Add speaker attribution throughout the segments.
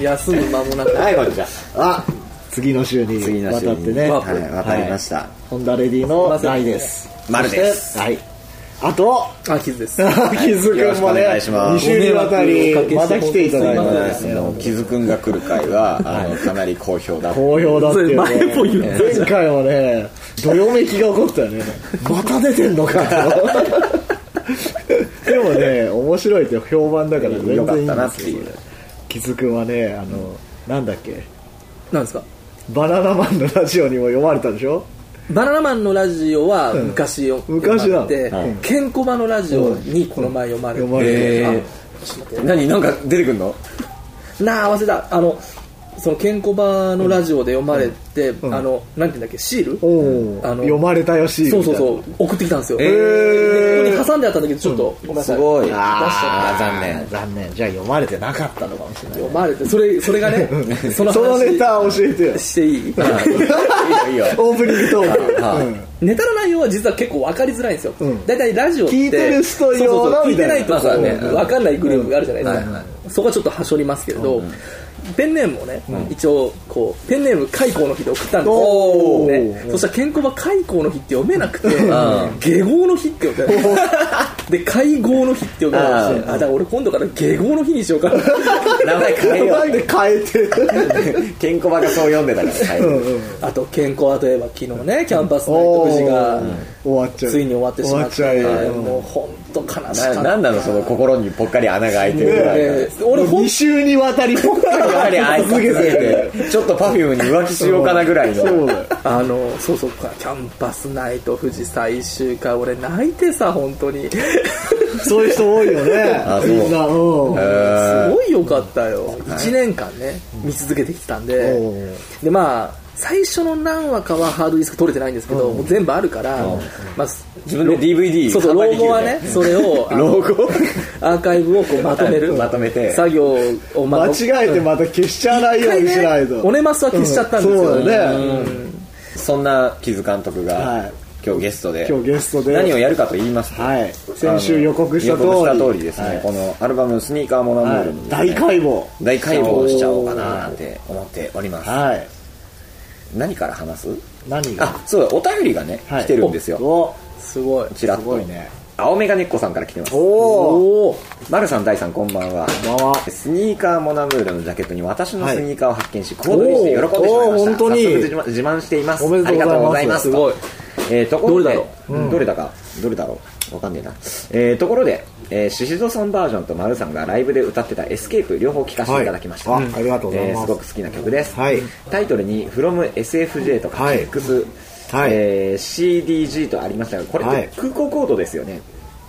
Speaker 1: 休む間もなく
Speaker 2: はいこんにちは
Speaker 3: あ次の週に
Speaker 2: 次の
Speaker 3: わ
Speaker 2: 週
Speaker 3: た
Speaker 2: に
Speaker 3: ってね、
Speaker 2: わ
Speaker 3: は
Speaker 2: か
Speaker 3: い、わかりました、ホンダレディ
Speaker 1: ま
Speaker 3: の
Speaker 1: ず
Speaker 3: ライです
Speaker 2: 丸です
Speaker 3: そしてはいあと
Speaker 1: あ傷です
Speaker 3: キズ
Speaker 2: よろ
Speaker 3: くん
Speaker 2: しくお
Speaker 3: もね
Speaker 2: 願いします
Speaker 3: 2週にわたり
Speaker 1: ご迷惑をおかけして
Speaker 3: また来ていただい
Speaker 1: 本当に
Speaker 3: て
Speaker 2: あのキズくんが来る回はあのかなり好評だ
Speaker 3: 好評だっていう、
Speaker 1: それ前も言っ
Speaker 3: ね、前回はねどよめきが起こったよねまた出てんのか とでもね面白いって評判だから全然いい
Speaker 2: よ
Speaker 3: ん
Speaker 2: かったなっ
Speaker 3: です
Speaker 2: て
Speaker 3: よ
Speaker 2: いう
Speaker 3: キズくんはねあのなんだっけ
Speaker 1: なんですか
Speaker 3: バナナマンのラジオにも読まれたでしょ
Speaker 1: バナナマンのラジオは昔よ、
Speaker 3: うん昔なの
Speaker 1: で、
Speaker 3: うん
Speaker 1: ケンコバのラジオにこの前読まれて、
Speaker 3: 読まれて
Speaker 2: え
Speaker 1: あ
Speaker 2: ー何なんか出てくんの
Speaker 1: なあ忘れたあのそのケンコバのラジオで読まれて、あのなんていうんだっけシール
Speaker 3: おお
Speaker 1: あの
Speaker 3: 読まれたよし
Speaker 1: そうそう
Speaker 3: う
Speaker 1: そう送ってきたんですよ、
Speaker 2: え
Speaker 1: で
Speaker 2: ー
Speaker 1: ここに挟んであったんだけどちょっと、ごめんなさい
Speaker 2: すごい
Speaker 1: 出しちゃ
Speaker 2: あ
Speaker 1: っ
Speaker 2: ー残念
Speaker 3: 残念じゃあ読まれてなかったのかもしれな
Speaker 1: た
Speaker 3: い
Speaker 1: 読まれてそれそれがねその
Speaker 3: その
Speaker 1: 話
Speaker 3: ネタ教えてよ
Speaker 1: していい
Speaker 2: いいよいいよ
Speaker 3: オープニングトーク、
Speaker 2: はい
Speaker 3: うん
Speaker 1: ネタの内容は実は結構分かりづらいんですよ、
Speaker 3: ん
Speaker 1: だいたいラジオって
Speaker 3: 聞いてる人用
Speaker 1: そ
Speaker 3: の
Speaker 1: うそうそう聞
Speaker 3: み
Speaker 1: いて
Speaker 3: た
Speaker 1: ないい
Speaker 3: な
Speaker 1: とこう
Speaker 2: まあそうね
Speaker 1: 分かんないグループがあるじゃないですか、
Speaker 3: うんはい
Speaker 1: そこはちょっとはしょりますけれど、ペンネームをね、一応こうペンネーム開口の日で送ったんです
Speaker 3: お
Speaker 1: よ、
Speaker 3: ー
Speaker 1: ね、そしたらケンコバ開口の日って読めなくて下号の日って呼んで で会合の日って呼んであ
Speaker 2: うん
Speaker 1: だから俺今度から下号の日にしようかな
Speaker 2: 名前変えよ
Speaker 3: なんで変 えてる
Speaker 2: うケンコバがそう読んでたから変えよう
Speaker 1: あと健康はといえば昨日ねキャンパスナイト富士が
Speaker 3: 終わっちゃう
Speaker 1: ついに終わってしまっ
Speaker 3: 終わっちゃう
Speaker 1: て
Speaker 3: よ
Speaker 1: もう本当悲しかった
Speaker 2: ななんなのその心にぽっかり穴が開いてるぐらい
Speaker 1: えー俺ほん
Speaker 3: 2週にわたりポッカ
Speaker 2: ぽっかり開い
Speaker 3: 続けて
Speaker 2: ててちょっとパフュームに浮気しようかなぐらいの
Speaker 3: そうだよ
Speaker 1: あのそうそうかキャンパスナイト富士最終回俺泣いてさ本当にす
Speaker 3: そういう人多いよ
Speaker 2: あ
Speaker 3: ね
Speaker 2: そう
Speaker 3: みんなうん
Speaker 1: ごいよかったよ1年間ね見続けてきたんで
Speaker 3: おう
Speaker 1: でまあ最初の何話かはハードディスク取れてないんですけどもう全部あるからまあ
Speaker 2: 自分で DVD
Speaker 1: そうそう
Speaker 2: 販売
Speaker 1: 老
Speaker 2: できる
Speaker 1: 後
Speaker 2: よ
Speaker 1: はねそれをあの
Speaker 2: 老後
Speaker 1: アーカイブをこうまとめる
Speaker 2: まとめて
Speaker 1: 作業をま
Speaker 3: 間
Speaker 1: と
Speaker 3: 違えてまた消しちゃわない
Speaker 1: 一
Speaker 3: よう
Speaker 1: 回
Speaker 3: にしない
Speaker 1: ね
Speaker 3: と
Speaker 1: オネマスは消しちゃったんです
Speaker 3: そ
Speaker 1: よ
Speaker 3: うだよね
Speaker 2: そんな木津監督
Speaker 3: は
Speaker 2: が
Speaker 3: い
Speaker 2: 今日ゲストで
Speaker 3: 今日ゲストで
Speaker 2: 何をやるかと言いますと
Speaker 3: はい先週予告した通り
Speaker 2: 予告した通りですね、
Speaker 3: はい
Speaker 2: このアルバム「スニーカーモナモール」のですね、
Speaker 3: 大解剖
Speaker 2: 大解剖しちゃおうかななんて思っております
Speaker 3: はい
Speaker 2: 何から話す
Speaker 3: 何が
Speaker 2: あそうだお便りがね、
Speaker 3: はい
Speaker 2: 来てるんですよ
Speaker 3: お
Speaker 1: すごい
Speaker 2: ちら
Speaker 3: す
Speaker 2: っ
Speaker 3: ご
Speaker 2: と
Speaker 3: いね
Speaker 2: 青メガネっ子さんから来てます
Speaker 3: おお
Speaker 1: おお
Speaker 2: 丸さん大さんこんばんは
Speaker 3: こんばんは
Speaker 2: スニーカーモナムールのジャケットに私の
Speaker 3: はい
Speaker 2: スニーカーを発見し、コードにして喜んでしまいました
Speaker 3: おー本当に
Speaker 2: 早速自慢自慢しています
Speaker 3: おめでとう
Speaker 2: あり
Speaker 3: ございます
Speaker 2: がとうございます
Speaker 3: す
Speaker 1: ごい
Speaker 2: えーとこ
Speaker 1: ど
Speaker 2: ろで
Speaker 1: れ
Speaker 2: だろう、どれだかどれだろうわかんねえな、えーところで、えー、シシドさんバージョンと丸さんがライブで歌ってた「エスケープ」両方聴かせていただきました、
Speaker 3: はいあありがとうございます
Speaker 2: えーすごく好きな曲です、
Speaker 3: はい
Speaker 2: タイトルに「FromSFJ」とか
Speaker 3: はい
Speaker 2: X、
Speaker 3: はい
Speaker 2: えー CDG とありましたがこれっ
Speaker 3: は
Speaker 2: て
Speaker 3: い
Speaker 2: 空港コードですよね、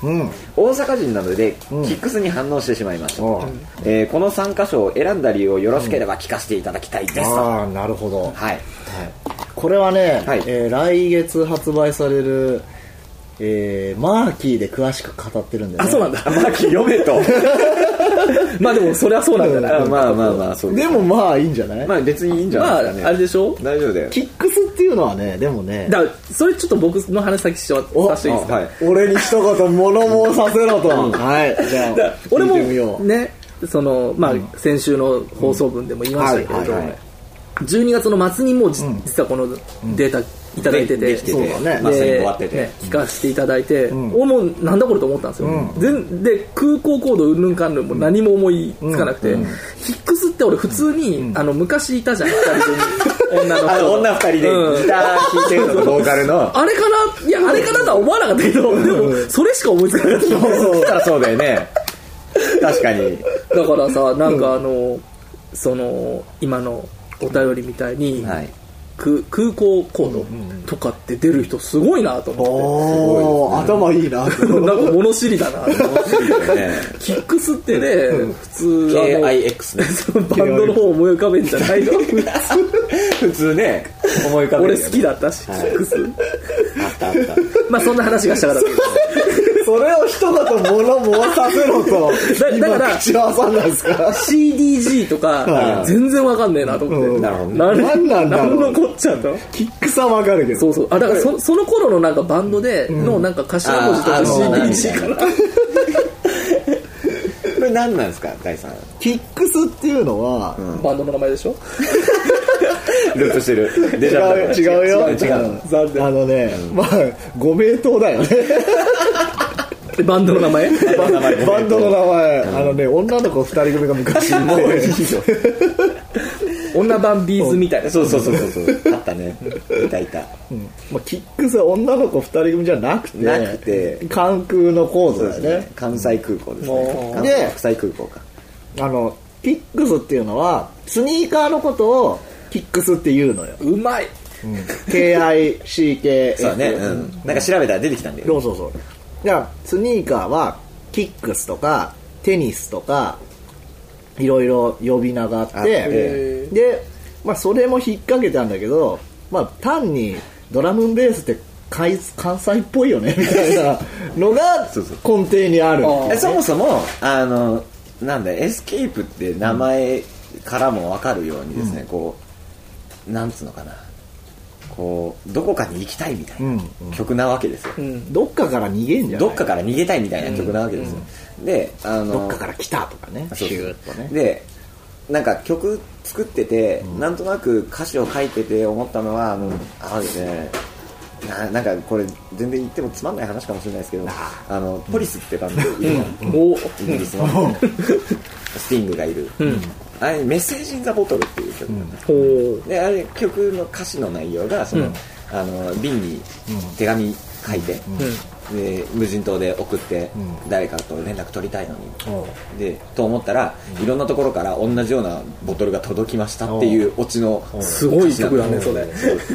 Speaker 3: うん
Speaker 2: 大阪人なので、
Speaker 3: うん
Speaker 2: キックスに反応してしまいました、
Speaker 3: うん
Speaker 2: えーこの3箇所を選んだ理由をよろしければ聞かせていただきたいです、は
Speaker 3: ああなるほど
Speaker 2: い
Speaker 3: これはね、
Speaker 2: はい
Speaker 3: えー来月発売される、えーマーキーで詳しく語ってるんで、ね、
Speaker 1: あそうなんだ
Speaker 2: マーキー読め と
Speaker 1: まあでもそれはそうなんじゃない
Speaker 2: あまあまあまあそう
Speaker 3: でもまあいいんじゃない、
Speaker 2: まあ別にいいんじゃ
Speaker 1: まあ
Speaker 2: ないですかね、
Speaker 1: あれでしょ
Speaker 2: 大丈夫だよ
Speaker 3: キックスっていうのはねでもね
Speaker 1: だからそれちょっと僕の話先しちゃってさせていいですか、
Speaker 2: あはい
Speaker 3: 俺に一言物申さ せろと、はいじゃあ
Speaker 1: だから俺
Speaker 3: 聞いてみよ
Speaker 1: も
Speaker 3: う
Speaker 1: ねそのまあ先週の放送分でも言いましたけれど、
Speaker 3: うんはいはい
Speaker 2: はい
Speaker 1: 12月の末にもじ、実はこのデータいただいてて、
Speaker 2: でできてて
Speaker 3: そうだね
Speaker 2: まあ、
Speaker 1: で
Speaker 2: 戦後終わってて、
Speaker 1: ね聞かせていただいて、俺もなんだこれと思ったんですよ、全で空港コードうんぬんかんぬんも何も思いつかなくて、ヒックスって俺普通に、あの昔いたじゃん2人組女の
Speaker 2: あの
Speaker 1: 人
Speaker 2: 女2人で
Speaker 1: うん
Speaker 2: ギター弾いてるのとボーカルの
Speaker 1: あれかないやあれかなとは思わなかったけどでもそれしか思いつかなかった
Speaker 2: そしたらそうだよね確かに
Speaker 1: だからさなんかあの、その今のお便りみたいに、
Speaker 2: はい
Speaker 1: く空港コードとかって出る人すごいなと思っ
Speaker 3: おお、頭いいな
Speaker 1: て、なんか物知りだなと思って
Speaker 2: そうだよね
Speaker 1: キックスってね、普通あの
Speaker 2: KIX ね
Speaker 1: そのバンドの方を思い浮かべんじゃない の
Speaker 2: 普通ね思い浮かべ
Speaker 1: 俺
Speaker 2: るよね
Speaker 1: 好きだったし、キックス
Speaker 2: あったあった
Speaker 1: まあそんな話がしたかった
Speaker 3: それを一言物申させろと
Speaker 1: だだから
Speaker 3: 今口を挟んだんですか
Speaker 1: CDG とか
Speaker 3: はい
Speaker 1: 全然わかんねえなと思って、
Speaker 3: うん
Speaker 2: なるほどね
Speaker 1: 何
Speaker 3: なんなんだろう
Speaker 1: のこっちゃと
Speaker 3: キックスはわかるけど
Speaker 1: そうそうあだからそその頃のなんかバンドでのなんか頭文字と
Speaker 2: あ
Speaker 1: か
Speaker 2: ーあの
Speaker 1: CDG から
Speaker 2: これれ何なんですか第3
Speaker 3: キックスっていうのは、
Speaker 1: バンドの名前でしょ
Speaker 2: ループしてる
Speaker 3: 違
Speaker 2: デジャブ
Speaker 3: う違うよ
Speaker 2: 違う違う
Speaker 3: うんあのね、まあご名答だよね
Speaker 1: えバンドの名前
Speaker 2: バンドの名前
Speaker 3: バンドの名前、あのね女の子二人組が昔もう
Speaker 1: 女版ビーズみたいな。
Speaker 2: そうそうそうそうそうあったねいたいた
Speaker 3: まあ、キックスは女の子二人組じゃなくて
Speaker 2: なくて
Speaker 3: 関空の構
Speaker 2: そ
Speaker 3: 造
Speaker 2: う
Speaker 3: だ
Speaker 2: で
Speaker 3: よ
Speaker 2: す
Speaker 3: ね
Speaker 2: ね関西空港です
Speaker 1: も
Speaker 2: ね
Speaker 1: う
Speaker 2: 関西国際空港か
Speaker 3: あのキックスっていうのはスニーカーのことをキックスっていう のよ
Speaker 1: うまい。
Speaker 3: KICK
Speaker 2: そうだねうんなんか調べたら出てきたんだよ
Speaker 3: そうそうそうだからスニーカーはキックスとかテニスとかいろいろ呼び名があって
Speaker 2: あって
Speaker 3: で、まあ、それも引っ掛けたんだけど、まあ、単にドラムンベースって関関西っぽいよねみたいなのが
Speaker 2: そうそう
Speaker 3: 根底にある
Speaker 1: あー
Speaker 2: えそもそもあのなんだエスケープって名前からも分かるようにですね、こうなんつうのかなこうどこかに行きたいみたいな曲なわけですよ、
Speaker 1: うん。
Speaker 3: どっかから逃げんじゃない
Speaker 2: どっかから逃げたいみたいな曲なわけですよ、であの
Speaker 3: どっかから来たとかねシ
Speaker 2: そうそう
Speaker 3: ューッとね
Speaker 2: でなんか曲作ってて、なんとなく歌詞を書いてて思ったのはあのあのですねななんかこれ全然言ってもつまんない話かもしれないですけど
Speaker 3: あ
Speaker 2: あのポリスってバンドいるじゃん
Speaker 1: お
Speaker 2: イギリスのスティングがいる、あれ「メッセージ・イン・ザ・ボトル」っていう曲なんです、
Speaker 1: ほう。
Speaker 2: であれ曲の歌詞の内容がその、あの瓶に手紙書いて、で無人島で送って、誰かと連絡取りたいのに、
Speaker 3: おう
Speaker 2: でと思ったら、いろんなところから同じようなボトルが届きましたっていうオチの
Speaker 1: すごい曲だね、それ。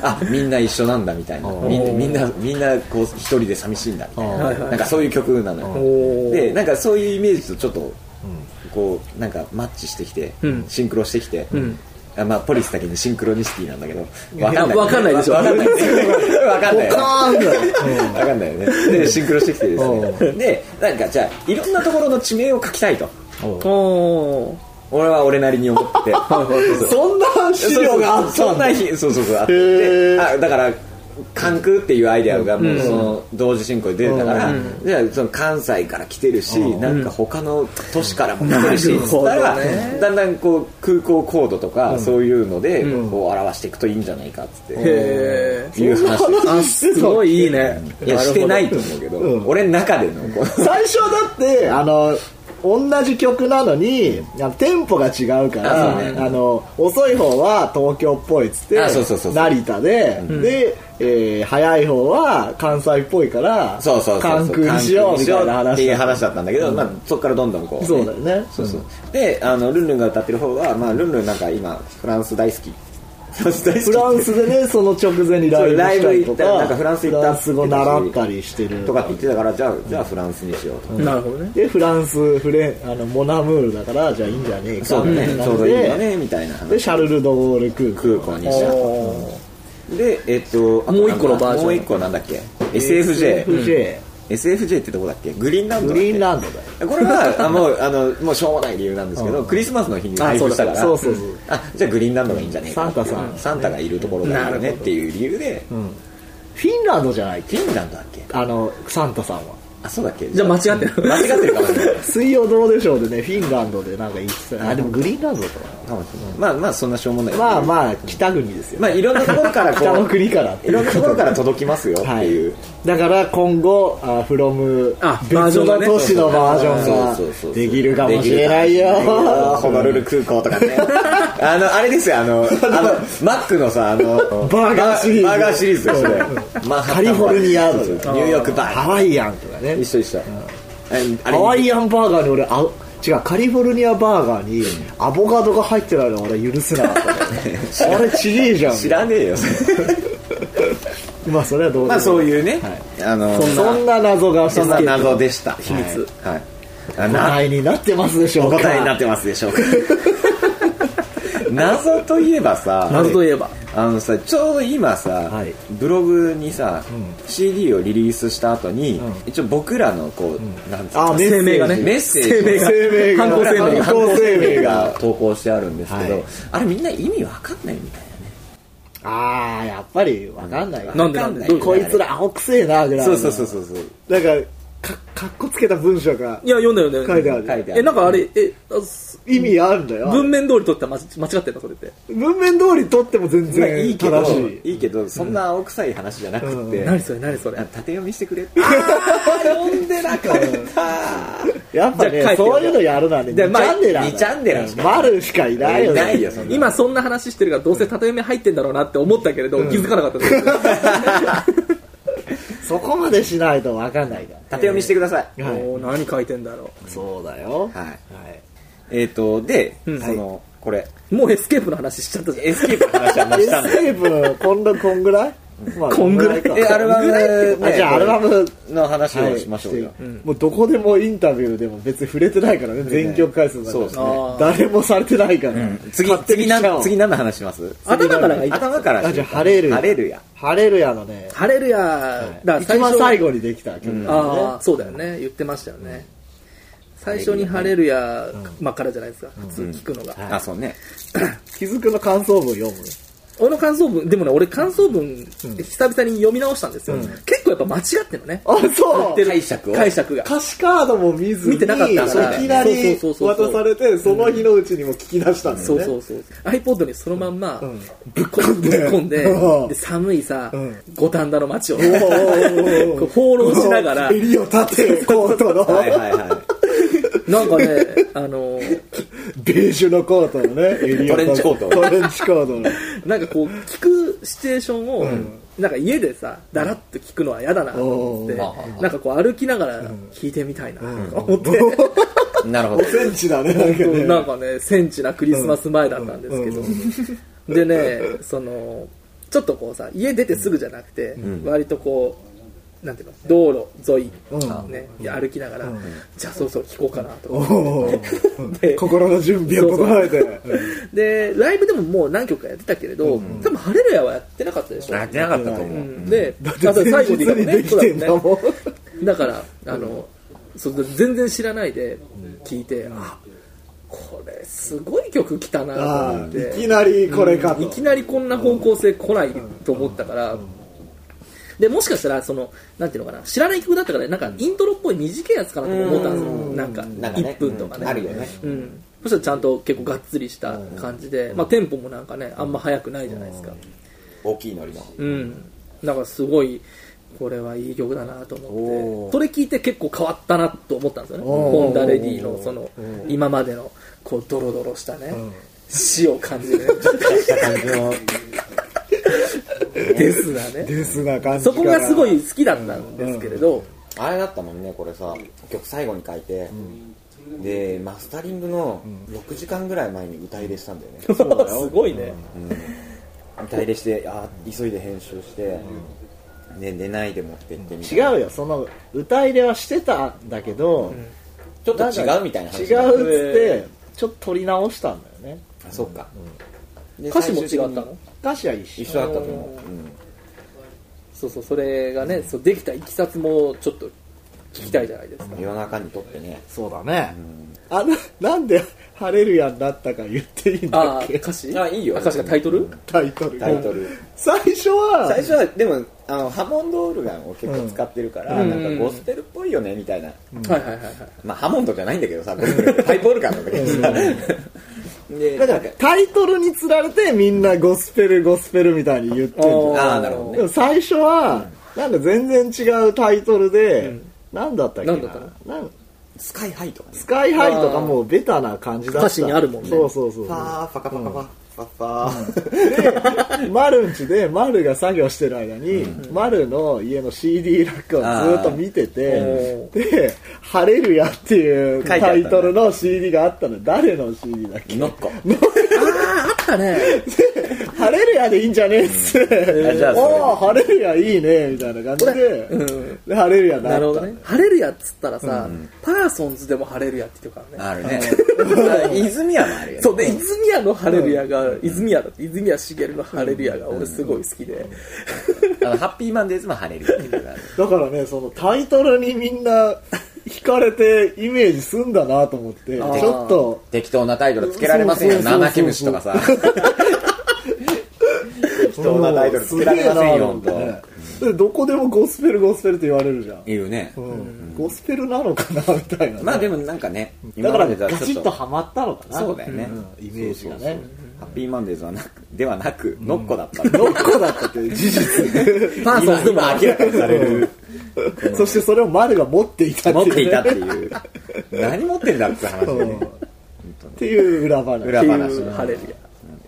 Speaker 2: あみんな一緒なんだみたいなみんみんなみんなこう一人で寂しいんだみたい
Speaker 1: は
Speaker 2: ない
Speaker 1: はい
Speaker 2: なんかそういう曲なの
Speaker 1: おー
Speaker 2: よでなんかそういうイメージとちょっと、こうなんかマッチしてきて、
Speaker 1: うん
Speaker 2: シンクロしてきて、
Speaker 1: ん
Speaker 2: あまあ、ポリスだけにシンクロニシティなんだけど
Speaker 1: や
Speaker 2: わかんない
Speaker 1: わかんないでしょ
Speaker 2: わかんないわかんない
Speaker 3: ポカーンだよ
Speaker 2: わかんないよねでシンクロしてきてですね
Speaker 3: う
Speaker 2: でなんかじゃあいろんなところの地名を書きたいと
Speaker 1: おー。
Speaker 2: 俺は俺なりに思っててそう
Speaker 3: そんな資料があっ
Speaker 2: そ
Speaker 3: た
Speaker 2: ん
Speaker 3: ん
Speaker 2: な
Speaker 3: だ
Speaker 2: 日そうそうそうあっ
Speaker 3: へ
Speaker 2: て
Speaker 3: ー
Speaker 2: あだから関空っていうアイデアがもうその同時進行で出てたから、じゃあその関西から来てるし、なんか他の都市からも来てるし、
Speaker 1: うん
Speaker 2: つった
Speaker 1: なる
Speaker 2: ら、
Speaker 1: ほどね
Speaker 2: だんだんこう空港コードとかそういうのでこう表していくといいんじゃないかっつって、
Speaker 1: へー。
Speaker 2: いう話です
Speaker 1: あ、すごいいいね。
Speaker 2: いやしてないと思うけど、
Speaker 3: うん
Speaker 2: 俺の中でのこう
Speaker 3: 最初だってあの同じ曲なのにあのテンポが違うから
Speaker 2: あそうね
Speaker 3: あの遅い方は東京っぽいっつって
Speaker 2: あそうそうそうそう
Speaker 3: 成田で、で、えー早い方は関西っぽいから
Speaker 2: そうそうそう
Speaker 3: 関空にしようみた
Speaker 2: 関空にし
Speaker 3: いな
Speaker 2: ようって
Speaker 3: 話
Speaker 2: いう話だったんだけど、まあ、そこからどんどんこう、
Speaker 3: そうだよね
Speaker 2: そうそうであのルンルンが歌ってる方は、まあ、ルンルンなんか今フランス大好きフランス大好き
Speaker 3: フランスでねその直前にライ
Speaker 2: そう
Speaker 3: ブしたりと
Speaker 2: ライブ行ったり
Speaker 3: か
Speaker 2: なんかフランス行った
Speaker 3: フランス語習ったりしてる
Speaker 2: とかって言ってたからじゃあじゃあフランスにしようと、
Speaker 1: なるほどね。
Speaker 3: でフランスフレンあのモナムールだからじゃあいいんじゃねえ
Speaker 2: そ
Speaker 3: か
Speaker 2: う
Speaker 3: みた
Speaker 2: だね、
Speaker 3: いな
Speaker 2: ちょ
Speaker 3: の
Speaker 2: う
Speaker 3: で
Speaker 2: どいいよねみたいな
Speaker 3: で
Speaker 2: 話
Speaker 3: シャルル・ド・ゴール空
Speaker 2: 空港
Speaker 3: 港
Speaker 2: にしちゃうでえっとあと
Speaker 1: もう一個のバージョン
Speaker 2: もう一個なんだっけ SFJ、
Speaker 3: SFJ
Speaker 2: SFJ ってどこだっけグリーンランド
Speaker 3: グ
Speaker 2: だっけ
Speaker 3: リーンランドだよ
Speaker 2: これはあもうあのもうしょうもない理由なんですけど、クリスマスの日に配布したから
Speaker 3: あそうだそうそうそう
Speaker 2: あじゃあグリーンランドがいいんじゃねえかっていう
Speaker 3: サンタさん
Speaker 2: サンタがいるところがあるねっていう理由で、
Speaker 3: フィンランドじゃないっけ
Speaker 2: フィンランドだっけ
Speaker 3: あの、サンタさんは。
Speaker 2: あそうだっけ
Speaker 1: じゃあ間違ってる
Speaker 2: 間違ってるかもしれない
Speaker 3: 水曜どうでしょうでね、フィンランドでなんか言ってた。あ、でもグリーンランドだったか
Speaker 2: かもしれないまあまあそんなしょうもない
Speaker 3: な。まあまあ、北国ですよ。
Speaker 2: まあいろんなところからこう
Speaker 3: 北の国からって
Speaker 2: いろんなところから届きますよって
Speaker 3: はい
Speaker 2: いう、。
Speaker 3: だから今後、あフロム
Speaker 1: あ、バージョ
Speaker 3: 別
Speaker 1: ンが
Speaker 3: の
Speaker 1: ね
Speaker 3: 都市のバージ
Speaker 2: そうそう
Speaker 3: ョ
Speaker 2: そ
Speaker 3: ン
Speaker 2: う
Speaker 3: ができるかもしれないよ。
Speaker 2: ホノルル空港とかね あのあれですよあの あのマックのさあの
Speaker 3: バーガーシリーズ
Speaker 2: バーガーシリーズですよそれマンハッタン
Speaker 3: カリフォルニア
Speaker 2: そう
Speaker 3: と
Speaker 2: そうニ
Speaker 3: か、
Speaker 2: ューヨークバー
Speaker 3: ハワイアンとかね。
Speaker 2: 一緒一緒あ
Speaker 3: ハワ
Speaker 2: れ
Speaker 3: イアンバーガーに俺、あ違う、カリフォルニアバーガーにアボカドが入ってないの俺許せなかった。あれちげえじゃん。
Speaker 2: 知らねえよ
Speaker 3: まあそれはどうでもいい
Speaker 2: まあそういうね、あの
Speaker 1: そん
Speaker 3: そんな謎が
Speaker 2: そんな謎でした秘
Speaker 1: 密
Speaker 2: はい、はいあな
Speaker 3: 話題になってますでしょう
Speaker 2: お
Speaker 3: か
Speaker 2: 答えになってますでしょう か謎といえばさ
Speaker 1: 謎といえば。
Speaker 2: あのさちょうど今さ、
Speaker 3: い
Speaker 2: ブログにさ、CD をリリースした後に、一応僕らのこう、なんつうの
Speaker 3: あメッセ
Speaker 1: 声
Speaker 3: ージ
Speaker 1: 明がね。
Speaker 2: メッセージ
Speaker 1: 声明が。
Speaker 3: 声明
Speaker 1: 犯行声明が。
Speaker 2: 犯行声明
Speaker 3: が犯行声明
Speaker 2: が投稿してあるんですけど、
Speaker 3: はい
Speaker 2: あれみんな意味わかんないみたいなね
Speaker 3: ああやっぱりわかんないよ
Speaker 1: なんでなんで
Speaker 2: わか
Speaker 1: どういう
Speaker 3: こいつら青くせえなぐらい
Speaker 2: そうそうそうそうそう
Speaker 3: なんかかかっこつけた文章が
Speaker 1: いや、読んだよね。
Speaker 3: 書いてある
Speaker 2: 書いてあ
Speaker 1: え、
Speaker 2: る
Speaker 1: なんかあれ、え、あす
Speaker 3: 意味あるんだよ
Speaker 1: 文面通り取ったらまち間違ってんだ、それって。
Speaker 3: 文面通り取っても全
Speaker 2: まあい
Speaker 3: 然
Speaker 2: いけど
Speaker 3: 正しい
Speaker 2: いいけどそんな青臭い話じゃなくて、
Speaker 1: 何それ、何それ
Speaker 2: あ。縦読みしてくれって読んでなかった
Speaker 3: やっぱ
Speaker 1: じゃあ書
Speaker 3: ね
Speaker 1: いてよ
Speaker 3: そういうのやるのはね
Speaker 1: で
Speaker 3: 2チ
Speaker 1: まあ
Speaker 3: ャンネル
Speaker 2: 2チャンネルしか
Speaker 3: 丸しかいないよね
Speaker 2: ないよそんな
Speaker 1: 今そんな話してるからどうせ縦読み入ってんだろうなって思ったけれど、気づかなかったです
Speaker 3: そこまでしないと分かんないか
Speaker 2: 縦読みしてください、
Speaker 3: はい
Speaker 1: おー何書いてんだろ
Speaker 3: らそうだよ
Speaker 2: はい
Speaker 3: い
Speaker 2: えっ、とで、
Speaker 1: うん
Speaker 2: そのこれ
Speaker 1: うもうエスケープの話しちゃったじゃん
Speaker 2: エスケープの話はまあ
Speaker 3: エ
Speaker 2: したん
Speaker 3: ス
Speaker 2: だ
Speaker 3: ケープのこんなこんぐらいまあ
Speaker 1: こんぐらい
Speaker 3: か
Speaker 2: えアルバム、
Speaker 3: あじゃあアルバム
Speaker 2: の話をしましょうよ、
Speaker 3: はいもうどこでもインタビューでも別に触れてないからね全曲回数だか
Speaker 2: そう
Speaker 3: ら
Speaker 2: ですね
Speaker 1: あー
Speaker 3: 誰もされてないから、
Speaker 2: 次
Speaker 3: 勝手に
Speaker 2: 次
Speaker 3: しちゃお
Speaker 2: 何
Speaker 3: う
Speaker 2: 次何の話します
Speaker 1: 頭からがいい
Speaker 2: 頭から
Speaker 3: あじゃあハレルヤ
Speaker 2: ハレルヤ
Speaker 3: ハレルヤのね
Speaker 1: ハレルヤだ
Speaker 3: 一番最後にできた曲なんだよね、
Speaker 1: ああそうだよね言ってましたよね最初に「ハレルヤ」まあからじゃないですか普通聞くのが
Speaker 2: あそうね
Speaker 3: 気づくの感想文読む
Speaker 1: 俺の感想文でもね俺感想文久々に読み直したんですよ結構やっぱ間違ってんのね
Speaker 3: あそ
Speaker 1: 言って
Speaker 3: う
Speaker 1: る
Speaker 2: 解釈を
Speaker 1: 解釈が
Speaker 3: 歌詞カードも見ずに
Speaker 1: 見てなかったから
Speaker 3: いきなり
Speaker 1: そうそうそうそう
Speaker 3: 渡されてその日のうちにも聞き出したんだよ
Speaker 1: そ
Speaker 3: ね
Speaker 1: うそうそう iPod にそのまんま
Speaker 3: ん
Speaker 1: ぶっこぶっ込んで
Speaker 3: うん
Speaker 1: で寒いさ
Speaker 3: ん
Speaker 1: 五反田の街を
Speaker 3: おーおーお ー
Speaker 1: こう放浪しなが ら
Speaker 3: 襟を立てコートの
Speaker 2: はいはいはい
Speaker 1: なんかねあのー
Speaker 3: ベージュのコートのね襟
Speaker 2: ト
Speaker 3: を立て
Speaker 2: レンチコート
Speaker 3: トレンチコートの
Speaker 1: なんかこう聞くシチュエーションを、なんか家でさだらっと聞くのは嫌だなと思って、
Speaker 3: うん
Speaker 1: なんかこう歩きながら聞いてみたいなと 思って、
Speaker 2: なるほど
Speaker 3: 5センチだねなんかね
Speaker 1: なんかねセンチなクリスマス前だったんですけど、
Speaker 3: うん
Speaker 1: でねそのちょっとこうさ家出てすぐじゃなくて、割とこうなんていうの道路沿い、
Speaker 3: うん
Speaker 1: ね、歩きながら、じゃあそろそろ聞こうかなと
Speaker 3: お
Speaker 1: 思っ
Speaker 3: ー
Speaker 1: て。
Speaker 3: 心の準備を整えて
Speaker 1: でライブでももう何曲かやってたけれど、多分「ハレルヤ」はやってなかったでしょ
Speaker 2: やってなかったと思う、
Speaker 1: うんで、あ
Speaker 3: だ
Speaker 1: と
Speaker 3: って
Speaker 1: 最
Speaker 3: 最
Speaker 1: 後
Speaker 3: 後
Speaker 1: に言
Speaker 3: にで
Speaker 1: った
Speaker 3: き
Speaker 1: もん
Speaker 3: て
Speaker 1: ね
Speaker 3: んだもん
Speaker 1: だから、あの、そう全然知らないで聞いて、あ、これすごい曲来たなと
Speaker 3: あ
Speaker 1: 思っ
Speaker 3: ーい
Speaker 1: て、
Speaker 3: きなりこれかと
Speaker 1: いきなりこんな方向性来ないと思ったから、で、もしかしたら、その、なんていうのかな、知らない曲だったから、なんかイントロっぽい短いやつかなとも思ったんですよ。なんか、
Speaker 2: なんかね
Speaker 1: 1分とかね。
Speaker 2: うんあるよね
Speaker 1: うん。そしたらちゃんと結構がっつりした感じで、まあテンポもなんかね、あんま速くないじゃないですか。
Speaker 2: 大きいノリの
Speaker 1: うん、だからすごいこれはいい曲だなと思っ
Speaker 2: お
Speaker 1: て
Speaker 2: ー
Speaker 1: それ聞いて結構変わったなと思ったんですよね
Speaker 3: おー
Speaker 1: ホンダレディのその今までのこうドロドロしたね死を感じ るねデスなね
Speaker 3: ですな感じ
Speaker 1: そこがすご
Speaker 3: い
Speaker 1: い好きだったんですけれど、
Speaker 2: あれだったもんねこれさ曲最後に書いて、でマスタリングの6時間ぐらい前に歌い入れしたんだよ ね、
Speaker 1: すごいね、
Speaker 2: 歌い入れしてあ急いで編集して、で寝ないで持ってってみたい
Speaker 3: 違
Speaker 2: な
Speaker 3: うよその歌入れはしてたんだけど
Speaker 2: ちょっと違うみたいな
Speaker 3: 違う
Speaker 2: 話
Speaker 3: っつっ
Speaker 1: へ
Speaker 3: てちょっと取り直したんだよね
Speaker 2: あそっか、で
Speaker 1: 歌詞も違っ
Speaker 2: 最終
Speaker 1: た
Speaker 2: 的に
Speaker 1: の
Speaker 3: 歌詞は一
Speaker 2: 一
Speaker 3: 緒
Speaker 2: 緒だったと思う、うん
Speaker 1: そうそうそれがねそうできたいきさつもちょっと聞きたいじゃないですか、
Speaker 2: 夜中に撮ってね
Speaker 3: そうだねあななんで「ハレルヤ」になったか言っていいんだ
Speaker 1: ああ
Speaker 3: っけ
Speaker 1: 歌詞
Speaker 2: あいいよ
Speaker 1: 歌詞がタイトル、
Speaker 3: タイトル
Speaker 2: タイトル、
Speaker 3: 最初
Speaker 2: 最
Speaker 3: は
Speaker 2: 初はでもあのハモンドオルガンを結構使ってるから、
Speaker 1: うん
Speaker 2: なんかゴスペルっぽいよねみたいな、
Speaker 1: はいはいはいはい
Speaker 2: まあハモンドじゃないんだけどさゴスペルってパイプオルガンなんだけどさ、でな
Speaker 3: だか
Speaker 2: んから
Speaker 3: タイトルにつられてみんなゴスペルゴスペルみたいに言ってんじゃん
Speaker 2: あーなるほどね
Speaker 3: でも最初はなんか全然違うタイトルでなんだったっけな
Speaker 1: なんだったの
Speaker 3: なん
Speaker 2: スカイハイとかね
Speaker 3: スカイハイとかもうベタな感じだった
Speaker 1: 歌詞にあるもんね
Speaker 3: そうそうそう
Speaker 2: ファーファカファカファ、ファファ
Speaker 3: でマルんちでマルが作業してる間に、マルの家の CD ラックをずっと見てて
Speaker 1: ー
Speaker 3: で「ハレルヤ」っていう
Speaker 2: 書いてあった
Speaker 3: タ
Speaker 2: ね
Speaker 3: イトルの CD があったの誰の CD だっけ
Speaker 2: ノッコ
Speaker 1: ああったね
Speaker 3: 「ハレルヤ」でいいんじゃねえっつって
Speaker 2: あじゃあ
Speaker 3: 「
Speaker 2: それで
Speaker 3: おおハレルヤいいね」みたいな感じで,、でハレルヤにな
Speaker 1: な
Speaker 3: った
Speaker 1: るほどね。ハレルヤっつったらさ、パーソンズでもハレルヤって言ってるからね。
Speaker 2: あるね泉谷もあるよね
Speaker 1: そうで、泉谷のハレルヤが、泉谷だって、泉谷しげるのハレルヤが俺すごい好きで。
Speaker 2: あのハッピーマンデーズも晴れるっていうのがある
Speaker 3: だからねそのタイトルにみんな惹かれてイメージすんだなと思ってち
Speaker 1: ー
Speaker 3: ょっと
Speaker 2: 適当なタイトルつけられませんよ
Speaker 3: そうそうそうそう
Speaker 2: 生毛虫とかさ適適当なタイトルつけられませんよ、
Speaker 3: も
Speaker 2: 本
Speaker 3: うすげ
Speaker 2: 当
Speaker 3: えなと思ってでどこでもゴスペルゴスペルって言われるじゃん、
Speaker 2: 言うね。
Speaker 3: うん、ゴスペルなのかなみたいな
Speaker 2: まあでもなんかね、
Speaker 3: だ
Speaker 2: 今
Speaker 3: か
Speaker 2: ま
Speaker 3: ら
Speaker 2: でと
Speaker 3: ガ
Speaker 2: は
Speaker 3: チ
Speaker 2: ちょ
Speaker 3: ッ
Speaker 2: っ
Speaker 3: と
Speaker 2: と、
Speaker 3: ハマったのかな
Speaker 2: そうだよね
Speaker 3: うんイメージ
Speaker 2: そうそう
Speaker 3: がね
Speaker 2: そうハッピーマンデーズはなく、ではなく、ノッコだった。
Speaker 3: 6個だったという事実
Speaker 1: パーソンズでも
Speaker 2: 今明らかにされる、
Speaker 3: そしてそれを丸が持っていたって
Speaker 2: 持
Speaker 3: いうね
Speaker 2: っていたっていう。何持ってんだって話だよね。
Speaker 3: っていう裏話
Speaker 2: 裏
Speaker 1: て
Speaker 2: 話
Speaker 1: いうハレル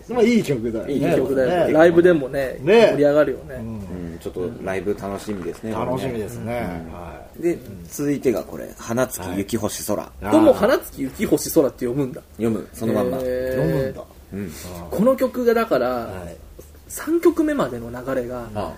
Speaker 3: まあいい曲だよね
Speaker 2: いい
Speaker 1: ヤいい曲だよね
Speaker 2: ね
Speaker 1: ライブでもね
Speaker 3: ね
Speaker 1: 盛り上がるよね
Speaker 2: うんちょっとライブ楽しみですね。。
Speaker 3: 楽しみですすね、は
Speaker 2: で、続いてがこれ、花月雪星空。
Speaker 3: い
Speaker 1: これもう花月雪星空って読むんだ
Speaker 2: 読む、そのまんま。
Speaker 1: へー
Speaker 3: 読むんだ、
Speaker 2: うん。
Speaker 1: この曲がだから、
Speaker 3: はい
Speaker 1: 3曲目までの流れが
Speaker 2: あ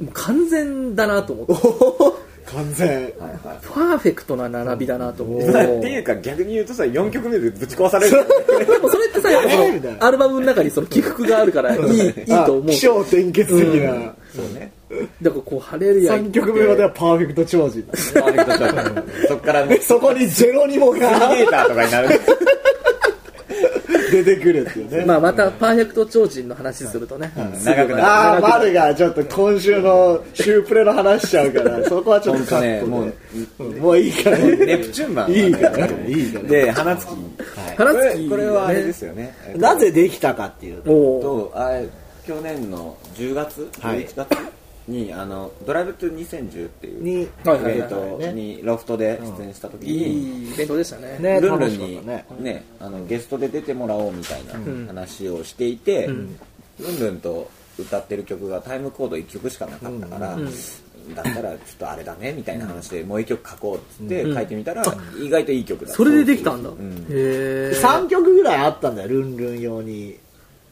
Speaker 1: もう完全だなと思って
Speaker 3: 完全
Speaker 2: あはいはい。
Speaker 1: パーフェクトな並びだなと思って
Speaker 2: まあ っていうか逆に言うとさ4曲目でぶち壊されるからね
Speaker 1: でもそれってさやっぱ
Speaker 3: えーみ
Speaker 1: そ
Speaker 3: たい
Speaker 1: の
Speaker 3: な
Speaker 1: アルバムの中にその起伏があるからいいいいと思う
Speaker 3: あ起承転結的な、
Speaker 2: そうね
Speaker 1: だからこう「ハレルヤ」
Speaker 3: 3曲目まではパーフェクト超人
Speaker 2: パーフェクトショットそっからもう
Speaker 3: でそこにジェロニモ
Speaker 2: ター
Speaker 3: が
Speaker 2: ミネーターとかにな る
Speaker 3: 出てくるっていうね、
Speaker 1: まあ、またパーフェクト超人の話するとね、
Speaker 2: 長くなる
Speaker 3: ああ丸がちょっと今週のシュープレの話しちゃうからそこはちょっとカットで
Speaker 2: ほんとね
Speaker 3: もう,、もういいからい
Speaker 2: ネプチューンマン
Speaker 3: いからいいから
Speaker 2: で花月
Speaker 1: 花
Speaker 2: こ
Speaker 1: 月、
Speaker 2: れ
Speaker 1: ね、
Speaker 2: これはあれですよね
Speaker 3: なぜできたかっていうと
Speaker 1: おう
Speaker 2: とあ去年の10月
Speaker 3: はい
Speaker 2: 11月にあのドライブトゥ2010っていう
Speaker 3: に
Speaker 2: イベ
Speaker 1: はいはい
Speaker 2: ン
Speaker 1: はい
Speaker 2: ト
Speaker 3: ね
Speaker 2: にロフトで出演した時
Speaker 1: い
Speaker 2: に
Speaker 1: いイベントでしたね
Speaker 3: ね
Speaker 2: ルンルン
Speaker 3: 楽し
Speaker 2: に
Speaker 3: かっ
Speaker 2: ね
Speaker 3: た
Speaker 2: あのゲストで出てもらおうみたいな話をしていて、ルンルンと歌ってる曲がタイムコード1曲しかなかったから、だったらちょっとあれだねみたいな話でもう1曲書こうっつって書いてみたら、意外といい曲だ
Speaker 1: それでできたんだ、
Speaker 2: ん
Speaker 1: へえ
Speaker 3: 3曲ぐらいあったんだよルンルン用に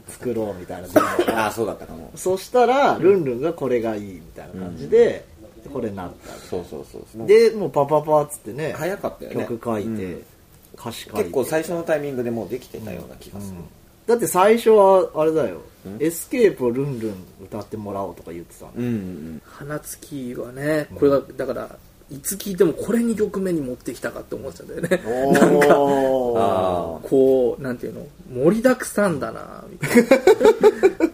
Speaker 3: 作ろうみたいな
Speaker 2: ああそうだったかも
Speaker 3: そしたらルンルンがこれがいいみたいな感じで、これになった
Speaker 2: そうそうそうもう
Speaker 3: でもうパパパっつってね
Speaker 2: 早かったよね
Speaker 3: 曲書いて、
Speaker 2: うん
Speaker 3: 歌詞書いて
Speaker 2: 結構最初のタイミングでもうできてたような気がする、
Speaker 3: だって最初はあれだよ「エスケープをルンルン歌ってもらおう」とか言ってたの
Speaker 2: うんうん
Speaker 1: 花月はねこれがだからいつ聴いてもこれ2曲目に持ってきたかって思っちゃうんだよね なんか
Speaker 2: うん、あ
Speaker 1: こうなんていうの盛りだくさんだなみ たいな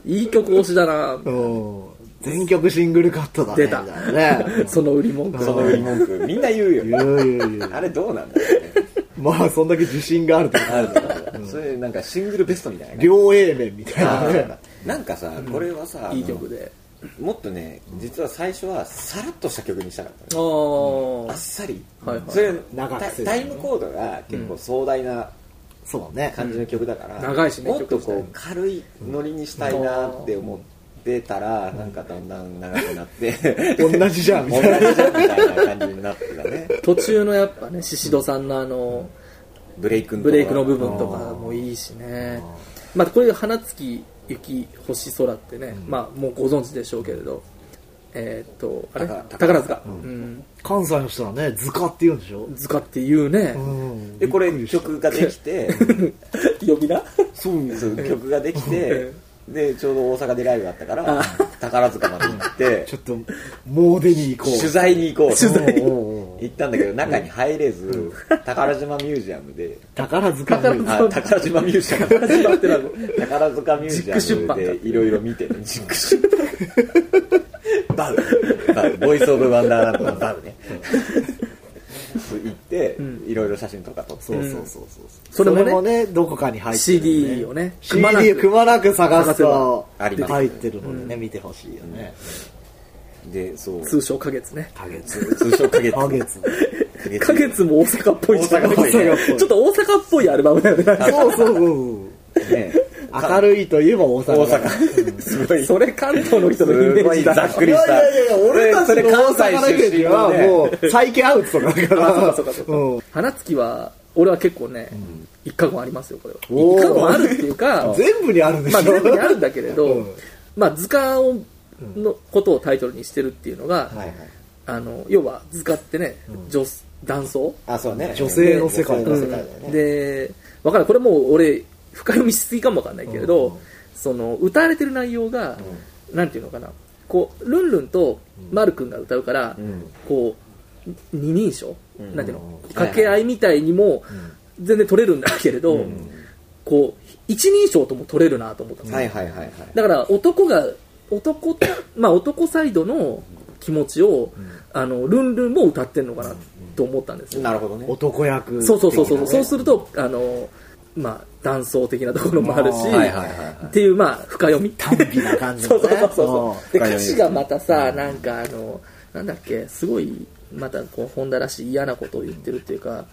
Speaker 1: いい曲推しだなみたい
Speaker 3: おー全曲シングルカットだね
Speaker 1: 出た
Speaker 3: みい なね
Speaker 1: なその売り文句
Speaker 2: あその売り文句みんな言うよ
Speaker 3: いや
Speaker 2: ね
Speaker 3: いやいや
Speaker 2: あれどうなんだろうね
Speaker 3: まあそんだけ自信があると
Speaker 2: あると思う、それなんかシングルベストみたいな感じ
Speaker 3: 両 A 面みたいなね
Speaker 2: なんかさこれはさ、
Speaker 1: いい曲で
Speaker 2: あのもっとね実は最初はさらっとした曲にしたかった
Speaker 1: あ
Speaker 2: の
Speaker 1: あ
Speaker 2: あっさり、
Speaker 1: はいはい
Speaker 2: それ
Speaker 3: 長くする
Speaker 2: タタイムコードが結構壮大な
Speaker 3: そうね
Speaker 2: 感じの曲だから、
Speaker 1: うん長いしね
Speaker 2: もっと
Speaker 1: 曲自体
Speaker 2: こ
Speaker 1: も
Speaker 2: う軽いノリにしたいなって思ってたら、なんかだんだん長くなって
Speaker 3: 同じじゃんみ
Speaker 2: 同
Speaker 3: た
Speaker 2: じ
Speaker 3: いな
Speaker 2: じゃんみたいな感じになってたね
Speaker 1: 途中のやっぱね宍戸さんのあの
Speaker 2: ブレイクの
Speaker 1: ブレイクの部分とかもいいしねまあこれ「花月雪星空」ってね、まあもうご存知でしょうけれどえーっとあれ
Speaker 2: 宝
Speaker 1: 宝
Speaker 2: 塚
Speaker 1: 塚うん
Speaker 3: 関西の人はね図鑑って言うんでしょ
Speaker 1: 図鑑っていうね、
Speaker 3: うん
Speaker 2: でこれ曲ができて
Speaker 1: 呼び名
Speaker 2: そう曲ができ てでちょうど大阪でライブがあったから宝塚まで行って
Speaker 3: ちょっともう出に行こう
Speaker 2: 取材に行こうと
Speaker 3: おうおうおう
Speaker 2: 行ったんだけど中に入れず宝島ミュージアムで
Speaker 3: 宝塚の
Speaker 2: あ宝島ミュージアム
Speaker 1: 島ってなん
Speaker 2: 宝塚ミュージアムでいろいろ見てねジック出版バウバウボイス・オブ・ワンダーランドのバウね行っていろいろ写真とか撮って
Speaker 3: そうそうそうそ
Speaker 1: そ
Speaker 3: う
Speaker 1: れもね
Speaker 3: どこかに入ってるよね
Speaker 1: CD をね
Speaker 3: CD くまなく探すと
Speaker 2: 探せば
Speaker 3: 入ってるのでね見てほしいよね
Speaker 2: でそう
Speaker 1: 通称花月ね
Speaker 3: 花月
Speaker 2: 通称花月
Speaker 3: 花月
Speaker 1: 花月も大阪っぽいし
Speaker 2: 大阪っぽいね
Speaker 1: 大阪っぽいちょっと大阪っぽいアルバムだよねなんか
Speaker 3: そうそうそう
Speaker 2: ね
Speaker 3: 明るいといえば大阪
Speaker 2: 大阪すごい
Speaker 1: それ関東の人のイメ
Speaker 2: すご
Speaker 1: ー
Speaker 2: い
Speaker 1: ジ
Speaker 2: ざ
Speaker 1: だ
Speaker 2: っく
Speaker 3: い
Speaker 2: り
Speaker 3: や
Speaker 2: し
Speaker 3: いやいや
Speaker 2: た
Speaker 3: 俺た
Speaker 2: それ
Speaker 3: ちの
Speaker 2: 関
Speaker 3: 大阪だ
Speaker 2: 西
Speaker 3: け
Speaker 2: 出身
Speaker 3: で
Speaker 2: の
Speaker 3: はも
Speaker 2: ね
Speaker 3: う最近アウトだか
Speaker 1: あ
Speaker 3: ら
Speaker 1: そうかそうかそうか
Speaker 3: うん
Speaker 1: 花月は俺は結構ね、一過もありますよこれは
Speaker 3: おー
Speaker 1: 一過もあるっていうか
Speaker 3: 全部にあるでし
Speaker 1: ま
Speaker 3: ょ
Speaker 1: あ全部にあるんだけれど、
Speaker 3: うん
Speaker 1: まあ図鑑をのことをタイトルにしてるっていうのが、
Speaker 3: はいはい
Speaker 1: あの要は図鑑ってね、女男装、
Speaker 2: あそうね
Speaker 3: 女性の世界だ
Speaker 2: 女
Speaker 3: ね
Speaker 2: 性の世界だよね
Speaker 1: で分かるこれもう俺深読みしすぎかもわかんないけれど、その歌われてる内容が、なんていうのかなこうルンルンとマル君が歌うから、
Speaker 2: ん
Speaker 1: こう二人称、
Speaker 2: ん
Speaker 1: なんていう
Speaker 2: うん
Speaker 1: の掛け合いみたいにも全然取れるんだけれど、こう一人称とも取れるなと思ったんですよ
Speaker 2: はいはいはいはい
Speaker 1: だから男が男 と、まあ、男サイドの気持ちを、あのルンルンも歌ってんのかなと思ったんですよ、
Speaker 2: なるほどね
Speaker 3: 男役、
Speaker 1: そうそうそうそう、そうするとあのまあ断層的なところもあるし、
Speaker 2: はいはいはいはい
Speaker 1: っていうまあ深読み
Speaker 3: 短気な感 じ
Speaker 1: そ
Speaker 3: の
Speaker 1: う
Speaker 3: ね
Speaker 1: そうそうそう。で、
Speaker 2: 深い
Speaker 1: 歌
Speaker 2: よね
Speaker 1: 詞がまたさ、なんかあの、なんだっけ、すごい、またこう、本田らしい嫌なことを言ってるっていうか、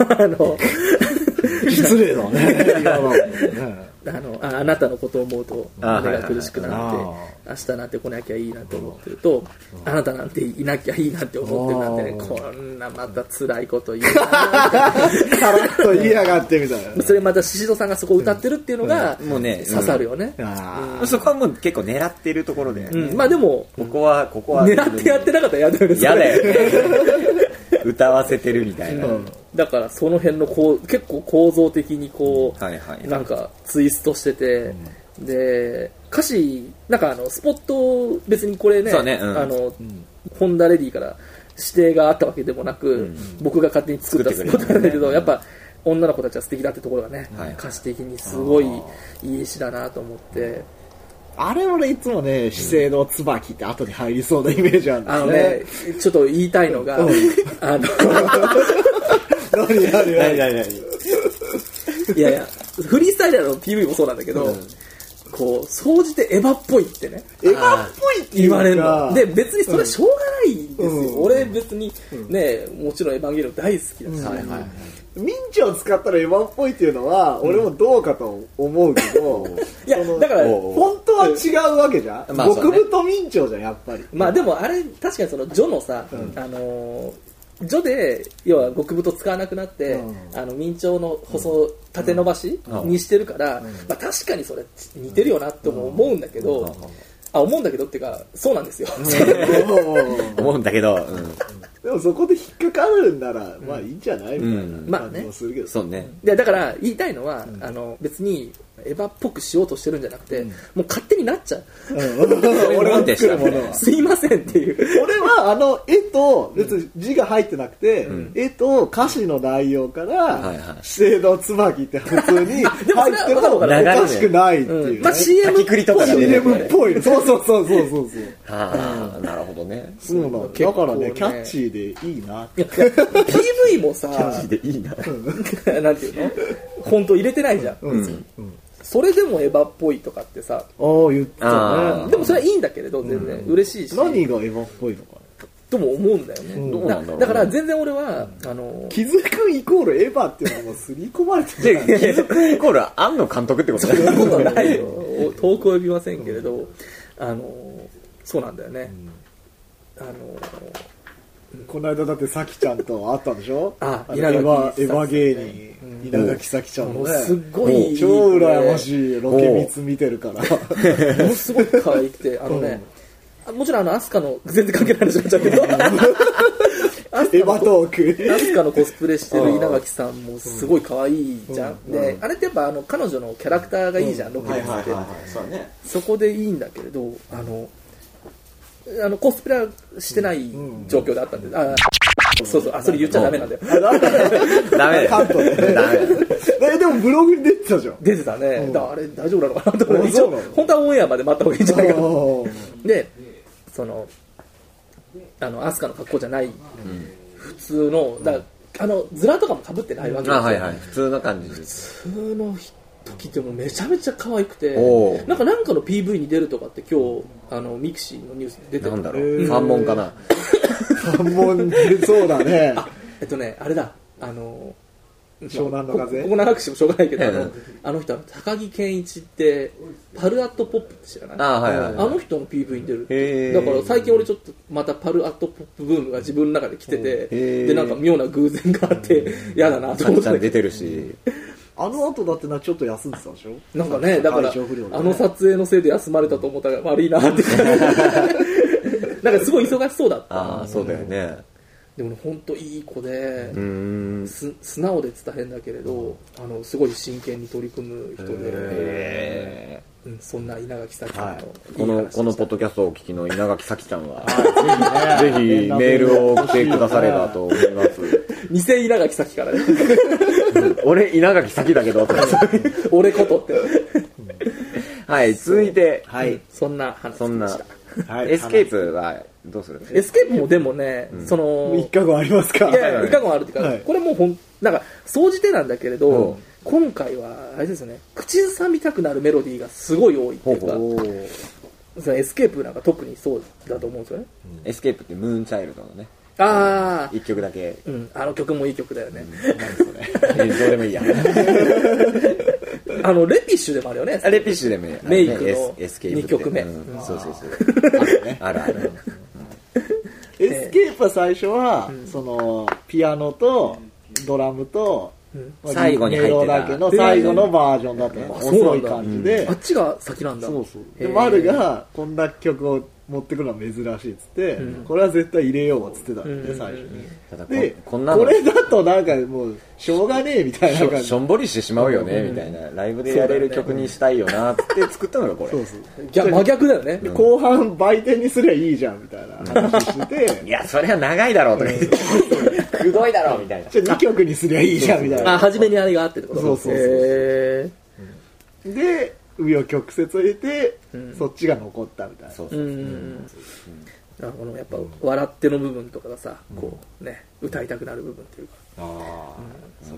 Speaker 1: あの、
Speaker 3: うん失礼だね
Speaker 1: あのああなたのことを思うと
Speaker 2: あ
Speaker 1: 胸が苦しくなって
Speaker 3: はいはいはい
Speaker 1: 明日なんて来なきゃいいなと思ってるとあなたなんていなきゃいいなって思ってるなんてねこんなまた辛いこと言うな
Speaker 3: さらっと言いやがってみたいな
Speaker 1: それまた宍戸さんがそこ歌ってるっていうのが
Speaker 2: んもうね
Speaker 1: 刺さるよね、
Speaker 3: あ
Speaker 2: そこはもう結構狙ってるところで、
Speaker 1: うんまあでも
Speaker 2: ここはここは
Speaker 1: 狙ってやってなかったらやだよねそれ
Speaker 2: 嫌だよね歌わせてるみたいな、
Speaker 1: だからその辺のこう結構構造的にこう、
Speaker 2: はいはい
Speaker 1: なんかツイストしてて、で歌詞なんかあのスポット別にこれね
Speaker 2: そうねうん
Speaker 1: あの、ホンダレディから指定があったわけでもなく、僕が勝手に作ったスポットなんだけど、やっぱ女の子たちは素敵だってところがね、
Speaker 2: はい
Speaker 1: 歌詞的にすごいいい詩だなと思って
Speaker 3: あれ俺いつもね資生堂椿って後に入りそうなイメージあるんで
Speaker 1: あ
Speaker 3: す
Speaker 1: の
Speaker 3: ね
Speaker 1: ねちょっと言いたいのが、あの
Speaker 2: はい
Speaker 3: 何何何
Speaker 2: はいはい
Speaker 1: いやいや、フリースタイルの PV もそうなんだけど、こう、総じてエヴァっぽいってね、
Speaker 3: エヴァっぽいってい
Speaker 1: 言
Speaker 3: うか
Speaker 1: われるの。で、別にそれはしょうがないんですよ。
Speaker 3: うん
Speaker 1: 俺別に、ね、もちろんエヴァンゲリオン大好きだし、
Speaker 3: ミンチを使ったらエヴァっぽいっていうのは、俺もどうかと思うけど、
Speaker 1: いや
Speaker 3: その
Speaker 1: だから
Speaker 3: 本当は違うわけじゃん。
Speaker 2: まあそう
Speaker 3: 極
Speaker 2: ね
Speaker 3: 太明朝じゃん、やっぱり。
Speaker 1: まあでもあれ、確かにその、ジョのさ、あのー、ジョで、要は極太使わなくなって、
Speaker 3: う
Speaker 1: あの、明朝の細、縦伸ばし
Speaker 2: うん
Speaker 1: にしてるから、まあ確かにそれ似てるよなとも思うんだけど、あ、思うんだけどっていうか、そうなんですよ。
Speaker 2: 思うんだけど、う
Speaker 3: でもそこで引っかかるんなら、まあいいんじゃないみ
Speaker 2: うん
Speaker 3: たいな感じもするけど
Speaker 2: ん、。そうね
Speaker 1: でだから言いたいのは、あの別にエヴァっぽくしようとしてるんじゃなくて、もう勝手になっちゃう
Speaker 3: 俺は作るものは。
Speaker 1: すいませんっていう
Speaker 3: 俺はあの絵と別に字が入ってなくて、絵と歌詞の内容か
Speaker 2: はいは
Speaker 3: ら
Speaker 2: い
Speaker 3: 資生堂椿って普通に
Speaker 1: でもそ
Speaker 3: 入
Speaker 1: れ
Speaker 3: って
Speaker 1: は
Speaker 3: もお
Speaker 1: わか
Speaker 2: る
Speaker 3: かしくないって
Speaker 1: う
Speaker 3: い
Speaker 1: ん
Speaker 3: う
Speaker 1: ま
Speaker 3: ね
Speaker 1: あ CM
Speaker 2: きくりとかだね
Speaker 3: CM っぽいそうそうそうそうそうそう
Speaker 2: ああなるほどね
Speaker 3: そうなの
Speaker 1: 結
Speaker 3: だ
Speaker 1: 構
Speaker 3: から
Speaker 1: ね
Speaker 3: ねキャッチーでいいなって
Speaker 1: いやいや PV もさ
Speaker 2: マジでいいな
Speaker 1: なんていうの本当入れてないじゃん、それでもエヴァっぽいとかってさ
Speaker 3: ああ言って
Speaker 2: あ
Speaker 3: た
Speaker 2: ー
Speaker 3: ね
Speaker 1: でもそれはいいんだけれど全然、嬉しいし
Speaker 3: 何がエヴァっぽいのかな
Speaker 1: とも思うんだよね、
Speaker 2: どうなんだろうね
Speaker 1: だから全然俺はあの
Speaker 3: 木津君イコールエヴァっていうのはもう刷り込まれて
Speaker 2: で
Speaker 3: る
Speaker 2: 気づくイコール庵野監督ってことだ
Speaker 1: そんなこと
Speaker 2: ね
Speaker 1: はないよお遠く及びませんけれど、あのそうなんだよね、あの
Speaker 3: この間だって咲ちゃんと会ったんでしょ
Speaker 1: あ
Speaker 3: の
Speaker 1: 稲
Speaker 3: エ
Speaker 1: 垣
Speaker 3: ヴ
Speaker 1: 咲
Speaker 3: ァエ
Speaker 1: さん
Speaker 3: ヴァ芸人稲垣咲ちゃん
Speaker 1: も
Speaker 3: の
Speaker 1: う
Speaker 3: ね
Speaker 1: すっごい
Speaker 3: 超羨ま
Speaker 1: い
Speaker 3: しいロケ密見てるから
Speaker 1: ものすごく可愛くてあのね、あもちろんあのアスカの全然関係ない話になっちゃうけ どアス
Speaker 3: エヴ
Speaker 1: カの
Speaker 3: ァトーク
Speaker 1: アスカのコスプレしてる稲垣さんもすごい可愛いじゃん、であれってやっぱあの彼女のキャラクターがいいじゃん、ロケ密って、
Speaker 2: いそうね
Speaker 1: そこでいいんだけれどあのあのコスプレはしてない状況であったんで、あそうそうあそれ言っちゃダメなんだよ
Speaker 2: ダメだよ
Speaker 3: カットで
Speaker 2: ダメだよ
Speaker 3: えでもブログに出てたじゃん
Speaker 1: 出てたね、だからあれ大丈夫なのかなと思って
Speaker 3: あ
Speaker 1: 一
Speaker 3: そう
Speaker 1: 応
Speaker 3: なの
Speaker 1: 本当はオンエアまで待った方がいいんじゃないかな
Speaker 3: おー
Speaker 1: でそのあのアスカの格好じゃない、普通のだあのズラとかもかぶってないわけです
Speaker 2: あ
Speaker 1: よ、
Speaker 2: はいはい普通な感じです
Speaker 1: 普通の時ってもうめちゃめちゃ可愛くて
Speaker 2: おう
Speaker 1: なんかなんかの PV に出るとかって今日あのミクシーのニュースに出てた
Speaker 2: なんだろうファンモンかな
Speaker 3: 関門でそうだね
Speaker 1: えっとね、あれだ、あの、
Speaker 3: 湘南の風
Speaker 1: こここ長くしてもしょうがないけど、あ
Speaker 2: う
Speaker 1: の
Speaker 2: ん
Speaker 1: あの人、高木健一って、パルアットポップって知らない
Speaker 2: ああはいはい
Speaker 1: あの人の PV に出
Speaker 2: へ
Speaker 1: る。
Speaker 2: ー
Speaker 1: だから最近俺ちょっとまたパルアットポップブームが自分の中で来て
Speaker 2: へ
Speaker 1: て、
Speaker 2: ー
Speaker 1: で、なんか妙な偶然があって、嫌だなと
Speaker 2: サ
Speaker 1: 思
Speaker 2: キ
Speaker 1: っ
Speaker 2: ちゃん
Speaker 1: て
Speaker 2: 出。てるし
Speaker 3: あの後だってなちょっと休んでたでしょ
Speaker 1: なんかね、だから、
Speaker 3: 体調不良でね
Speaker 1: あの撮影のせいで休まれたと思ったら悪いな って感じ。なんかすごい忙しそうだった。
Speaker 2: ああそうだよね
Speaker 1: でもね、ほんといい子で
Speaker 2: う、ーん
Speaker 1: す素直で伝えんだけれどあのすごい真剣に取り組む人で、
Speaker 2: え
Speaker 1: うん、そんな稲垣咲さんのいい話
Speaker 2: ーこの
Speaker 1: でした
Speaker 2: このポッドキャストをお聞きの稲垣咲ちゃんは
Speaker 3: ぜ
Speaker 2: ぜ ひメールを送ってくださればと思います。
Speaker 1: 偽稲垣咲からね
Speaker 2: 俺、稲垣先だけど、とか
Speaker 1: 俺ことって
Speaker 2: はい、続いて、
Speaker 3: はい。
Speaker 1: そんな話
Speaker 2: そん
Speaker 1: で
Speaker 2: な
Speaker 1: した。
Speaker 3: はい
Speaker 2: エスケープはどうする
Speaker 1: エスケープもでもね、その、
Speaker 3: 一過後ありますか
Speaker 1: いやいや、いかがもあるっていうか、
Speaker 3: はい
Speaker 1: これもうほん、なんか、総じてなんだけれど、
Speaker 2: うん
Speaker 1: 今回は、あれですよね、口ずさみたくなるメロディーがすごい多いっていうか、
Speaker 2: ほ
Speaker 1: そのエスケープなんか特にそうだと思うんですよね。
Speaker 2: エスケープってムーンチャイルドのね、
Speaker 1: ああ、
Speaker 2: 一曲だけ、
Speaker 1: うん、あの曲もいい曲だよね。
Speaker 2: どうでもい いや。
Speaker 1: あの、レピッシュでもあるよね。
Speaker 2: レピッシュでもいいや。
Speaker 1: メイクの
Speaker 2: エスエスケープって。
Speaker 1: 二曲目
Speaker 2: うん
Speaker 1: うん
Speaker 2: そうそうそう。あるある。
Speaker 3: エスケープは最初は、そのピアノとドラムと、
Speaker 1: うん
Speaker 3: まあ
Speaker 2: 最後に入ってた
Speaker 3: 音色だけの最後のバージョンだったの
Speaker 1: あ
Speaker 3: 遅い
Speaker 1: そうなんだ
Speaker 3: 感じで、
Speaker 1: あっちが先なんだ。
Speaker 3: そうそう
Speaker 1: へ
Speaker 3: で
Speaker 1: ー
Speaker 3: 丸がこんな曲を持ってくるのは珍しいっつって、
Speaker 1: うん
Speaker 3: これは絶対入れようっつってたんで、
Speaker 1: うん
Speaker 3: 最初に
Speaker 2: ただこ
Speaker 3: で
Speaker 2: こ
Speaker 3: こ
Speaker 2: んなの
Speaker 3: れだとなんかもうしょうがねえみたいな
Speaker 2: し
Speaker 3: 感
Speaker 2: ょ
Speaker 3: じ
Speaker 2: し
Speaker 3: そう
Speaker 2: ょんぼりしてしまうよね、みたいな。ライブでやれる曲にしたいよなって作ったのがこれ。
Speaker 3: そう
Speaker 1: 逆真逆だよね
Speaker 3: で。後半売店にすりゃいいじゃんみたいな話してて、
Speaker 2: いや、それは長いだろうとか言って。くどいだろうみたいな。
Speaker 3: じゃあ2曲にすりゃいいじゃんみたいな
Speaker 1: あ、初めにあれがあってってこと
Speaker 3: そうそうそう
Speaker 1: へ
Speaker 3: で紆余曲折を経て、そっちが残ったみたいな
Speaker 2: そう
Speaker 1: ー
Speaker 2: そうう。
Speaker 1: ん。なんかこのやっぱ、笑っての部分とかがさ、こう、ね、歌いたくなる部分っていうか。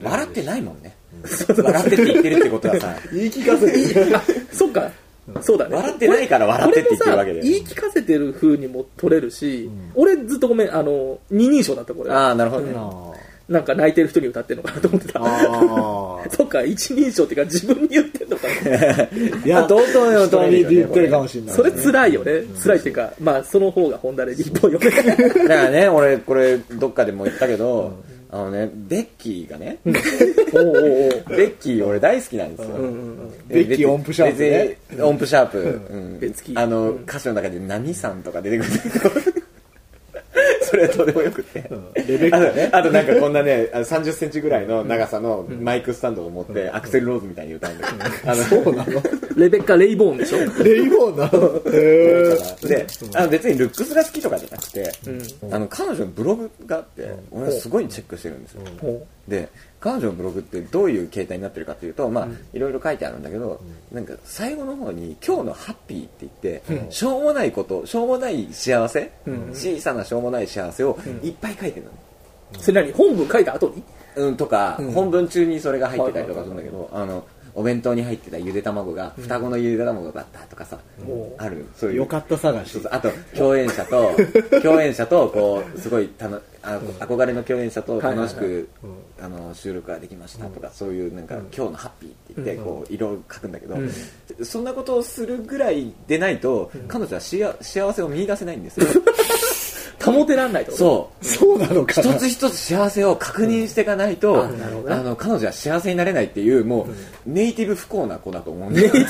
Speaker 2: 笑ってないもんね。笑ってって言ってるってことはさ、
Speaker 3: 言い聞かせて
Speaker 1: あ、そっか。そうだね。
Speaker 2: 笑ってないから笑ってって言ってるわけで
Speaker 1: これもさ言い聞かせてる風にも取れるし、俺ずっとごめん、あの、二人称だった、これ。
Speaker 2: ああ、なるほどね。
Speaker 1: なんか泣いてる人に歌ってるのかなと思ってた。
Speaker 3: あ
Speaker 1: そっか、一人称っていうか自分に言ってんのかな。
Speaker 3: あいやどんどん人に言ってるかもしれない
Speaker 1: それ辛いよね。辛いっていうか、まあ、その方が本だれで一本よ ね。
Speaker 2: だからね、俺、これ、どっかでも言ったけど、あのね、ベッキーがね、
Speaker 1: おうおうおう
Speaker 2: ベッキー俺大好きなんですよ。
Speaker 3: ベッキー音符シャープね
Speaker 2: 別に。音符シャープ。うん
Speaker 1: 別キー
Speaker 2: あの、歌詞の中で何さんとか出てくる。 それはどうでもよくて。
Speaker 3: レベッ
Speaker 2: あ
Speaker 3: カ
Speaker 2: とあとなんかこんなね、あの30センチぐらいの長さのマイクスタンドを持って、アクセルローズみたいに歌うんだけど。あの
Speaker 3: そうなの
Speaker 1: レベッカ・レイボーンでしょ
Speaker 3: レイボーなのへえ
Speaker 2: で、あの別にルックスが好きとかじゃなくて、あの彼女のブログがあって、俺はすごいチェックしてるんですよ。で、彼女のブログってどういう形態になってるかっていうと、まあ、いろいろ書いてあるんだけど、なんか最後の方に今日のハッピーって言って、しょうもないこと、しょうもない幸せ、小さなしょうもない幸せをいっぱい書いてるの。
Speaker 1: それ何本文書いた後に
Speaker 2: うん、とか、本文中にそれが入ってたりとかするんだけど、あの、お弁当に入ってたゆで卵が双子のゆで卵だったとかさ、あるそういう
Speaker 3: よかった探し
Speaker 2: そうそうあと共演者 と共演者とこうすごいたのあ憧れの共演者と楽しくあの収録ができましたとか、そういうなんか、今日のハッピーって言ってこう色を書くんだけど、そんなことをするぐらいでないと、彼女はしあ幸せを見出せないんですよ
Speaker 1: 保てらんないってこと
Speaker 2: そう
Speaker 3: そうなのか
Speaker 2: 一
Speaker 3: な
Speaker 2: つ一つ幸せを確認していかないと、
Speaker 1: なるほどね
Speaker 2: あの彼女は幸せになれないっていうもう、ネイティブ不幸な子だと思うんです よ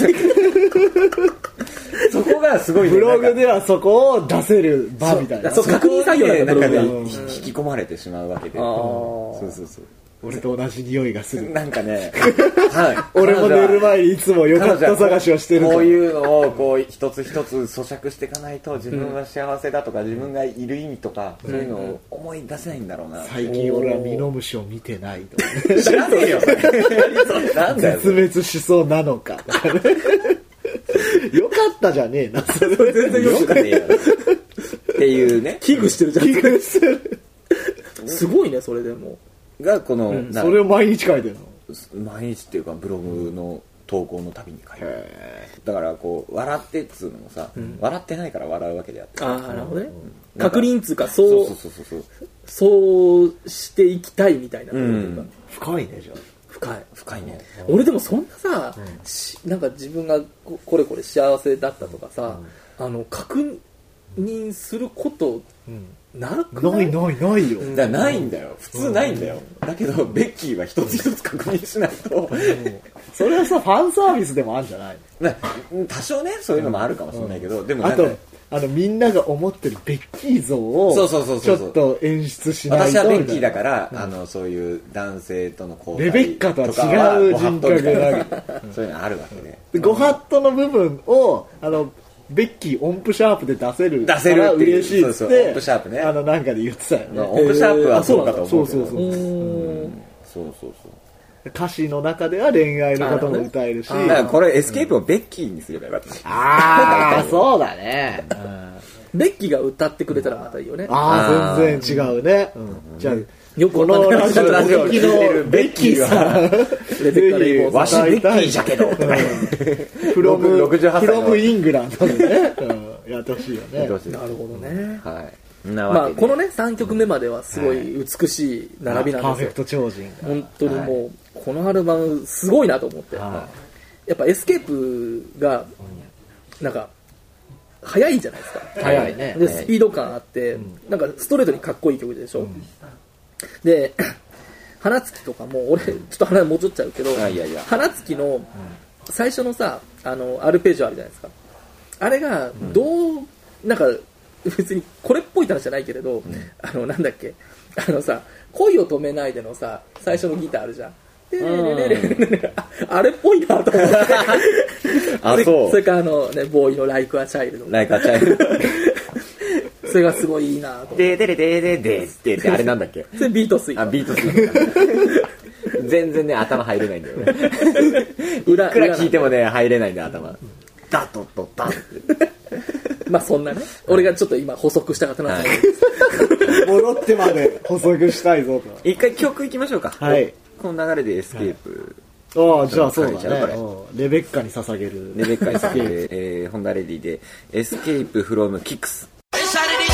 Speaker 2: そこがすごいね
Speaker 3: ブロ
Speaker 2: なん
Speaker 3: グ
Speaker 2: か
Speaker 3: ではそこを出せる場みたいな
Speaker 1: そう確認作業なんだ
Speaker 2: そこに
Speaker 1: ブ
Speaker 2: ね
Speaker 1: ロ
Speaker 2: な
Speaker 1: グ
Speaker 2: ん
Speaker 1: は
Speaker 2: かねひ引き込まれてしまうわけで
Speaker 1: あー
Speaker 2: そうそうそう
Speaker 3: 俺と同じ匂いがする
Speaker 2: なん かねはい
Speaker 3: 俺も寝る前にいつもよかった探しをしてる
Speaker 2: 彼女はこうこう
Speaker 3: と
Speaker 2: いうのをこう一つ一つ咀嚼していかないと自分は幸せだとか自分がいる意味とかそういうのを思い出せないんだろうな
Speaker 3: 最近俺はミノムシを見てないと
Speaker 2: 知らねえ よなんだよ
Speaker 3: 絶滅しそうなのかよかったじゃねえなそれ
Speaker 2: 全然よくねえよっていうね
Speaker 1: 危惧してるじゃ
Speaker 3: びっくりする
Speaker 1: ん。 すごいね、それでも。
Speaker 2: がこのな
Speaker 3: それを毎日書いてるの
Speaker 2: 毎日っていうかブログの投稿のたびに書いてるだからこう笑ってっつうのもさ、笑ってないから笑うわけであって
Speaker 1: ああ、なるほどね。
Speaker 2: うん
Speaker 1: 確認っつうか、
Speaker 2: そ
Speaker 1: そうう、
Speaker 2: そうそうそうそう
Speaker 1: そうしていきたいみたいなというか
Speaker 2: うん
Speaker 3: 深いねじゃあ
Speaker 1: 深い。
Speaker 2: 深いね
Speaker 1: 俺でもそんなさ、しなんか自分がここれこれ幸せだったとかさ、あの、確認すること、なく
Speaker 3: な
Speaker 1: ない
Speaker 3: いないないよ、
Speaker 2: だからないんだよ普通ないんだよ、だけどベッキーは一つ一つ確認しないと、
Speaker 3: それはさファンサービスでもあるんじゃない
Speaker 2: な 多少ねそういうのもあるかもしれないけど、でも
Speaker 3: の
Speaker 2: な
Speaker 3: あ
Speaker 2: んか
Speaker 3: とあのみんなが思ってるベッキー像を
Speaker 2: そうそうそう
Speaker 3: ち
Speaker 2: そ
Speaker 3: ょ
Speaker 2: うそう
Speaker 3: っと演出しない
Speaker 2: 私
Speaker 3: と
Speaker 2: はベッキーだか
Speaker 3: みたいな
Speaker 2: ら、あのそういう男性との交
Speaker 3: レベッカとは違う人格
Speaker 2: が そういうのあるわけで
Speaker 3: でご法度の部分をあのベッキー音符シャープで出せる
Speaker 2: 出せる
Speaker 3: から
Speaker 2: っていう
Speaker 3: 嬉しいっつ
Speaker 2: そ
Speaker 3: っ
Speaker 2: うそう
Speaker 3: て
Speaker 2: 音符シャープね
Speaker 3: あのなんかで言ってたよね
Speaker 2: オフシャープはそうかと
Speaker 3: そ
Speaker 2: 思う
Speaker 3: う
Speaker 2: け
Speaker 3: そ
Speaker 2: ど
Speaker 3: うそう
Speaker 1: うーん
Speaker 2: そうそうそう
Speaker 3: 歌詞の中では恋愛のことも歌えるし。
Speaker 2: だからこれエスケープをベッキーにすればよかったね
Speaker 3: ああ、そうだね。
Speaker 1: ベッキーが歌ってくれたらまたいいよね。
Speaker 3: ああ、全然違うね。じゃあ、
Speaker 1: よく
Speaker 3: こ
Speaker 1: わか
Speaker 3: の
Speaker 1: んない
Speaker 3: ラジオのベッキーさん、
Speaker 1: レベッカレイボー
Speaker 2: わしベッキーじゃ
Speaker 3: ゃ
Speaker 2: けど
Speaker 3: フロム、
Speaker 2: 僕68歳
Speaker 3: フ
Speaker 2: の
Speaker 3: ロムイングランドでね、うんやってほしいよね。
Speaker 1: なるほどね。
Speaker 2: はい
Speaker 1: ま
Speaker 2: なわ
Speaker 1: あ、
Speaker 2: けで
Speaker 1: このね、3曲目まではすごい美しい並びな
Speaker 3: パー
Speaker 1: ん
Speaker 3: フ
Speaker 1: で
Speaker 3: ェク
Speaker 1: すよ。
Speaker 3: ト超人が。
Speaker 1: 本当にもう、このアルバムすごいなと思って。
Speaker 3: は
Speaker 1: やっぱエスケープが、なんか、早いじゃないですか。
Speaker 3: い早いね。
Speaker 1: でスピード感あって、なんかストレートにかっこいい曲でしょ、で 花月とかも俺ちょっと花戻っちゃうけど
Speaker 2: あいやいや
Speaker 1: 花月の最初のさあのアルペジオあるじゃないですかあれがどう、なんか別にこれっぽい話じゃないけれど、あのなんだっけあのさ恋を止めないでのさ最初のギターあるじゃんででででででああれっぽいなと思って
Speaker 2: あ
Speaker 1: れ
Speaker 2: そう
Speaker 1: それからあの、ね、ボーイの「Like a Child」
Speaker 2: ライカちゃん
Speaker 1: それがすごいいいなと思って
Speaker 2: でででででででであれなんだっけ
Speaker 1: それビートスイ
Speaker 2: あ
Speaker 1: ート
Speaker 2: ビートス全然ね頭入れないんだよね
Speaker 1: 裏
Speaker 2: いくら
Speaker 1: 裏なん
Speaker 2: 聞
Speaker 1: で
Speaker 2: いてもね入れないんだよ頭ダトッとダッて
Speaker 1: まあそんなね俺がちょっと今補足したかったなと思って
Speaker 3: 戻ってまで補足したいぞ
Speaker 2: 一回曲いきましょうか
Speaker 3: はい
Speaker 2: この流れでエスケープ
Speaker 3: と。ああ、じゃあそう
Speaker 2: 書いちゃ
Speaker 3: だ
Speaker 2: う
Speaker 3: ね。
Speaker 2: これ
Speaker 3: うんレベッカに捧げる。
Speaker 2: レベッカさんで、えー、ホンダレディで、エスケープフロムキックス。
Speaker 4: Inside the DJ Hype.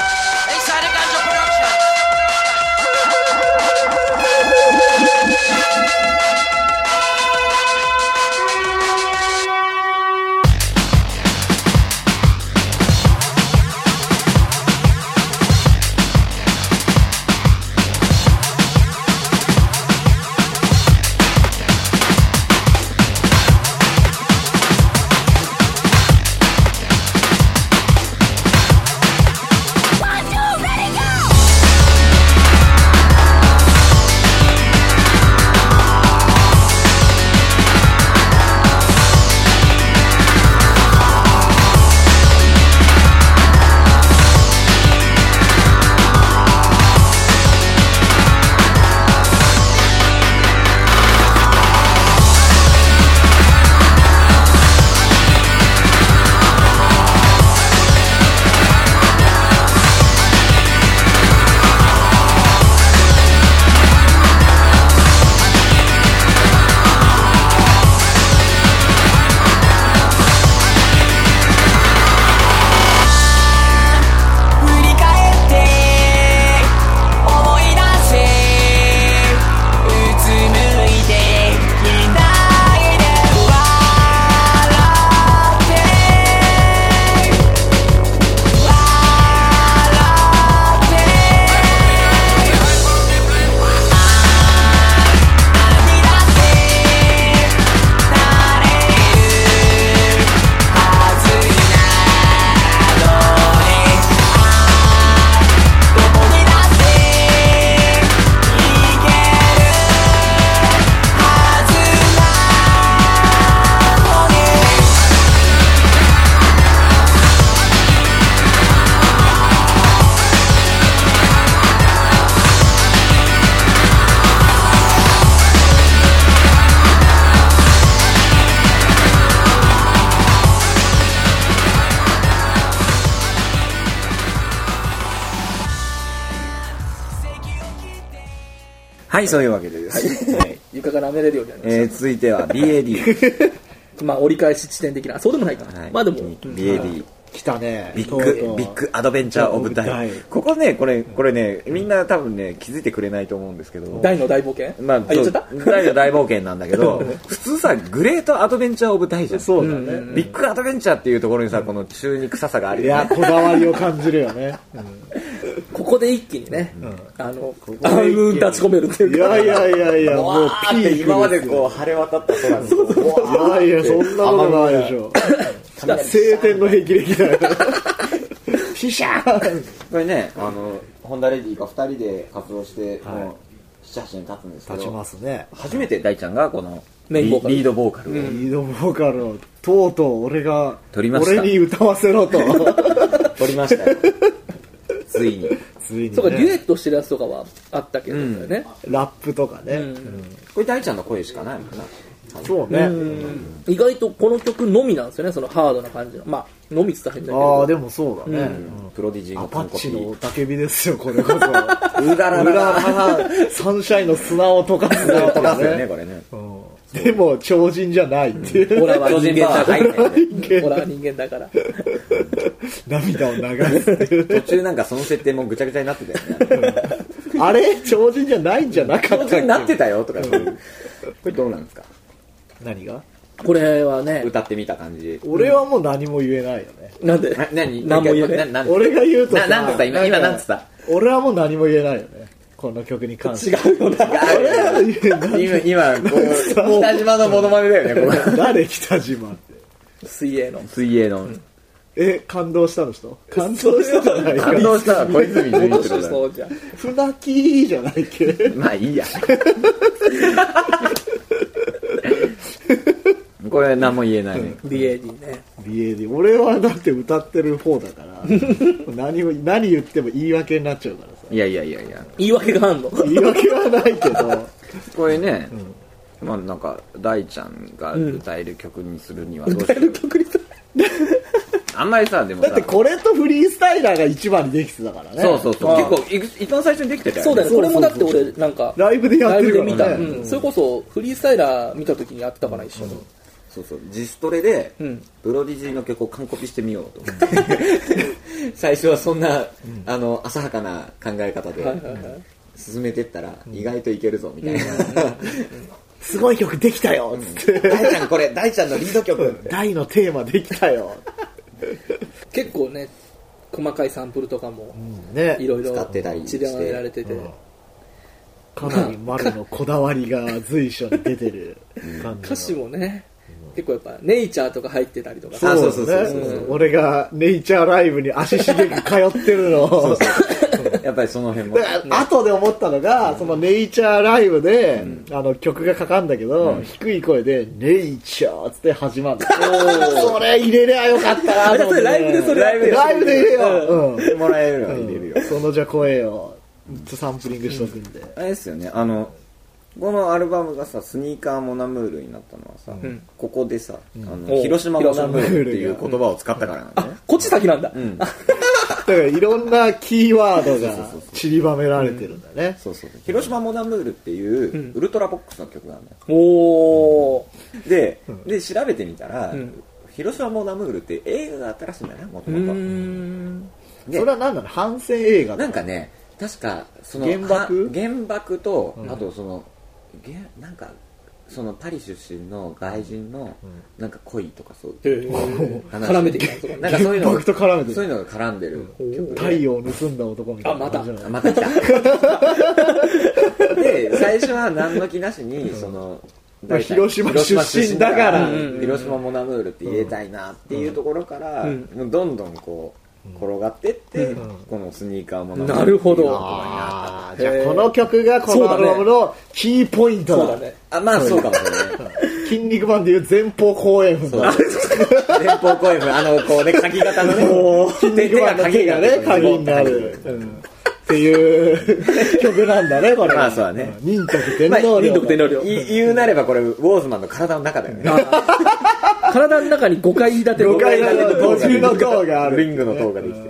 Speaker 4: Inside the Ganja Production.
Speaker 5: One, two, ready, go!
Speaker 4: 「振り返って思い出せ」「うつむいて現代で笑って」「笑って」「涙でなれるはずない」どこにだっていけるはずなのに
Speaker 2: はい、そういうわけでです。はい
Speaker 1: 床が舐めれるようになりまし
Speaker 2: えー、続いては BAD。
Speaker 1: たまあ折り返し地点的なそうでもないかな、
Speaker 2: はい
Speaker 1: まあでも、うん
Speaker 2: BAD。
Speaker 3: 来たね。
Speaker 2: ビッ
Speaker 3: とうと
Speaker 2: グ、
Speaker 3: う
Speaker 2: ビッグアドベンチャーオブダイ
Speaker 3: オブダイ。
Speaker 2: ここね、これ、これね、みんな多分ね、気づいてくれないと思うんですけど。
Speaker 1: 大の大冒険、
Speaker 2: まあ、
Speaker 1: 言っ
Speaker 2: そ
Speaker 1: ちゃ
Speaker 2: う
Speaker 1: った
Speaker 2: 大の大冒険なんだけ ど、普通さ、グレートアドベンチャーオブダイじゃん。
Speaker 3: そうだね。
Speaker 2: ビッグアドベンチャーっていうところにさ、この中に臭さがある
Speaker 3: い
Speaker 2: よね
Speaker 3: や、。こだわりを感じるよね。
Speaker 1: ここで一気にね、あの暗雲立ち込めるってい
Speaker 3: いう
Speaker 1: か
Speaker 3: やいやいやいや、もうピークですよ。
Speaker 2: こう、晴れ渡った空にこう、
Speaker 3: いやいや、そんなことないでしょ。晴天の霹靂だよ。ピシャー
Speaker 2: これね、あの、ホンダレディが2人で活動して、もう、7、8年経つんですけ
Speaker 3: 立ち
Speaker 2: ど
Speaker 3: ま、すね。
Speaker 2: 初めて大ちゃんがこの
Speaker 1: メインボーカル
Speaker 2: リリードボーカルを、
Speaker 3: リードボーカルを、とうとう俺が、
Speaker 2: 取りました
Speaker 3: 俺に歌わせろと。
Speaker 2: 取りましたよついに
Speaker 3: ついに、ね、
Speaker 1: そうか、デュエットしてるやつとかはあったけどだよね。
Speaker 3: ラップとかね、
Speaker 1: うん
Speaker 2: これ大ちゃんの声しかないもんな
Speaker 3: そうね、
Speaker 1: うん意外とこの曲のみなんですよね、そのハードな感じの。まあ、のみって言ったら変だけ
Speaker 3: ああ
Speaker 1: ど。
Speaker 3: でもそうだね、
Speaker 2: プロディジー
Speaker 3: ア
Speaker 2: の
Speaker 3: パ
Speaker 2: 完
Speaker 3: ッ
Speaker 2: コピ
Speaker 3: チ
Speaker 2: ー
Speaker 3: の焚け火ですよこれこそ
Speaker 2: うらららら
Speaker 3: サンシャインの砂を溶かす
Speaker 2: 砂を
Speaker 3: やつ
Speaker 2: 溶かすよ
Speaker 3: だ
Speaker 2: ね
Speaker 3: ね
Speaker 2: これね
Speaker 3: うんでも超人じゃないっていう、
Speaker 1: オラは人間だから。
Speaker 2: 巨人パワー入
Speaker 3: ってる
Speaker 1: オラは人間だから。
Speaker 3: 涙を流すっていう
Speaker 2: 途中なんかその設定もぐちゃぐちゃになってたよね
Speaker 3: あれ超人じゃないんじゃなかった
Speaker 2: 途
Speaker 3: っ
Speaker 2: 中
Speaker 3: け
Speaker 2: になってたよとか言ってこれどうなんですか
Speaker 3: 何が
Speaker 1: これはね、
Speaker 2: 歌ってみた感じ
Speaker 3: 俺はもう何も言えないよね
Speaker 1: なんで
Speaker 2: な何
Speaker 1: 何も言えない
Speaker 2: ななん
Speaker 3: 俺が言うとさ
Speaker 2: ななんつった今今
Speaker 3: んか
Speaker 2: なんつった
Speaker 3: 俺はもう何も言えないよねこの曲に関して
Speaker 1: 違うよな。
Speaker 2: 今今こう北島のモノマネだよねこれ
Speaker 3: 誰北島って
Speaker 1: 水泳の。
Speaker 2: 水泳の
Speaker 3: え感動したの人感動したじゃない
Speaker 2: 感
Speaker 3: か
Speaker 2: 動した小泉純
Speaker 1: 戻
Speaker 2: 一
Speaker 1: し
Speaker 2: 郎だ
Speaker 1: そうじゃん。
Speaker 3: 船木じゃないっけ
Speaker 2: まあいいやこれ何も言えないね
Speaker 1: BAD ね。
Speaker 3: BAD 俺はだって歌ってる方だから 何も何言っても言い訳になっちゃうからさ
Speaker 2: いやいやいやいや
Speaker 1: 言い訳があんの。
Speaker 3: 言い訳はないけど
Speaker 2: これね、まあなんか大ちゃんが歌える曲にするにはどうし
Speaker 1: 歌え
Speaker 2: よ
Speaker 1: る
Speaker 2: う
Speaker 1: 曲にさ
Speaker 2: あんまりさでも
Speaker 3: だっ
Speaker 2: さ
Speaker 3: てこれとフリースタイラーが一番にできてたからね
Speaker 2: そうそうそう
Speaker 1: ああ
Speaker 2: 結構いく一番最初にできてたよ
Speaker 1: そ
Speaker 2: ね
Speaker 1: うだよね。これもだって俺、なんか、
Speaker 3: ライブでやっ
Speaker 1: ラ
Speaker 3: て
Speaker 1: イブ
Speaker 3: る
Speaker 1: で
Speaker 3: からね
Speaker 1: 見た。うんそれこそ、フリースタイラー見た時にやってたから一緒に。
Speaker 2: そうそう自ストレで、
Speaker 1: ん
Speaker 2: プロディジーの曲を完コピしてみようと思って 最初はそんな、あの浅はかな考え方で
Speaker 1: はいはいはい
Speaker 2: 進めてったら、意外といけるぞみたいな、
Speaker 3: すごい曲できたよっつって
Speaker 2: 大ちゃんこれ大ちゃんのリード曲って
Speaker 3: 大のテーマできたよ
Speaker 1: 結構ね、細かいサンプルとかも、
Speaker 3: ね
Speaker 1: いろいろ
Speaker 2: 使ってたりし
Speaker 1: 散
Speaker 2: て
Speaker 1: りばめられてて。
Speaker 3: かなり丸のこだわりが随所に出てる感じの
Speaker 1: 歌詞もね、結構やっぱ、ネイチャーとか入ってたりとか
Speaker 2: あ
Speaker 1: さ。
Speaker 2: そうそうそうそう
Speaker 3: ね俺がネイチャーライブに足しげく通ってるのを
Speaker 2: やっぱりその辺も
Speaker 3: で後で思ったのが、そのネイチャーライブで、あの曲がかかんだけど、低い声で、ネイチャーっつって始まる。 それ入れりゃよかったなと思って、
Speaker 1: あれそれライブでそれやってよ
Speaker 3: ライブで入れよう。うん
Speaker 2: もらえるのは入れるよ、
Speaker 3: そのじゃ声を、サンプリングしとくんで。
Speaker 2: あれですよねあのこのアルバムがさスニーカーモナムールになったのはさ、ここでさ、あの
Speaker 1: お
Speaker 2: 広島モナムールっていう
Speaker 3: 広島
Speaker 2: 言葉を使ったからなんだね
Speaker 1: こっち先なんだ。あ
Speaker 3: だからいろんなキーワードが散りばめられてるんだね。
Speaker 2: そうそうそう広島モナムールっていうウルトラボックスの曲なんだよ、
Speaker 1: おー。
Speaker 2: でで調べてみたら、
Speaker 1: ん
Speaker 2: 広島モナムールって映画があったらしいんだよねもと
Speaker 1: うー
Speaker 2: も
Speaker 1: ん。
Speaker 2: と
Speaker 3: それは何なの反戦映画
Speaker 2: な
Speaker 3: だ
Speaker 2: んかね確かその
Speaker 3: 原爆
Speaker 2: は原爆と、あとそのげなんかそのパリ出身の外人の、なんか恋とかそう
Speaker 1: へー絡めてきたんですよ
Speaker 2: なんかそういうの
Speaker 3: 原爆と絡めてる
Speaker 2: そういうのが絡んでる曲で
Speaker 3: 太陽を盗んだ男みたいな感じ
Speaker 2: あ
Speaker 3: なの。
Speaker 2: また来たで最初は何の気なしに、その
Speaker 3: まあ広島出身だから
Speaker 2: うん広島モナムールって入れたいなっていうところから、もうどんどんこう転がってって、このスニーカーモナムール
Speaker 1: なるほど
Speaker 2: っていう言葉になった
Speaker 3: あーじゃあこの曲がこ
Speaker 1: そう
Speaker 3: の
Speaker 1: だ
Speaker 3: ア
Speaker 1: ね
Speaker 3: ルバムのキーポイント
Speaker 1: そ
Speaker 3: だ
Speaker 1: うだね。
Speaker 2: あまあそうかもしれない
Speaker 3: 筋肉マンでいう前方後円墳
Speaker 2: そう
Speaker 3: だ。
Speaker 2: 前方後円墳あのこうね鍵型のね手
Speaker 3: 筋肉
Speaker 2: 手
Speaker 3: マン
Speaker 2: が
Speaker 3: の手
Speaker 2: 鍵
Speaker 3: が
Speaker 2: が
Speaker 3: ね
Speaker 2: ね、
Speaker 3: 鍵になる。うんっていう 曲なんだね、これ。
Speaker 2: まあそうだね
Speaker 3: 忍徳天皇
Speaker 1: 忍
Speaker 3: 陵
Speaker 1: 徳天
Speaker 3: の。
Speaker 1: 皇陵。
Speaker 2: い言うなればこれウォーズマンの体の中だよね
Speaker 1: 体の中に5階建て
Speaker 3: 五階建ての五重の
Speaker 1: の
Speaker 3: 塔がある。
Speaker 2: リングの塔ができて。で、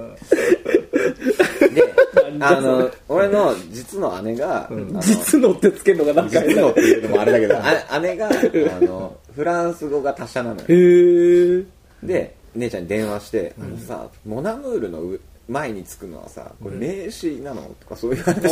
Speaker 2: あの、俺の実の姉が、あの実
Speaker 1: 実のってつけるのがなんかへ
Speaker 2: のっていうのもあれだけど、あ姉が、あの、フランス語が達者なのよ。
Speaker 1: ー
Speaker 2: で、姉ちゃんに電話して、あのさ、モナムールのう前につくのはさ、これ名詞なのとかそういう話を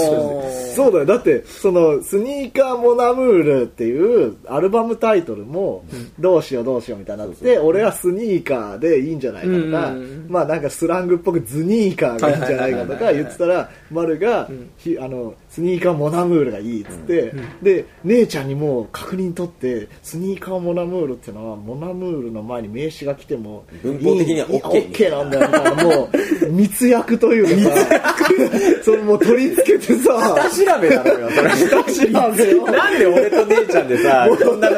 Speaker 2: して。
Speaker 3: そうだよ。だって、その、スニーカーモナムールっていうアルバムタイトルも、どうしようどうしようみたいになって、俺はスニーカーでいいんじゃないかと
Speaker 1: う
Speaker 3: か、
Speaker 1: ん
Speaker 3: まあなんかスラングっぽくズニーカーがいいんじゃないかと
Speaker 1: はいはいはい
Speaker 3: か
Speaker 1: はい
Speaker 3: 言ってたら、丸が、ひあの、スニーカーモナムールがいいっつって、で、姉ちゃんにもう確認取って、スニーカーモナムールってのは、モナムールの前に名詞が来ても、
Speaker 2: 文法的にはい
Speaker 3: い
Speaker 2: OK
Speaker 3: いい OK なんだよみたいな、もう、密約というかさ、 それもう取り付けてさ
Speaker 2: 下調べなのよそれ
Speaker 3: 調べよ
Speaker 2: なんで俺と姉ちゃんでさこんなの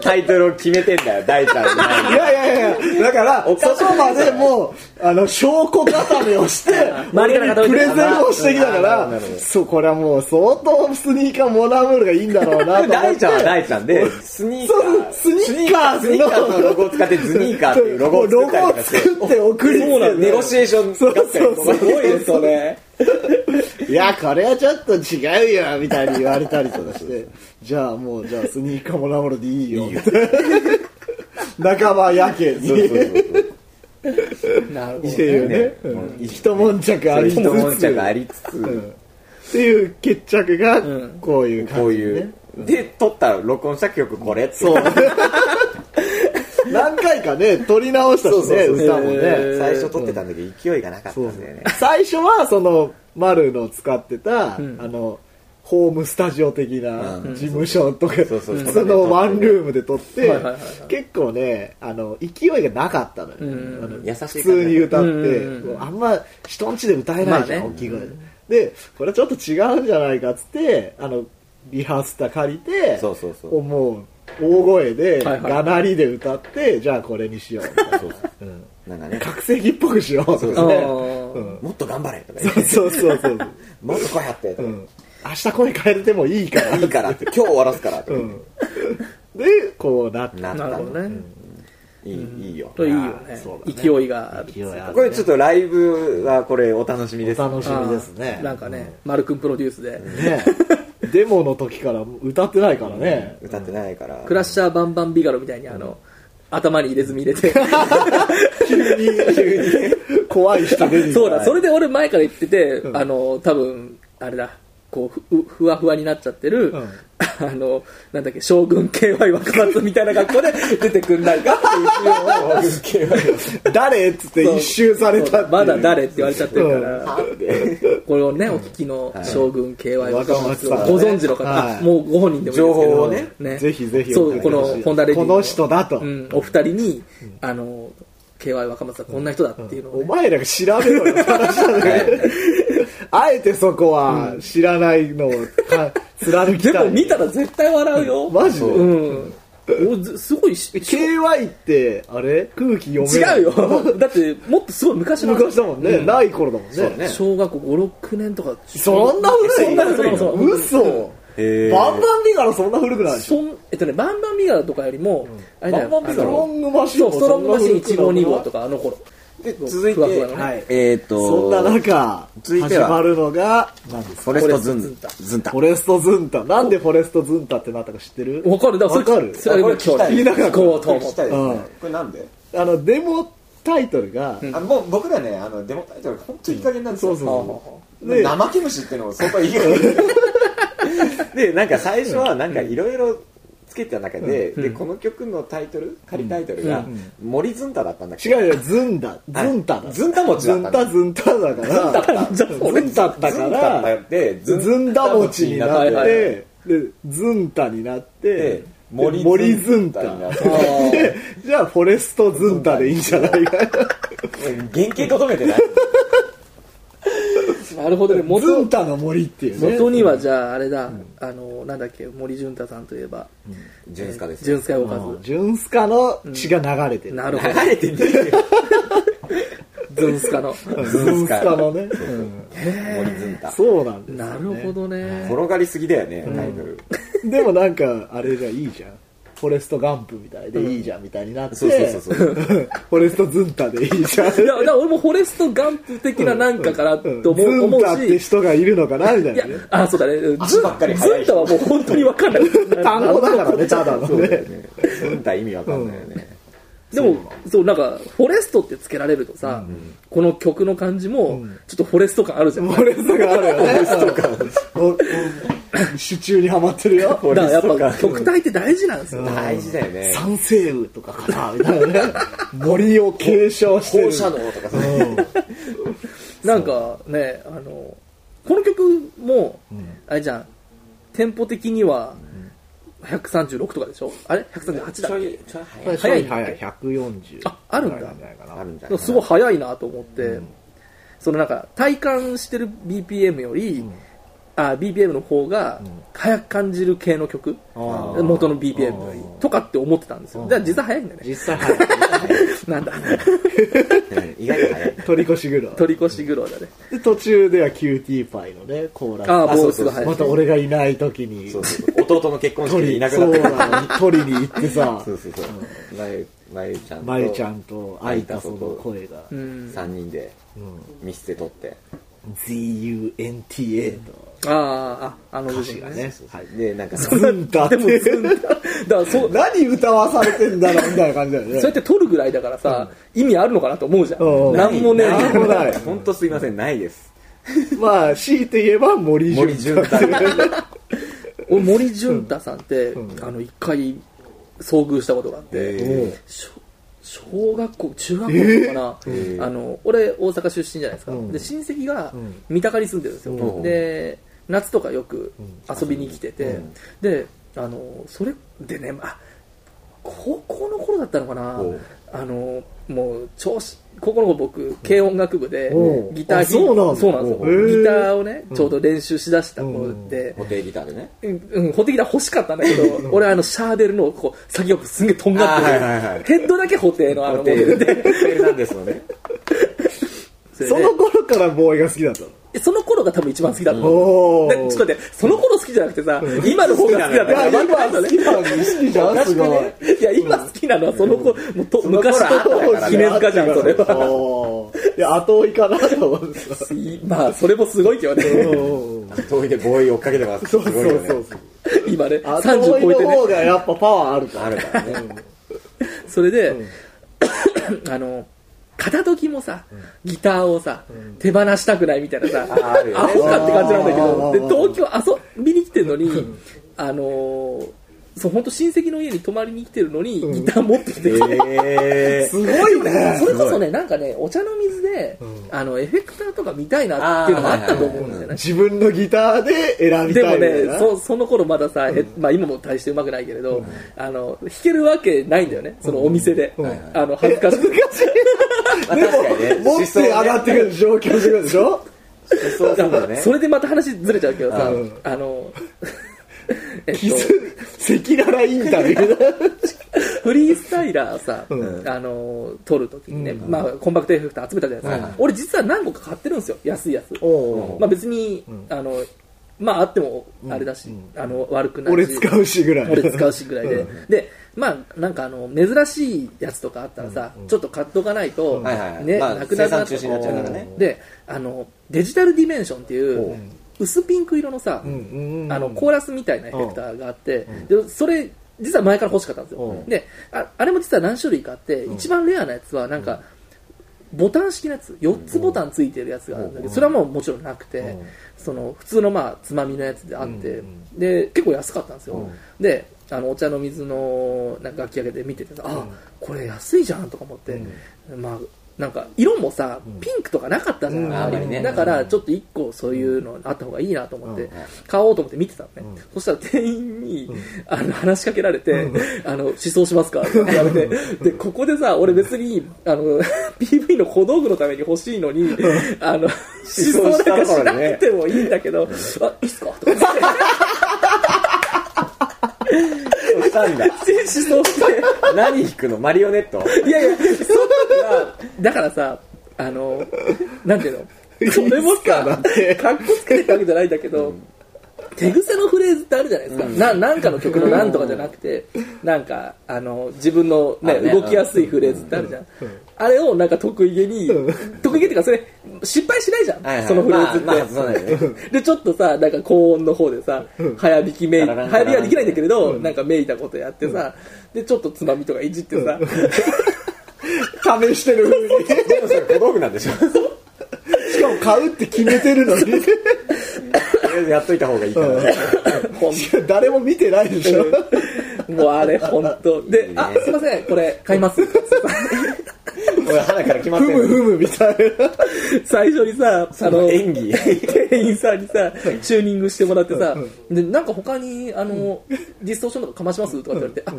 Speaker 2: タイトルを決めてんだよ大ちゃん
Speaker 3: いやいやいやだから
Speaker 2: おかしい
Speaker 3: そこまでもうあの証拠固めをして
Speaker 1: 周りから固めて
Speaker 3: プレゼンをしてきたか
Speaker 2: あー
Speaker 3: ら
Speaker 2: なるほど
Speaker 3: そうこれはもう相当スニーカーモナムールがいいんだろうなと思っ
Speaker 2: 大
Speaker 3: て
Speaker 2: ちゃんは大ちゃんでスニーカー
Speaker 3: そうスニーカーズ
Speaker 2: ス
Speaker 3: の
Speaker 2: ニーカーズのロゴを使ってズニーカーっていうロゴを作ったりとかして
Speaker 3: ロゴを作って送りつけて
Speaker 2: そうなんだネゴシエーション
Speaker 3: そうそうそう
Speaker 2: すごいねそれ
Speaker 3: いやこれはちょっと違うよみたいに言われたりとかしてじゃあもうじゃあスニーカーモナムールでいいよ仲間やけに
Speaker 2: そうそうそう
Speaker 1: なるほ
Speaker 3: っていうね、
Speaker 2: うん
Speaker 3: うん一悶着ありつ
Speaker 2: 一
Speaker 3: つ
Speaker 2: 悶着ありつつ、
Speaker 3: うんっていう決着が
Speaker 1: ん
Speaker 3: こういう感じ、ね
Speaker 2: こういう、で撮った録音した曲これって
Speaker 3: そう何回かね撮り直したしね歌もね、
Speaker 1: へー
Speaker 2: 最初撮ってたんだけど勢いがなかったんだよね
Speaker 3: 最初はその丸の使ってた、
Speaker 1: ん
Speaker 3: あのホームスタジオ的な
Speaker 2: うん
Speaker 3: 事務所とか、
Speaker 2: そうそう
Speaker 3: 普通のワンルームで撮って、
Speaker 1: はいはいはい
Speaker 3: 結構ねあの勢いがなかったのよ、
Speaker 1: うん
Speaker 3: あの
Speaker 2: 優しい感じ
Speaker 3: 普通に歌って、
Speaker 1: うんうんうん
Speaker 3: あんま人んちで歌えないじゃん、
Speaker 1: まあね
Speaker 3: 大きい声で、でこれちょっと違うんじゃないかっつってあのリハースター借りて
Speaker 2: そうそうそう
Speaker 3: もう大声で、
Speaker 1: はいはい
Speaker 3: がなりで歌ってじゃあこれにしようみたいな
Speaker 2: そうそうなんかね
Speaker 3: 覚醒器っぽくしようとかね
Speaker 2: そう
Speaker 1: どね
Speaker 3: うん
Speaker 2: もっと頑張れとか言っ
Speaker 3: そう
Speaker 2: て
Speaker 3: そうそうそう。
Speaker 2: もっと来いやってと
Speaker 3: う
Speaker 2: か
Speaker 3: ん。明日声変えてもいいから。
Speaker 2: いいからって今日終わらすからと
Speaker 3: う
Speaker 2: か
Speaker 3: ん。で、こうなって。
Speaker 2: なった
Speaker 1: なるほ
Speaker 2: の
Speaker 1: どね
Speaker 2: いいいいよ
Speaker 1: いいよ
Speaker 3: あ
Speaker 1: ね
Speaker 3: そうだね
Speaker 1: 勢いがある
Speaker 3: 勢いある
Speaker 2: これちょっとライブはこれお楽しみです
Speaker 3: お楽しみですね
Speaker 1: あ。ーなんかね丸くんプロデュースで
Speaker 3: うん。ねデモの時から歌ってないからね。
Speaker 2: 歌ってないから
Speaker 1: クラッシャーバンバンビガロみたいにあの頭に入れ墨入れ て
Speaker 3: 急に、急に、怖い人出てきた
Speaker 1: そうだそれで俺前から言っててあの多分あれだこうふふわふわになっちゃってる、
Speaker 3: うん
Speaker 1: あのなんだっけ将軍 KY 若松みたいな格好で出てくんないかっていう
Speaker 3: 誰っつって一周されたっていう
Speaker 1: まだ誰って言われちゃってるから、
Speaker 2: で
Speaker 1: これをね、お聞きの将軍 KY 若松を
Speaker 3: はい
Speaker 1: ご存知の方、
Speaker 3: はい
Speaker 1: あもうご本人でもいいですけど
Speaker 2: 情報をね
Speaker 3: ぜひぜひ
Speaker 1: そうこの本田レディ
Speaker 3: この人だと
Speaker 1: うん、お二人に、あの KY 若松はこんな人だっていうのを、
Speaker 3: お前らが調べろよって話なんだよあえてそこは知らないのをか貫き
Speaker 1: で
Speaker 3: たい。
Speaker 1: も見たら絶対笑うよ
Speaker 3: マジで
Speaker 1: うんおずすごいし
Speaker 3: KY ってあれ空気読めな
Speaker 1: 違
Speaker 3: い
Speaker 1: うよ だってもっとすごい昔の
Speaker 3: 昔だもんね、ない頃だもんね
Speaker 2: そうね
Speaker 1: 小学校56年とか
Speaker 3: そんな古い
Speaker 1: そんな古いの
Speaker 3: そう嘘
Speaker 2: へー
Speaker 3: バンバンビガロそんな古くないでしょ
Speaker 1: そんえっとねバンバンビガラとかよりも、あれだよ
Speaker 3: バンバンビガロ
Speaker 1: あ
Speaker 3: ストロングマシン
Speaker 1: そ
Speaker 3: も
Speaker 1: うストロングマシン
Speaker 3: そん
Speaker 1: 1
Speaker 3: な古
Speaker 1: 号
Speaker 3: くない
Speaker 1: 2号とかあの頃
Speaker 2: 続い
Speaker 1: ふわふわの
Speaker 2: て
Speaker 1: ね
Speaker 3: はい
Speaker 2: えっと
Speaker 3: そんな中
Speaker 2: 続い
Speaker 3: 始
Speaker 2: ては
Speaker 3: まるのが何ですか
Speaker 2: フォレストズンタズンタ
Speaker 3: フォレストズンタなんでフォレストズンタってなったか知ってる
Speaker 1: わかるだから
Speaker 3: わかる
Speaker 1: それそれは今
Speaker 2: あこれ聞き
Speaker 1: 日
Speaker 2: た
Speaker 3: い
Speaker 1: 聞こうと思っ
Speaker 2: これ聞きた
Speaker 1: て
Speaker 2: いですね
Speaker 3: うん
Speaker 2: これなんで
Speaker 3: あのデモタイトルが、
Speaker 2: あもう僕らねあのデモタイトル本当いい加減なんですよ
Speaker 3: そうそうそう
Speaker 2: で怠け虫ってのもそこはいい加減 でなんか最初はなんかいろいろつけてた中で,、でこの曲のタイトル仮タイトルが「森ズンタ」だったんだけど
Speaker 3: 違うよズンダズンタだ、
Speaker 2: はいズンタ餅
Speaker 3: ズ
Speaker 2: だ
Speaker 3: ン
Speaker 2: った
Speaker 3: タズンタだからズンタだ
Speaker 2: ズ
Speaker 3: か
Speaker 2: ンタ
Speaker 3: ら
Speaker 2: で
Speaker 3: ずんだ餅になっ
Speaker 1: は
Speaker 3: て、
Speaker 1: いはい
Speaker 3: で、ずんたになって
Speaker 2: で、
Speaker 3: で森ずんた
Speaker 2: になっ
Speaker 1: あ
Speaker 2: て
Speaker 1: ー
Speaker 3: で じゃあ、フォレストずんたでいいんじゃないか。
Speaker 2: 原型とどめてない
Speaker 1: なるほどね元
Speaker 3: ずんたの森っていうね。
Speaker 1: 元にはじゃああれだ、あのなんだっけ森潤太さんといえば
Speaker 2: ジュンスカです
Speaker 1: 潤介おか
Speaker 3: うん
Speaker 1: ず
Speaker 3: ジュンスカの血が流れてる。
Speaker 1: な るほど
Speaker 2: 流れてんだよ
Speaker 1: 潤介の
Speaker 3: うんズンスカのね。うん
Speaker 2: 森ズンタ
Speaker 3: そうなんですよ
Speaker 1: な
Speaker 3: ね。
Speaker 1: るほどね
Speaker 2: 転がりすぎだよねタイトル
Speaker 3: でもなんか、あれがいいじゃん。フォレストガンプみたいでいいじゃんみたいになって、
Speaker 2: そうそうそうそう
Speaker 3: フォレストずんたでいいじゃん。
Speaker 1: いやだから俺もフォレストガンプ的ななんかかなと思う,、
Speaker 3: ずんた
Speaker 1: 思
Speaker 3: っ
Speaker 1: う
Speaker 3: て
Speaker 1: し
Speaker 3: 人がいるのかなみたい
Speaker 1: いや
Speaker 3: なね。
Speaker 1: あそうだねず
Speaker 2: 足ばっかり速
Speaker 1: ず
Speaker 2: い
Speaker 1: んたはもう本当に分かんない
Speaker 3: 単語だからね、ただの
Speaker 2: そうだ
Speaker 3: ね
Speaker 2: よ。ねズンタ意味わかんないよね
Speaker 1: でもそうなんかフォレストってつけられるとさ、この曲の感じもちょっとフォレスト感あるじゃん、
Speaker 3: フォレストがあるよね。おお手中にはまってるよ。
Speaker 1: だからやっぱ曲体って大事なんですよ、ね
Speaker 2: 大事だよね
Speaker 3: 三西部とかかなみたいなね。森を継承してる。
Speaker 2: 放射能とかさ
Speaker 1: なんかねあのこの曲も、あれじゃんテンポ的には136とかでしょあれ138だ
Speaker 2: ちょいちょい早い
Speaker 3: 早い早い、140。
Speaker 1: ああるんだ
Speaker 3: ぐらいなんじゃないかな
Speaker 2: あるんじゃ
Speaker 1: でも
Speaker 2: ない
Speaker 1: すごい速いなと思って、そのなんか体感してる BPM より、あ BPM の方が早く感じる系の曲、
Speaker 3: ー
Speaker 1: 元の BPM よりとかって思ってたんですよ、じゃあ実際早いんだよね
Speaker 3: 実際早い
Speaker 1: なんだ
Speaker 2: うん意外と早い
Speaker 3: 取り越し苦労
Speaker 1: 取り越し苦労だね
Speaker 3: で途中ではキューティーパイのねコーラス
Speaker 1: ああ
Speaker 2: あ
Speaker 1: ボーイスが早い
Speaker 3: また俺がいない時に
Speaker 2: そうそうそう弟の結婚式
Speaker 3: 取
Speaker 2: で
Speaker 3: り
Speaker 2: いなくなった
Speaker 3: そうなの取りに行ってさ
Speaker 2: そうそうそうまゆまゆちゃんと
Speaker 3: まゆちゃんと開いたその声が
Speaker 1: うん
Speaker 2: 3人で見捨て取って、
Speaker 3: ZUNTA と
Speaker 1: あーああの部
Speaker 3: 歌詞
Speaker 1: 分
Speaker 3: が
Speaker 1: が
Speaker 3: ね
Speaker 1: ね
Speaker 3: はい
Speaker 2: でなんか
Speaker 3: ずんだって
Speaker 1: でもずんだだからそう
Speaker 3: 何歌わされてんだろうみたいな感じだよね
Speaker 1: そうやって取るぐらいだからさ、意味あるのかなと思うじゃん、
Speaker 3: うん
Speaker 1: なんもねえ
Speaker 3: なんもない
Speaker 2: 本当すいませんないです
Speaker 3: まあ強いて言えば森
Speaker 2: 森
Speaker 3: 潤
Speaker 2: 潤太
Speaker 1: 俺森潤太さんって、あの一回遭遇したことがあって、
Speaker 2: で
Speaker 1: 小小学校中学校なのかな、
Speaker 2: えー
Speaker 1: あの俺大阪出身じゃないですか、
Speaker 3: うん
Speaker 1: で親戚が
Speaker 3: ん
Speaker 1: 三鷹に住んでるんですよ、
Speaker 2: うん
Speaker 1: で夏とかよく遊びに来てて、
Speaker 2: うん
Speaker 1: であのそれでねあ高校の頃だったのかな、
Speaker 2: うん
Speaker 1: あのもう調子高校の頃僕軽音楽部で
Speaker 3: うん
Speaker 1: ギター
Speaker 3: あそうな
Speaker 1: なん
Speaker 3: んだ
Speaker 1: ですよ、
Speaker 3: へー
Speaker 1: ギターをねちょうど練習しだした頃で、
Speaker 2: 固定ギターでね
Speaker 1: うん、うん、ホテギター欲しかったんだけど、俺あの、シャーベルの、こう、先がすんげえとんがって
Speaker 2: あ
Speaker 1: る、
Speaker 2: ーはいはいはい
Speaker 1: ヘッドだけホテのあの、
Speaker 2: 固
Speaker 1: モ
Speaker 2: 定
Speaker 1: デル
Speaker 2: で
Speaker 1: で。
Speaker 2: エルナンデスのね
Speaker 1: それ
Speaker 3: そ
Speaker 1: で
Speaker 3: の頃からボーイが好きだったの
Speaker 1: その頃が多分一番好きだった。
Speaker 3: お
Speaker 1: でちょっと待って、その頃好きじゃなくてさ、今の方が好きだっ
Speaker 3: いや
Speaker 1: た
Speaker 3: 今
Speaker 1: から、
Speaker 3: 好きなのに好きじゃんすごい
Speaker 1: いや、今好きなのはその頃、もうと
Speaker 2: の頃
Speaker 1: 昔と
Speaker 2: は
Speaker 1: 記念塚じゃん、それは。
Speaker 3: は。いや、後追いかなと思ってさ。
Speaker 1: まあ、それもすごいけどね、
Speaker 2: 遠いでボーイ追っかけてます
Speaker 3: そうそ
Speaker 2: す
Speaker 3: う
Speaker 2: ごいよね
Speaker 3: そうそう。
Speaker 1: 今ね、
Speaker 3: 後
Speaker 1: 30
Speaker 3: 追い
Speaker 1: 超えて
Speaker 3: の
Speaker 1: ね
Speaker 3: 方。がやっぱパワーあるから。
Speaker 2: あるからね
Speaker 1: それで、 あの、片時もさ、ギターをさ、手放したくないみたいなさ、
Speaker 2: あるよ
Speaker 1: ア
Speaker 2: ね
Speaker 1: ホかって感じなんだけど、で、
Speaker 3: あー
Speaker 1: 東京遊びに来てるのに、あのーそう、本当親戚の家に泊まりに来てるのに、ギター持ってきて、
Speaker 2: え
Speaker 3: すごいね
Speaker 1: そ。れこそね、なんかね、お茶の水で、あの、エフェクターとか見たいなっていうのもあったと思うんですよね。
Speaker 3: 自分のギターで選び
Speaker 1: で
Speaker 3: た
Speaker 1: も
Speaker 3: いみたい
Speaker 1: ね
Speaker 3: な。
Speaker 1: そその頃まださ、へまあ、今も大してうまくないけれど、あの弾けるわけないんだよねそのお店で、あの恥ずかしくて
Speaker 2: ー、確かにね
Speaker 3: 持って上がってくる、上京してくるでしょ
Speaker 2: そうそうだね
Speaker 1: それでまた話ずれちゃうけどさ、
Speaker 3: うん
Speaker 1: あ の、えっ
Speaker 3: キ
Speaker 1: と
Speaker 3: ス、赤裸々インタビュー。
Speaker 1: フリースタイラーさ、
Speaker 3: ん
Speaker 1: あの、撮るときにね、まあ、コンパクトエフェクター集めたじゃないですか。
Speaker 2: はい
Speaker 1: 俺実は何個か買ってるんですよ、安いやつ。
Speaker 3: おう
Speaker 1: まあ別に、あの、まああっても、あれだし、あの、悪くないし。
Speaker 3: 俺使うしぐらい。
Speaker 1: 俺使うしぐらいで、でまあなんかあの珍しいやつとかあったらさ、ちょっと買っとかないと、
Speaker 2: はいはいはい
Speaker 1: ね、
Speaker 2: まあ
Speaker 1: なくなるな
Speaker 2: 生産中止になっちゃうからね
Speaker 1: であのデジタルディメンションっていう
Speaker 2: おう
Speaker 1: 薄ピンク色のさ、
Speaker 3: んうん
Speaker 1: あのコーラスみたいなエフェクターがあって、でそれ実は前から欲しかったんですよ、
Speaker 3: うん
Speaker 1: でああれも実は何種類かあって、一番レアなやつはなんか、ボタン式のやつ4つボタンついてるやつがあるんだけど、それはもうもちろんなくて、その普通のまあつまみのやつであって、で結構安かったんですよ、であのお茶の水のなんか楽器上げで見ててあ、これ安いじゃんとか思って、まあなんか色もさピンクとかなかったじゃん、
Speaker 3: うん
Speaker 1: あんまり
Speaker 2: あんまりね
Speaker 1: だからちょっと1個そういうのあった方がいいなと思って買おうと思って見てたのね、そしたら店員にあの話しかけられて、あの思想しますかって言われてでここでさ俺別にあの PV の小道具のために欲しいのにあの思想なんかしなくてもいいんだけど、あいいっすかとか言って
Speaker 2: したんだ
Speaker 1: 全然思想して。
Speaker 2: 何弾くのマリオネット
Speaker 1: いやいや、そんなのがだからさ、あの、なんていうの、それもさ、かっこつけてるわけじゃないんだけど、手癖のフレーズってあるじゃないですか、ななんかの曲のなんとかじゃなくて、なんかあの自分の、ね
Speaker 2: あね
Speaker 1: 動きやすいフレーズってあるじゃん、あれをなんか得意げに、得意げっていうかそれ失敗しないじゃん、
Speaker 2: はいはい
Speaker 1: そのフレーズって、
Speaker 2: まあまあそうだよね
Speaker 1: でちょっとさなんか高音の方でさ早弾きめい
Speaker 2: タララン
Speaker 1: 早弾きはできないんだけれど、なんかめいたことやってさ、でちょっとつまみとかいじってさ、
Speaker 3: 試してる風に。
Speaker 2: でもそれ小道具なんでしょ
Speaker 3: しかも買うって決めてるの に。
Speaker 2: とりあえずやっといた方がいいかな
Speaker 1: ほん
Speaker 3: 誰も見てないでしょ。
Speaker 1: もうあれ本当で、あ、すいません、これ買います。
Speaker 2: 俺花から決まっ
Speaker 3: ふ
Speaker 2: てん
Speaker 3: む
Speaker 2: の
Speaker 3: ふむみたいな。
Speaker 1: 最初にさ、あの、
Speaker 2: 演技
Speaker 1: 店員さんにさ、チューニングしてもらってさ、で、なんか他に、あの、ディストーションとかかましますとかって言われて、あ、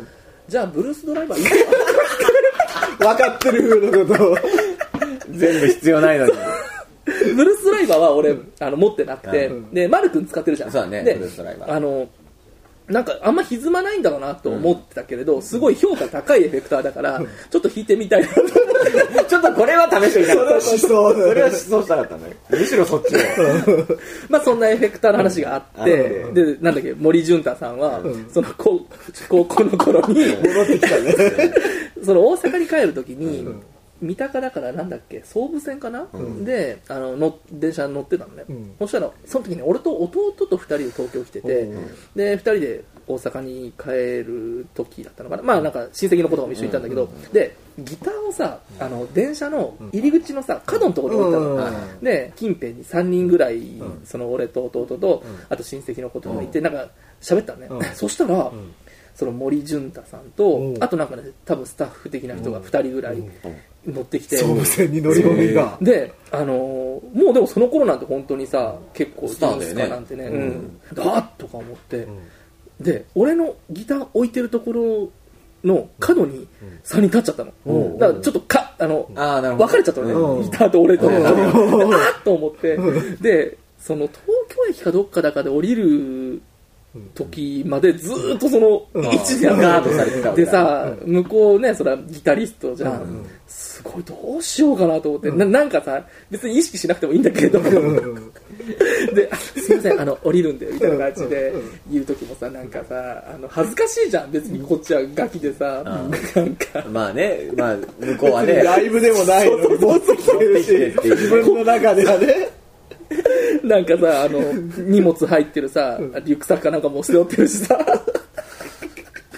Speaker 1: じゃあブルースドライバーいいか
Speaker 3: 分かってる風のことを。
Speaker 2: 全部必要ないのに
Speaker 1: ブルース・ドライバーは俺、あの持ってなくて、で、マル君使ってるじゃん。
Speaker 2: そうだね
Speaker 1: で
Speaker 2: ブルースドライバー
Speaker 1: あの、なんかあんま歪まないんだろうなと思ってたけれど、すごい評価高いエフェクターだから、ちょっと弾いてみたいなと思って
Speaker 2: ちょっとこれは試してみたかった。
Speaker 3: しそう
Speaker 2: それは失踪したかったね。むしろそっちを。
Speaker 1: まあそんなエフェクターの話があって、
Speaker 2: うん
Speaker 1: で、なんだっけ、森潤太さんは、その高高校の頃に、
Speaker 3: 戻ってきたね
Speaker 1: その大阪に帰るときに、三鷹だからなんだっけ総武線かな、であのの電車に乗ってたのね、
Speaker 3: ん
Speaker 1: そしたらその時に俺と弟と2人で東京来てて、
Speaker 3: うん
Speaker 1: で2人で大阪に帰る時だったのかなまあなんか親戚の子とかも一緒にいたんだけど、でギターをさあの電車の入り口のさ角のところに置いたの、
Speaker 3: うん
Speaker 1: で近辺に3人ぐらい、その俺と弟と、あと親戚の子とかいて、なんか喋ったのね、
Speaker 3: うん
Speaker 1: そしたら、その森潤太さんと、
Speaker 3: うん
Speaker 1: あとなんかね多分スタッフ的な人が2人ぐらい乗ってきて、
Speaker 3: 総武線に乗り込みが
Speaker 1: で、あのーもうでもその頃なんて本当にさ結構
Speaker 2: スターだよね
Speaker 1: ジュンスカなんてね、うんだっとか思って、で俺のギター置いてるところの角に3人立っちゃったの、
Speaker 2: うん
Speaker 1: だからちょっとかあの
Speaker 2: ああ、なるほど。
Speaker 1: 別れちゃったの
Speaker 3: う
Speaker 1: ね
Speaker 3: ん
Speaker 1: ギターと俺と
Speaker 2: うん
Speaker 1: あっと思ってでその東京駅かどっかだかで降りる時までずーっとその
Speaker 3: ん
Speaker 1: 位置でやっ
Speaker 2: ガー
Speaker 1: た
Speaker 2: ドされてた
Speaker 1: でさ向こうねそれはギタリストじゃんすごいどうしようかなと思ってななんかさ別に意識しなくてもいいんだけれどであすいませんあの降りるんでみたいな感じで言う時もさなんかさあの恥ずかしいじゃん別にこっちはガキでさなんか
Speaker 2: まあね、まあ、向こうはね、
Speaker 3: ライブでもないのに持ってきてるし
Speaker 2: 持ってきてるっていう
Speaker 3: 自分の中ではね
Speaker 1: なんかさ、 あの、荷物入ってるさ、リュックサックかなんかもう背負ってるし さ、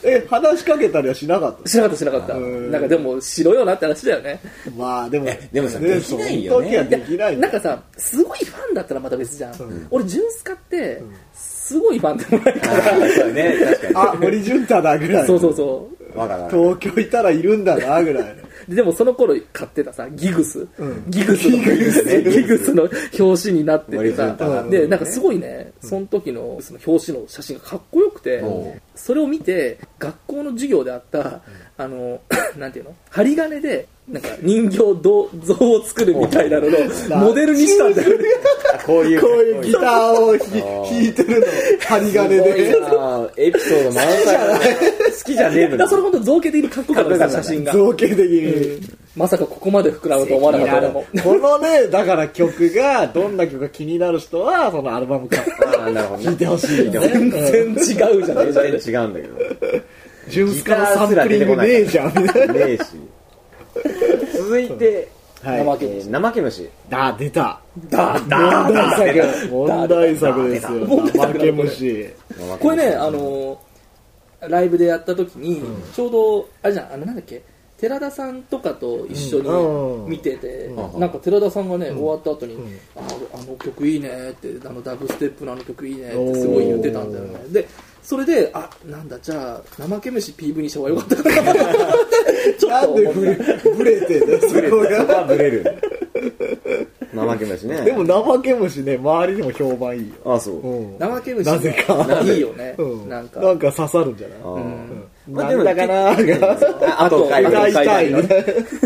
Speaker 3: え話しかけたりはしなかった
Speaker 1: しなかったしなかった。
Speaker 3: ん
Speaker 1: なんかでも、しろよなって話だよね。
Speaker 3: まあでも
Speaker 2: でもさできないよね
Speaker 3: その時はできないよ
Speaker 1: なんかさ、すごいファンだったらまた別じゃん。俺、ジュンスカって、すごいファンでもないか
Speaker 2: あ
Speaker 1: ら。
Speaker 2: ーそうね、確か
Speaker 3: あ森潤太だぐらい
Speaker 1: そうそうそ
Speaker 2: に。わからない。
Speaker 3: 東京いたらいるんだなぐらい
Speaker 1: ででもその頃買ってたさギグス、
Speaker 3: ん
Speaker 1: ギグスのね ギグスの表紙になってて
Speaker 2: 森
Speaker 1: さ
Speaker 2: 潤太
Speaker 3: の
Speaker 1: でなんかすごいねその時のその表紙の写真がかっこよくて
Speaker 2: おう
Speaker 1: それを見て学校の授業であったあの なんていうの針金でなんか人形ど像を作るみたいなのの モデルにしたんだよね
Speaker 2: あこういう。
Speaker 3: こういうギターをひ弾いてるの針金で
Speaker 2: あーエピソード満載だね好きじゃねえ
Speaker 1: だ
Speaker 2: の
Speaker 1: から
Speaker 2: に
Speaker 1: それ本当造形的にかっこよかったですよ写真が
Speaker 3: 造形的に
Speaker 1: まさかここまで膨らむと思わなかった俺も
Speaker 3: このねだから曲がどんな曲が気になる人はそのアルバム買っ
Speaker 2: あーなるほどね
Speaker 3: て聴いてほしいよね
Speaker 1: 全然違うじゃん
Speaker 2: 全然違うんだけど
Speaker 3: 純スカのサンプリングねえじゃん
Speaker 2: ねえし 続いて
Speaker 3: は
Speaker 1: 生
Speaker 3: い
Speaker 2: えー怠け虫
Speaker 3: あ出た
Speaker 1: だ
Speaker 3: 問題作問題作ですよ
Speaker 1: 問題作だ
Speaker 3: 負け虫
Speaker 1: これね、あのーライブでやった時に、ちょうど、あれじゃん、あの、なんだっけ、寺田さんとかと一緒
Speaker 3: うん
Speaker 1: に見てて、
Speaker 2: うん
Speaker 1: なんか寺田さんがね、終わった後に、ああの曲いいねって、あのダブステップのあの曲いいねってすごい言ってたんだよね。で、それで、あ、なんだ、じゃあ、怠け虫 PV にした方がよかったかな ちょっ
Speaker 3: な
Speaker 1: と
Speaker 3: んで
Speaker 1: 思
Speaker 3: ブ
Speaker 1: っ
Speaker 3: レブレてんだよそ
Speaker 2: ブレ
Speaker 3: こ
Speaker 2: る
Speaker 3: が
Speaker 2: ブレる怠け虫ね
Speaker 3: でも怠け虫ね周りでも評判いいよ
Speaker 2: あそう
Speaker 3: うん
Speaker 1: た。怠け
Speaker 3: なぜか
Speaker 1: 虫、いいよね
Speaker 3: う。ん
Speaker 1: なんか。
Speaker 3: なんか刺さるんじゃない
Speaker 2: あーまあ
Speaker 3: なんだかなーが
Speaker 2: ああと回を
Speaker 3: 歌いたい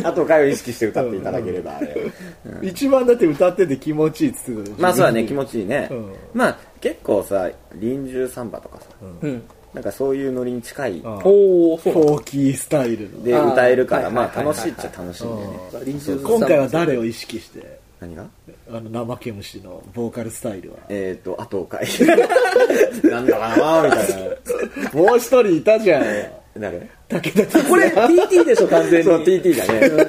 Speaker 2: あと回を意識して歌っていただければあれ
Speaker 3: 一番だって歌ってて気持ちいいっつってたでしょ
Speaker 2: まあそうだね気持ちいいね
Speaker 3: うん
Speaker 2: まあ結構さ臨終サンバとかさ
Speaker 1: うん。
Speaker 2: なんかそういうノリに近い
Speaker 3: うん
Speaker 1: おー、そ
Speaker 3: フ
Speaker 1: う
Speaker 3: ォーキースタイル
Speaker 2: で
Speaker 3: の
Speaker 2: 歌えるか
Speaker 1: あー
Speaker 2: ら
Speaker 1: はい
Speaker 2: ま
Speaker 1: は
Speaker 2: あ
Speaker 1: いはい
Speaker 2: 楽しいっちゃ楽しいんだよね
Speaker 1: なんだ。臨終
Speaker 3: 今回は誰を意識して
Speaker 2: 何が
Speaker 3: あの怠け虫のボーカルスタイルは
Speaker 2: えっとあと回なんだかなーみたい
Speaker 3: もう一人いたじゃん
Speaker 2: な誰
Speaker 3: 武田
Speaker 1: これ TT でしょ、完全に。
Speaker 2: そう TT だね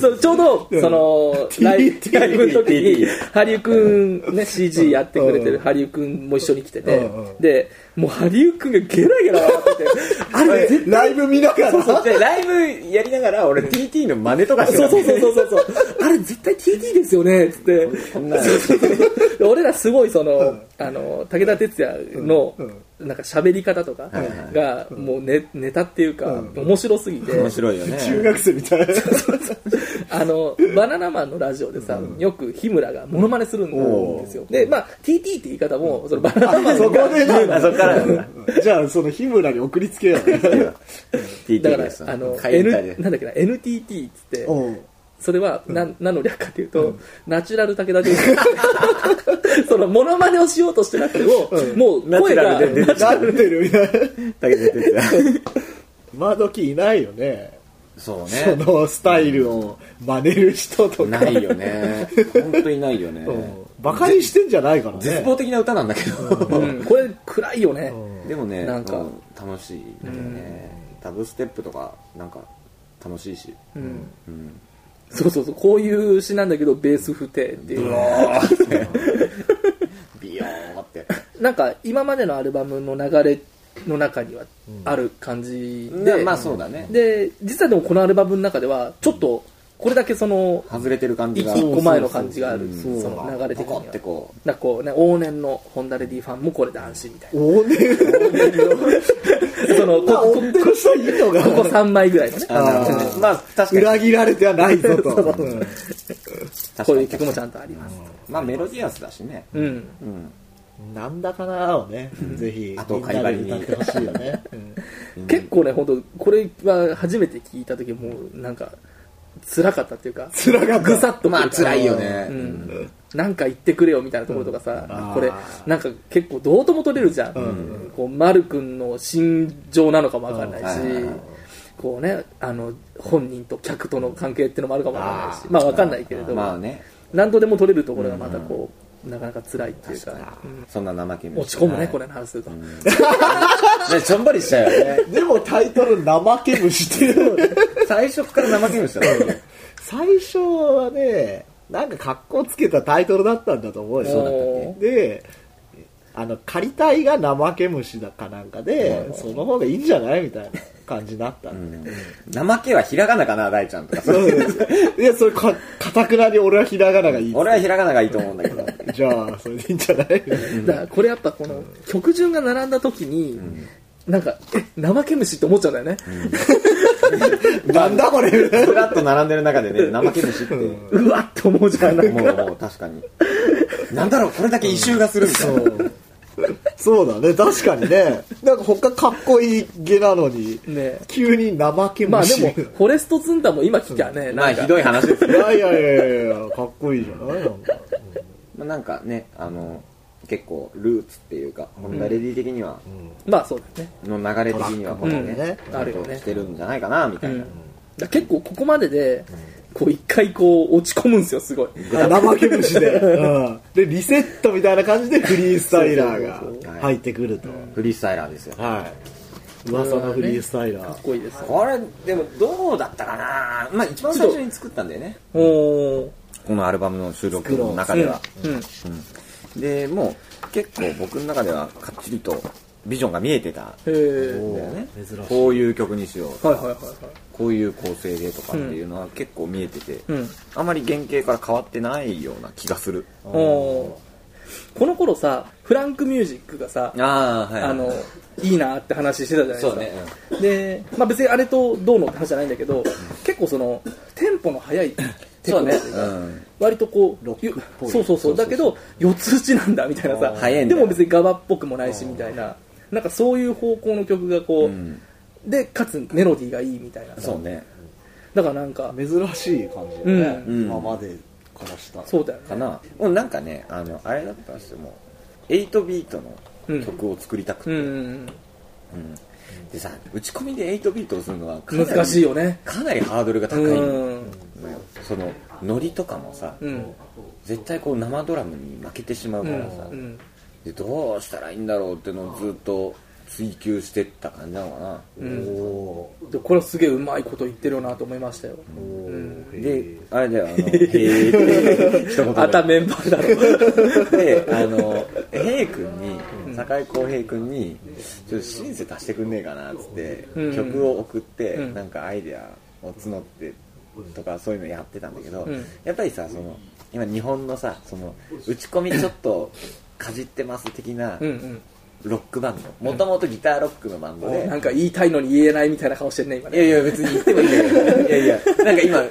Speaker 1: そうちょうど、その、ライ
Speaker 3: TT
Speaker 1: ライブの時に
Speaker 2: TT、
Speaker 1: ハリウくんね、CG やってくれてる
Speaker 3: うん
Speaker 1: ハリウくんも一緒に来てて
Speaker 3: うんうん、
Speaker 1: で、もうハリウくんがゲラゲラ笑ってて、あれ絶
Speaker 3: ライブ見ながら
Speaker 2: そう でライブやりながら俺 TT の真似とかし
Speaker 1: 対、
Speaker 2: て
Speaker 1: そう
Speaker 2: た
Speaker 1: そうそうそうそう、あれ絶対 TT ですよね、つって。
Speaker 2: こんな
Speaker 1: で俺らすごいその、あの、武田鉄矢の、なんか喋り方とかが、もうネネタっていうか、面白すぎて。
Speaker 2: 面白いよ
Speaker 3: 中
Speaker 2: ね
Speaker 3: 学生みたいな
Speaker 1: あの、バナナマンのラジオでさ、よく日村がモノマネするんですよ。で、まあ、TT って言い方も、そのバナナマン
Speaker 3: そこ
Speaker 1: が、
Speaker 3: でなんだ
Speaker 2: あそっからなんだ
Speaker 3: じゃあその日村に送りつけよう
Speaker 2: TT
Speaker 1: だから
Speaker 2: です、
Speaker 1: あの、
Speaker 2: 海援隊
Speaker 1: N、
Speaker 2: で
Speaker 1: なんだっけな、NTT っつって、
Speaker 3: うん
Speaker 1: それはな、何の略かというと、ナチュラル武田でそのモノマネをしようとしてなくても、もう声が
Speaker 2: ナチュラルで出て
Speaker 3: なってるみたいな
Speaker 2: 武田鉄矢
Speaker 3: 今時いないよね
Speaker 2: そう
Speaker 3: そ
Speaker 2: ね
Speaker 3: のスタイルを真似る人とか
Speaker 2: ないよね本当にないよね
Speaker 3: うんバカにしてんじゃないからね
Speaker 2: 絶望的な歌なんだけど
Speaker 1: うんこれ暗いよね、
Speaker 2: でもね
Speaker 1: なんか
Speaker 2: う楽しいんだよねダブステップとかなんか楽しいし
Speaker 1: うん
Speaker 2: うん
Speaker 1: そうそうそうこういう詩なんだけどベース不定っていう、
Speaker 2: ビヨーって
Speaker 1: なんか今までのアルバムの流れの中にはある感じ
Speaker 2: な
Speaker 1: で、
Speaker 2: まあそうだね
Speaker 1: で実はでもこのアルバムの中ではちょっとこれだけその
Speaker 2: 外れてる感じ
Speaker 1: 一
Speaker 2: が
Speaker 1: 個前の感じがある
Speaker 2: そ
Speaker 1: そうの流れ的に
Speaker 2: ポ
Speaker 1: は
Speaker 2: コってこ
Speaker 1: なんかこうね往年のホンダレディファンもこれで安心みたい
Speaker 3: 往年
Speaker 1: なそのこ
Speaker 3: が
Speaker 1: こ
Speaker 3: 追ってる人いるのが
Speaker 1: ここ3枚ぐらいのね
Speaker 2: うあなるほどねまあ確かに
Speaker 3: 裏切られてはないぞとうん
Speaker 1: こ
Speaker 2: 確
Speaker 1: う
Speaker 2: か
Speaker 1: いう
Speaker 2: に
Speaker 1: 曲もちゃんとあります
Speaker 2: まあメロディアスだしね
Speaker 1: うん
Speaker 2: うん
Speaker 3: なんだかなをね、ぜひ、
Speaker 2: あと
Speaker 3: みんなで歌ってほしいよね。
Speaker 1: 結構ね本当これは初めて聞いた時もうなんか辛かったっていうか
Speaker 3: つらがっ
Speaker 1: ぐ
Speaker 3: た。
Speaker 1: さっとくる
Speaker 2: まあ辛いよ
Speaker 1: う
Speaker 2: ね
Speaker 1: ん、なんか言ってくれよみたいなところとかさ、
Speaker 3: うん
Speaker 1: これ
Speaker 3: あー
Speaker 1: なんか結構どうとも取れるじゃん、こう丸くんの心情なのかもわかんないし、
Speaker 2: うんはい
Speaker 1: こうねあの本人と客との関係ってのもあるかもわかんないし
Speaker 3: あー
Speaker 1: まあわかんないけれど、
Speaker 2: まあね
Speaker 1: 何度でも取れるところがまたこう、なかなか辛いっていうかうん
Speaker 2: そんな怠け者
Speaker 1: 落ち込む
Speaker 2: は
Speaker 1: ね
Speaker 2: い
Speaker 1: これの話すると、
Speaker 2: ねちょんぼりしちゃ うよね
Speaker 3: でもタイトル怠け虫っていう。
Speaker 2: 最初から怠け虫だったよね
Speaker 3: 最初はね、なんか格好つけたタイトルだったんだと思うよ。
Speaker 1: そうだったっ
Speaker 3: で、あの、借りたいが怠け虫だかなんかで、その方がいいんじゃないみたいな感じになったんだよ
Speaker 2: 怠けはひらがなかな大ちゃんとか
Speaker 3: いや、それか、かたくなに俺はひらがながいい。
Speaker 2: 俺はひらがながいいと思うんだけど
Speaker 3: じゃあ、それでいいんじゃない
Speaker 1: だからこれやっぱこの曲順が並んだ時に、なんかえ怠け虫って思っちゃうんだよね、
Speaker 3: なんだこれ
Speaker 2: ずらっと並んでる中でね怠け虫っ ても
Speaker 1: うわっと思うじゃんな
Speaker 2: うん
Speaker 1: か
Speaker 2: もう確かになんだろうこれだけ異臭がするみたいな
Speaker 3: そうだね、確かにね。なんか他かっこいいげなのに、
Speaker 1: ね
Speaker 3: 急に怠け
Speaker 1: まあで
Speaker 3: 虫。
Speaker 1: も、フォレストツンダも今聞きゃね、
Speaker 2: ま
Speaker 1: な
Speaker 2: あ
Speaker 1: んか
Speaker 2: ひどい話です
Speaker 3: いやいやいやいやいや、かっこいいじゃないなんか。
Speaker 2: まあなんかねあの結構ルーツっていうかホンダレディ的には
Speaker 1: まあそうだね。
Speaker 2: の流れ的にはこの
Speaker 1: うん
Speaker 2: ね
Speaker 1: あるよね
Speaker 2: ちゃんとしてるんじゃないかなみた
Speaker 1: う
Speaker 2: い
Speaker 1: ん。
Speaker 2: な
Speaker 1: だから結構ここまでで、こう一回こう落ち込むんですよ、すごい。
Speaker 3: あ怠け虫で、 うん。で、リセットみたいな感じでフリースタイラーが入ってくると。
Speaker 2: フリースタイラーですよ
Speaker 3: はい。噂のフリースタイ
Speaker 1: か
Speaker 3: ラ
Speaker 1: っ
Speaker 3: ー。
Speaker 1: こいいですよ。
Speaker 2: これでもどうだったかなまあ一番最初に作ったんだよね
Speaker 1: おー。
Speaker 2: このアルバムの収録の中
Speaker 1: うん
Speaker 2: では。
Speaker 1: うん。
Speaker 2: でもう結構僕の中ではかっちりとビジョンが見えてたん
Speaker 1: へー。
Speaker 2: だよね
Speaker 3: 珍しい
Speaker 2: こういう曲にしよう
Speaker 1: はいはいはいはい。
Speaker 2: こういう構成でとかっていうのは結構見えてて、
Speaker 1: うん
Speaker 2: あまり原型から変わってないような気がする
Speaker 1: おー。この頃さ、フランクミュージックがさ、
Speaker 2: ああはい
Speaker 1: あの、いいなって話してたじゃないです
Speaker 2: そ
Speaker 1: か。
Speaker 2: うね、
Speaker 1: で、まあ別にあれとどうのって話じゃないんだけど、結構その、テンポの速いテクノっていうか、
Speaker 2: うん、
Speaker 1: 割とこう
Speaker 3: ロックっぽい
Speaker 1: そうそうそうだけど四つ打ちなんだみたいなさ
Speaker 2: ー早いん
Speaker 1: で
Speaker 2: だよ
Speaker 1: も別にガバっぽくもないしみたいななんかそういう方向の曲がこう、
Speaker 2: うん
Speaker 1: でかつメロディーがいいみたいな
Speaker 2: そうね
Speaker 1: だからなんか
Speaker 3: 珍しい感じ
Speaker 1: う
Speaker 3: だね。
Speaker 1: ん
Speaker 2: うん
Speaker 3: 今までからしたら。
Speaker 1: そうだよ
Speaker 2: か
Speaker 1: ね
Speaker 2: なもうなんかねあのあれだったんですよもう8ビートの曲を作りたくて、
Speaker 1: うんうん
Speaker 2: でさ打ち込みで8ビートをするのはか
Speaker 1: う
Speaker 2: なんり
Speaker 1: 難しいよね
Speaker 2: かなりハードルが高
Speaker 1: う
Speaker 2: いのよ、
Speaker 1: ん
Speaker 2: そのノリとかもさ、
Speaker 1: うん
Speaker 2: 絶対こう生ドラムに負けてしまう
Speaker 1: う
Speaker 2: からさ、
Speaker 1: ん
Speaker 2: でどうしたらいいんだろうってのをずっと追求してった感じなのかな、
Speaker 1: うん
Speaker 3: お
Speaker 1: でこれはすげえうまいこと言ってるよなと思いましたよ
Speaker 3: ー
Speaker 2: であれだよあの「へ え」って一言
Speaker 1: あたメンバーだろ
Speaker 2: であの平君に酒井浩平君に「ちょっとシンセ足してくんねえかな」っつって、
Speaker 1: うん
Speaker 2: 曲を送って、
Speaker 1: うん
Speaker 2: なんかアイデアを募ってとかそういうのやってたんだけど、
Speaker 1: うん
Speaker 2: やっぱりさその今日本のさその打ち込みちょっとかじってます的な
Speaker 1: うん
Speaker 2: ロックバンドもともとギターロックのバンド
Speaker 1: う
Speaker 2: で、
Speaker 1: んなんか言いたいのに言えないみたいな顔してるね今
Speaker 2: い
Speaker 1: ね
Speaker 2: やいや、別に言ってもいいんだけど。いやいや、なんか今、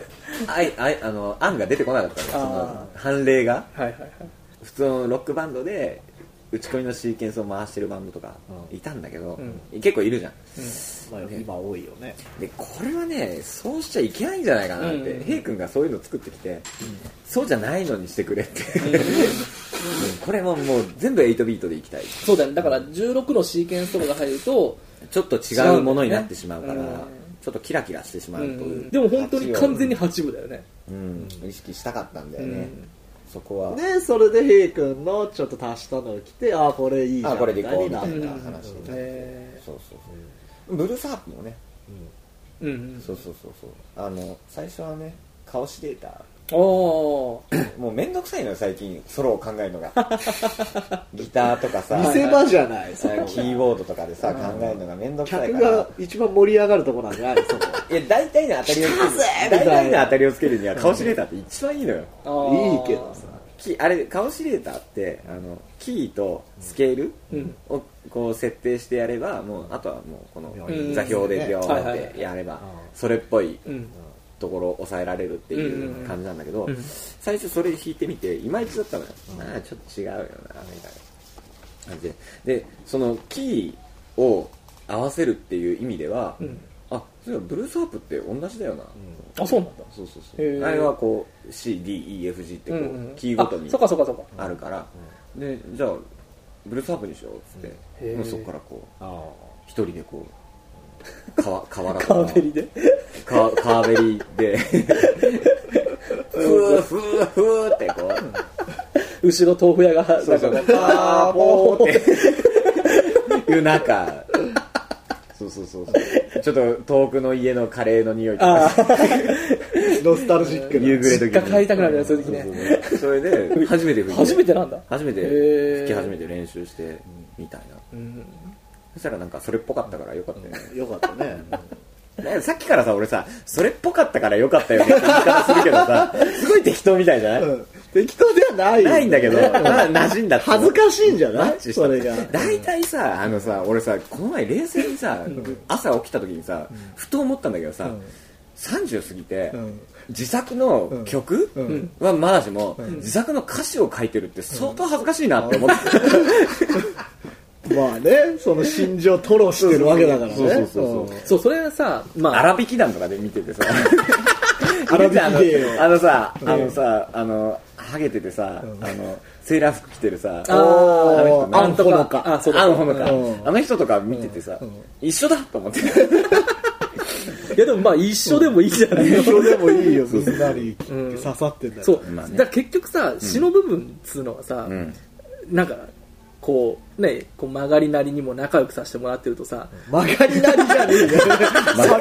Speaker 2: あい、あい、あの、案が出てこなかったのそ
Speaker 1: あ
Speaker 2: の、判例が。
Speaker 1: はいはいはい
Speaker 2: 普通のロックバンドで、打ち込みのシーケンスを回してるバンドとか
Speaker 3: うん
Speaker 2: いたんだけど、
Speaker 1: う
Speaker 2: 結構いるじゃん
Speaker 3: まあ、今多いよね
Speaker 2: でこれはねそうしちゃいけないんじゃないかなって、
Speaker 1: うん
Speaker 2: ヘイ君がそういうの作ってきて、そうじゃないのにしてくれって、うん これももう全部8ビートでいきたい
Speaker 1: そうだねだから16のシーケンスとかが入ると、
Speaker 2: ちょっと違うものになってしまうから
Speaker 1: うん
Speaker 2: ちょっとキラキラしてしまうという、
Speaker 1: でも本当に完全に8部だよね
Speaker 2: うん、意識したかったんだよね、
Speaker 1: うん
Speaker 2: そこは、
Speaker 3: でそれでヘイ君のちょっと足したのを着てああこれいいじゃん
Speaker 2: あこれでいこうみ
Speaker 3: み
Speaker 2: た
Speaker 3: たい
Speaker 2: い
Speaker 3: にな
Speaker 2: な話
Speaker 3: った
Speaker 2: になって、
Speaker 1: え
Speaker 2: そうそうそうブルーサープもね
Speaker 1: ーうん
Speaker 2: そうそうそうそうあの最初はね顔しデータ
Speaker 1: あ
Speaker 2: もうめんどくさいのよ最近ソロを考えるのがギターとかさ
Speaker 3: 見せ場じゃないそ
Speaker 2: さ
Speaker 3: こ
Speaker 2: キーボードとかでさ考えるのがめんどくさい
Speaker 3: 客
Speaker 2: から
Speaker 3: が一番盛り上がるとこなんじゃないそこ
Speaker 2: いや大体の当たりをつける
Speaker 3: た
Speaker 2: 大
Speaker 3: いな
Speaker 2: 体の当たりをつけるには顔しデータって一番いいのよ
Speaker 1: ああ
Speaker 3: いいけどさ
Speaker 2: キあれ顔シレーターってあのキーとスケール
Speaker 1: うん
Speaker 2: をこう設定してやればもうあとはもうこの
Speaker 3: うん
Speaker 2: 座標でビョ
Speaker 1: はいはい
Speaker 2: ー
Speaker 1: は
Speaker 2: ってやれば
Speaker 3: うん
Speaker 2: それっぽい
Speaker 1: うん
Speaker 2: ところを抑えられるっていう感じなんだけど
Speaker 1: うんうん
Speaker 2: 最初それ弾いてみていまいちだったのよああちょっと違うよなみたいな感じででそのキーを合わせるっていう意味では
Speaker 1: うん
Speaker 2: あそういえばブルースハープって同じだよな
Speaker 1: あそうなんだ
Speaker 2: そうそうそ
Speaker 1: へ
Speaker 2: う
Speaker 1: ー
Speaker 2: あれはこう CDEFG ってこ
Speaker 1: うんう
Speaker 2: うんキーごとに
Speaker 1: あそっかそっかそっか
Speaker 2: あるから、でじゃあブルースハープにしようっつって、
Speaker 1: うんへー
Speaker 2: もうそこからこう
Speaker 3: あ
Speaker 2: 一人でこ う川河原とか
Speaker 1: 川べりで
Speaker 2: 川川べりでふーふーふーってこう
Speaker 1: 後ろ豆腐屋がなん
Speaker 2: そう
Speaker 1: か
Speaker 2: そう
Speaker 1: こう
Speaker 2: パーポーっていう中そうそうそうそうちょっと遠くの家のカレーの匂いとか
Speaker 1: ああ
Speaker 3: ーノスタルジックな
Speaker 2: 夕暮れ時に
Speaker 1: 実家帰りたくなるよねそういう時ね
Speaker 2: そうそうそれで初めて吹いて
Speaker 1: 初めてなんだ
Speaker 2: 初めて
Speaker 1: へー
Speaker 2: 吹き始めて練習してみたいな
Speaker 1: うん
Speaker 2: そしたらなんかそれっぽかったからよかったよね
Speaker 3: よかったね
Speaker 2: ねさっきからさ俺さそれっぽかったからよかったよねって言い方するけどさすごい適当みたいじゃない、
Speaker 3: うん適当ではないよ
Speaker 2: ないんだけど、まあ、馴染んだって
Speaker 3: 恥ずかしいんじゃ
Speaker 2: マ
Speaker 3: な
Speaker 2: ッ
Speaker 3: い
Speaker 2: チした
Speaker 3: それが
Speaker 2: 大体さあのさ俺さこの前冷静にさ、朝起きた時にさ、ふと思ったんだけどさ、
Speaker 3: ん
Speaker 2: 30過ぎて、
Speaker 3: うん
Speaker 2: 自作の曲、
Speaker 3: うん
Speaker 2: はまだしも、自作の歌詞を書いてるって相当恥ずかしいなって思って、
Speaker 3: まあねその心情を吐露してるわけだからね
Speaker 2: そうそうそうそう
Speaker 1: そうそれはさまあ
Speaker 2: 荒引き団とかで見ててさ
Speaker 3: 荒引きでよ
Speaker 2: あのあのさあのさあのハゲててさ、あのセーラー服着てるさ
Speaker 1: あー
Speaker 2: あの人ね
Speaker 1: あんと
Speaker 3: あんほの
Speaker 1: か
Speaker 3: か
Speaker 1: あそうだ
Speaker 2: あのほのか、
Speaker 3: うん
Speaker 2: あの人とか見ててさ、一緒だと思って
Speaker 1: いやでもまあ一緒でもいいじゃない
Speaker 3: うん印象でもいいよすんなり刺さってんだよ
Speaker 1: そう、
Speaker 2: まあね
Speaker 1: だから結局さ詩の部分っつうのはさ、
Speaker 2: ん
Speaker 1: なんかこうねこう曲がりなりにも仲良くさせてもらってるとさ、
Speaker 3: 曲がりなりじゃねえよ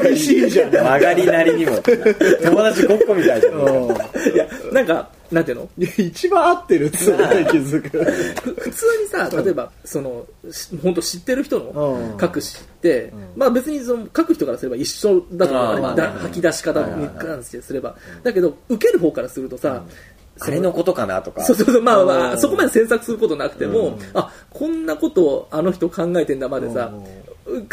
Speaker 3: 寂しいじゃん
Speaker 2: 曲がりなりにも友達ごっこみたいじゃん
Speaker 1: いやなんかなんていうの
Speaker 3: いや一番合ってるっつうのに気づく
Speaker 1: ふ普通にさ例えばその本当知ってる人
Speaker 3: う
Speaker 1: の
Speaker 3: ん
Speaker 1: 書く詩って、まあ別にその書く人からすれば一緒だと思う
Speaker 2: あーまあ
Speaker 1: ね
Speaker 2: ね
Speaker 1: だ吐き出し方に関してすれば、だけど受ける方からするとさ、
Speaker 2: あれのことかなとか
Speaker 1: そうそうそう、まあまあ、そこまで詮索することなくても、あ、こんなことをあの人考えてんだまでさ、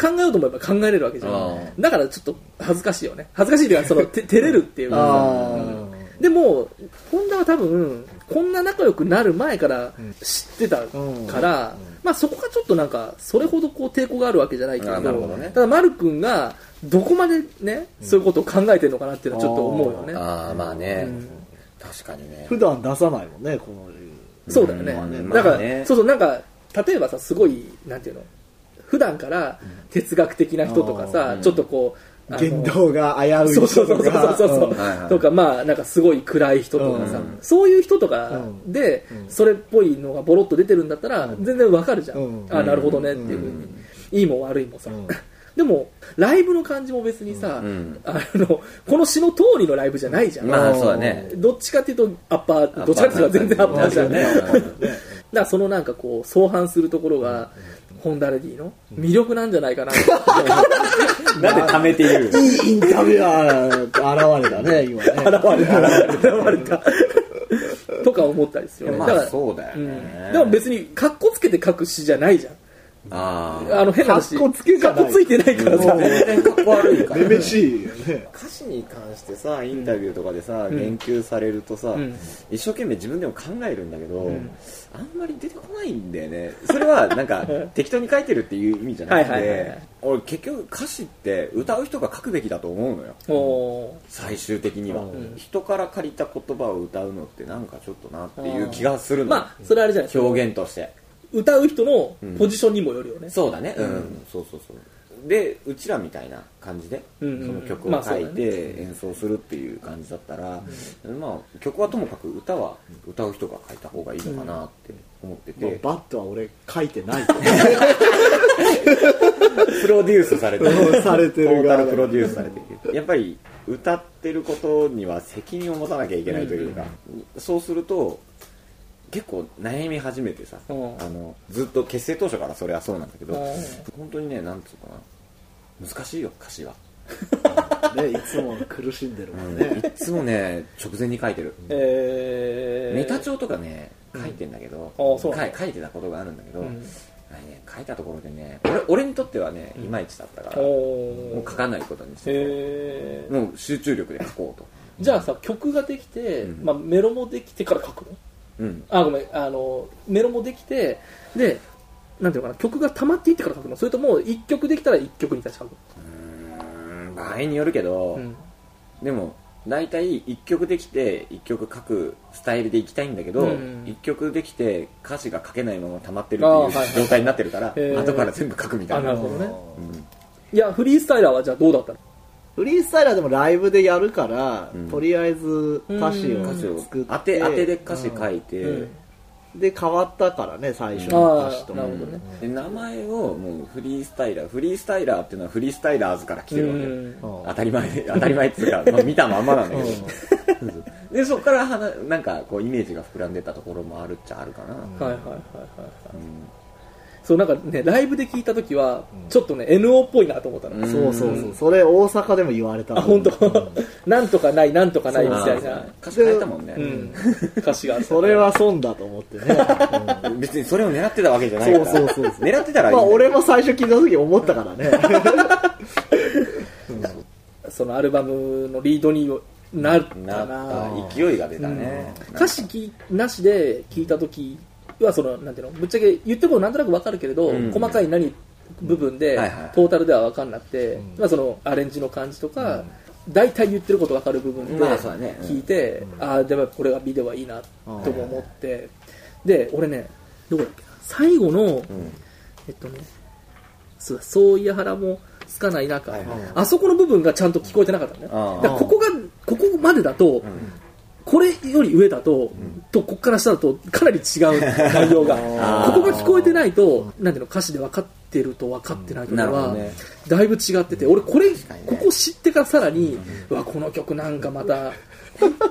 Speaker 1: 考えようと思えば考えれるわけじゃん。だからちょっと恥ずかしいよね。恥ずかしいというか、そ の、て照れるっていうか。
Speaker 3: あ
Speaker 1: でも、本田は多分、こんな仲良くなる前から知ってたから、まあそこがちょっとなんか、それほどこう抵抗があるわけじゃないけど、
Speaker 2: あなるほどね
Speaker 1: ただ丸くんが、どこまでね、そういうことを考えてるのかなっていうのはちょっと思うよね。
Speaker 2: ああまあね、確かにね
Speaker 3: ー普段出さないもんねこの
Speaker 1: そうだよ
Speaker 2: まあね
Speaker 1: ね。
Speaker 2: ま
Speaker 1: だ
Speaker 2: あ
Speaker 1: から、
Speaker 2: ね
Speaker 1: そうそう、なんか、例えばさ、すごい、なんていうの、普段から哲学的な人とかさ、ちょっとこう、あの
Speaker 3: 言動が危うい
Speaker 1: そうそ
Speaker 3: 人
Speaker 1: うそ
Speaker 3: と
Speaker 1: う
Speaker 3: か
Speaker 1: そうそうそううん
Speaker 2: はいはい
Speaker 1: とかまあなんかすごい暗い人とかさ、
Speaker 3: うん
Speaker 1: そういう人とかで、それっぽいのがボロッと出てるんだったら、全然わかるじゃん、
Speaker 3: うん
Speaker 1: あなるほどねっていうふうに、いいも悪いもさ、
Speaker 3: ん
Speaker 1: でもライブの感じも別にさ、
Speaker 2: ん
Speaker 1: あのこの詩の通りのライブじゃないじゃん、
Speaker 2: まあそうだね
Speaker 1: どっちかっていうとアッパーどっちかっていうと全然アッパーじゃんねだからそのなんかこう相反するところがホンダレディの魅力なんじゃないかな
Speaker 2: なんで溜めている
Speaker 3: いいインタビュアーが現れたね今ね
Speaker 1: 現れたとか思ったりするよね
Speaker 2: ま
Speaker 1: だか
Speaker 2: あ
Speaker 1: ら
Speaker 2: そうだよね、
Speaker 1: でも別にかっこつけて書く詩じゃないじゃん
Speaker 2: ああ
Speaker 1: あの変な話
Speaker 3: かっこつけじゃな
Speaker 1: か
Speaker 3: い
Speaker 1: っこついてないからさ、
Speaker 2: 全然かっこ悪いから
Speaker 3: めめしいよね
Speaker 2: 歌詞に関してさインタビューとかでさ、言及されるとさ、
Speaker 1: ん
Speaker 2: 一生懸命自分でも考えるんだけど、あんまり出てこないんだよねそれはな んか適当に書いてるっていう意味じゃなくて、
Speaker 1: はいはいはいはい
Speaker 2: 俺結局歌詞って歌う人が書くべきだと思うのよ
Speaker 1: おー
Speaker 2: 最終的には、
Speaker 3: うん
Speaker 2: 人から借りた言葉を歌うのってなんかちょっとなっていう気がするの、
Speaker 1: まあそれはあれじゃないですか
Speaker 2: 表現として
Speaker 1: 歌う人のポジションにもよるよね、
Speaker 2: そうだねうん、そうそうそうでうちらみたいな感じで、
Speaker 1: うんうん
Speaker 2: その曲
Speaker 1: ま
Speaker 2: を
Speaker 1: あそう
Speaker 2: 書
Speaker 1: だね
Speaker 2: いて演奏するっていう感じだったら、まあ曲はともかく歌は歌う人が書いた方がいいのかなって思ってて、
Speaker 3: もうバットは俺書いてないと
Speaker 2: プロデュースされて
Speaker 3: されて
Speaker 2: ト
Speaker 3: る
Speaker 2: ータ
Speaker 3: 側
Speaker 2: ルプロデュースされてるやっぱり歌ってることには責任を持たなきゃいけないというか、そうすると結構悩み始めてさ、
Speaker 1: うん
Speaker 2: あのずっと結成当初からそれはそうなんだけど、
Speaker 1: うん
Speaker 2: 本当にねなんつうのかな難しいよ歌詞は、
Speaker 3: ねいつも苦しんでるもんね
Speaker 2: いつもね直前に書いてる、
Speaker 1: えー、
Speaker 2: ネタ帳とかね書いてんだけど、
Speaker 1: うんあそう
Speaker 2: か書いてたことがあるんだけど、
Speaker 1: うん
Speaker 2: あれね書いたところでね俺俺にとってはねいまいちだったから、
Speaker 1: お
Speaker 2: もう書かないことにしてて、
Speaker 1: えー、
Speaker 2: もう集中力で書こうと。
Speaker 1: じゃあさ曲ができて、
Speaker 2: うん
Speaker 1: まあ、メロもできてから書くの
Speaker 2: うん。
Speaker 1: あごめんあのメロもできてでなんていうのかな曲が溜まっていってから書くのそれとも一曲できたら一曲に対して書く
Speaker 2: 場合によるけど、
Speaker 1: の、うん、
Speaker 2: でも、大体一曲できて一曲書くスタイルでいきたいんだけど、
Speaker 1: うん
Speaker 2: 一曲できて歌詞が書けないまま溜まってる
Speaker 1: あー
Speaker 2: って
Speaker 1: はい
Speaker 2: いう状態になってるから、
Speaker 1: へー
Speaker 2: 後から全部書くみたいな。
Speaker 1: あなるほどね
Speaker 2: うん
Speaker 1: いやフリースタイラーはじゃあどうだったの
Speaker 3: フリースタイルはでもライブでやるから、
Speaker 2: うん
Speaker 3: とりあえず歌詞
Speaker 1: うん
Speaker 2: 歌詞
Speaker 3: を
Speaker 2: を
Speaker 3: 作って
Speaker 2: 当て、当てで歌詞書
Speaker 3: い
Speaker 2: いて、
Speaker 1: うん
Speaker 3: で変わったからね最初の歌詞と
Speaker 1: あーなるほどね
Speaker 2: で名前をもうフリースタイラー、フリースタイラーっていうのはフリースタイラーズから来てるわけ。
Speaker 1: うん
Speaker 3: うん
Speaker 2: 当たり前、当たり前っていうか、まあ見たまんまなんだけど。で、そこからはな、なんか、こう、イメージが膨らんでたところもあるっちゃあるかな。
Speaker 1: はいはいはいはいはい、そうなんかねライブで聞いた時はちょっとね NO っぽいなと思ったの、
Speaker 2: うん
Speaker 3: そうそうそうそれ大阪でも言われた
Speaker 1: あ本当 なんとかないなんとかないみ
Speaker 2: あ
Speaker 1: たい
Speaker 2: ー
Speaker 1: な
Speaker 2: 歌詞変えたもんね、
Speaker 1: うん、歌詞があった
Speaker 3: それは損だと思っ てね、
Speaker 2: 別にそれを狙ってたわけじゃないから
Speaker 3: そうそうそうそう
Speaker 2: 狙ってたらいい
Speaker 3: まあ
Speaker 2: んだけ
Speaker 3: 俺
Speaker 2: ど
Speaker 3: も最初聞いた時思ったからね
Speaker 1: そのアルバムのリードになったな
Speaker 2: なった勢いが出たね、
Speaker 1: 歌詞きなしで聞いた時はそのなんていうのぶっちゃけ言ってることなんとなくわかるけれど、
Speaker 2: うん
Speaker 1: 細かい何部分で、
Speaker 2: はいはい
Speaker 1: トータルではわかんなくて、まあ、そのアレンジの感じとか、大体言ってることわかる部分で
Speaker 2: まあそうだねうん
Speaker 1: 聞いて、ああでもこれがビデオはいいなとも思って、で俺ねどこだっけな最後の、
Speaker 2: ん
Speaker 1: えっとねそうだそういやはらもつかない中、
Speaker 2: はいはい
Speaker 1: あそこの部分がちゃんと聞こえてなかったのね
Speaker 2: あ
Speaker 1: だ
Speaker 2: あ
Speaker 1: からここがここまでだと、これより上だと、とこっから下だとかなり違う内容が
Speaker 2: あー
Speaker 1: ここが聞こえてないとなんていうの歌詞で分かってると分かってないと
Speaker 2: な
Speaker 1: か
Speaker 2: るほど
Speaker 1: は、
Speaker 2: ね
Speaker 1: だいぶ違ってて俺これ、
Speaker 2: かにね
Speaker 1: ここ知ってからさらに、うわこの曲なんかまた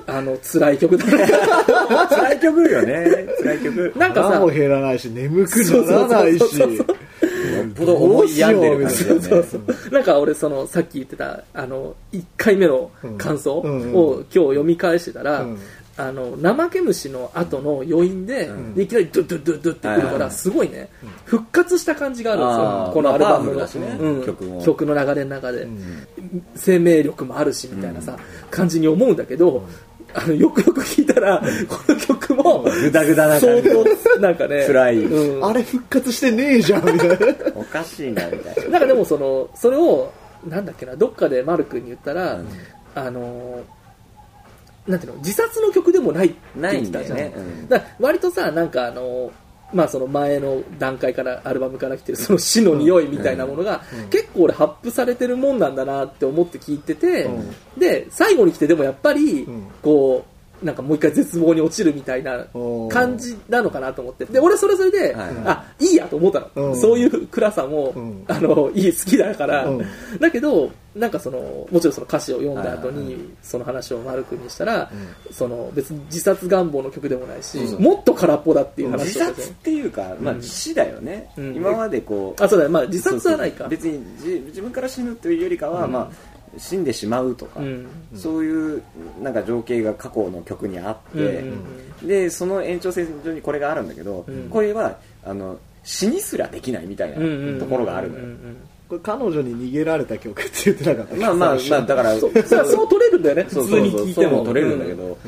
Speaker 1: あの辛い曲だな
Speaker 2: 辛い曲よね辛い曲
Speaker 1: なんか
Speaker 3: 腹
Speaker 1: さ
Speaker 3: も減らないし眠くならないし
Speaker 1: そうそうそうそう
Speaker 2: よっぽど思い病んでる感じだよね
Speaker 1: そうそうなんか俺そのさっき言ってたあの1回目の感想を
Speaker 3: うんうん
Speaker 1: 今日読み返してたら、
Speaker 3: うん
Speaker 1: あの怠け虫の後の余韻で,、でいきなりドゥドゥドゥドゥってくる
Speaker 2: はい
Speaker 1: か
Speaker 2: はい
Speaker 1: らすごいね復活した感じがあるんです
Speaker 2: あ
Speaker 1: よ
Speaker 2: ー
Speaker 1: このアルバムの
Speaker 2: まあパワフルだしね
Speaker 1: うん
Speaker 2: 曲も
Speaker 1: 曲の流れの中で、生命力もあるしみたいなさ、感じに思うんだけど、あのよくよく聞いたら、この曲も
Speaker 2: グダグダな感
Speaker 1: 相
Speaker 2: じ
Speaker 1: 当なんかね
Speaker 2: 辛い
Speaker 1: うん
Speaker 3: あれ復活してねえじゃんみたいな
Speaker 2: おかしいなみたい
Speaker 1: なんかでもそのそれをなんだっけなどっかでマル君に言ったら、
Speaker 2: うん
Speaker 1: あのーなんていうの自殺の曲でもないって
Speaker 2: なな
Speaker 1: 言
Speaker 2: い
Speaker 1: って
Speaker 2: んだ
Speaker 1: たじ
Speaker 2: よ
Speaker 1: ゃん
Speaker 2: ね、うん
Speaker 1: だから割とさなんかあのーまあその前の段階からアルバムから来てるその死の匂いみたいなものが、結構俺発布されてるもんなんだなって思って聞いてて、で最後に来てでもやっぱり、
Speaker 3: ん
Speaker 1: こうなんかもう一回絶望に落ちるみたいな
Speaker 3: おー
Speaker 1: 感じなのかなと思ってで俺それそれで、
Speaker 2: はいはい
Speaker 1: あいいやと思ったの、
Speaker 3: うん
Speaker 1: そういう暗さも、
Speaker 3: ん
Speaker 1: あのいい好きだから、
Speaker 3: うん
Speaker 1: だけどなんかそのもちろんその歌詞を読んだ後
Speaker 2: はいはい
Speaker 1: にその話を丸くにしたら、その別に自殺願望の曲でもないし、もっと空っぽだっていう
Speaker 2: 自
Speaker 1: 話をして
Speaker 2: 殺っていうか、まあ、死だよね、
Speaker 1: うん
Speaker 2: 今までこう
Speaker 1: あそうだよまあ自殺はないか
Speaker 2: そうそう別にじ自分から死ぬというよりかは、まあ、死んでしまうとか、
Speaker 1: うん
Speaker 2: そういうなんか情景が過去の曲にあって、
Speaker 1: うんうん
Speaker 2: でその延長線上にこれがあるんだけど、
Speaker 1: ん
Speaker 2: これはあの死にすらできないみたいなところがあるのよ。
Speaker 3: これ彼女に逃げられた曲って言ってなかったっけ
Speaker 2: まあまあ
Speaker 3: 最、
Speaker 2: ま
Speaker 3: 初
Speaker 2: あ、だから、
Speaker 1: そうそれはそう取れるんだよね
Speaker 2: そう
Speaker 1: 普通に聞いて
Speaker 2: そう
Speaker 1: も
Speaker 2: そうそう取れるんだけど、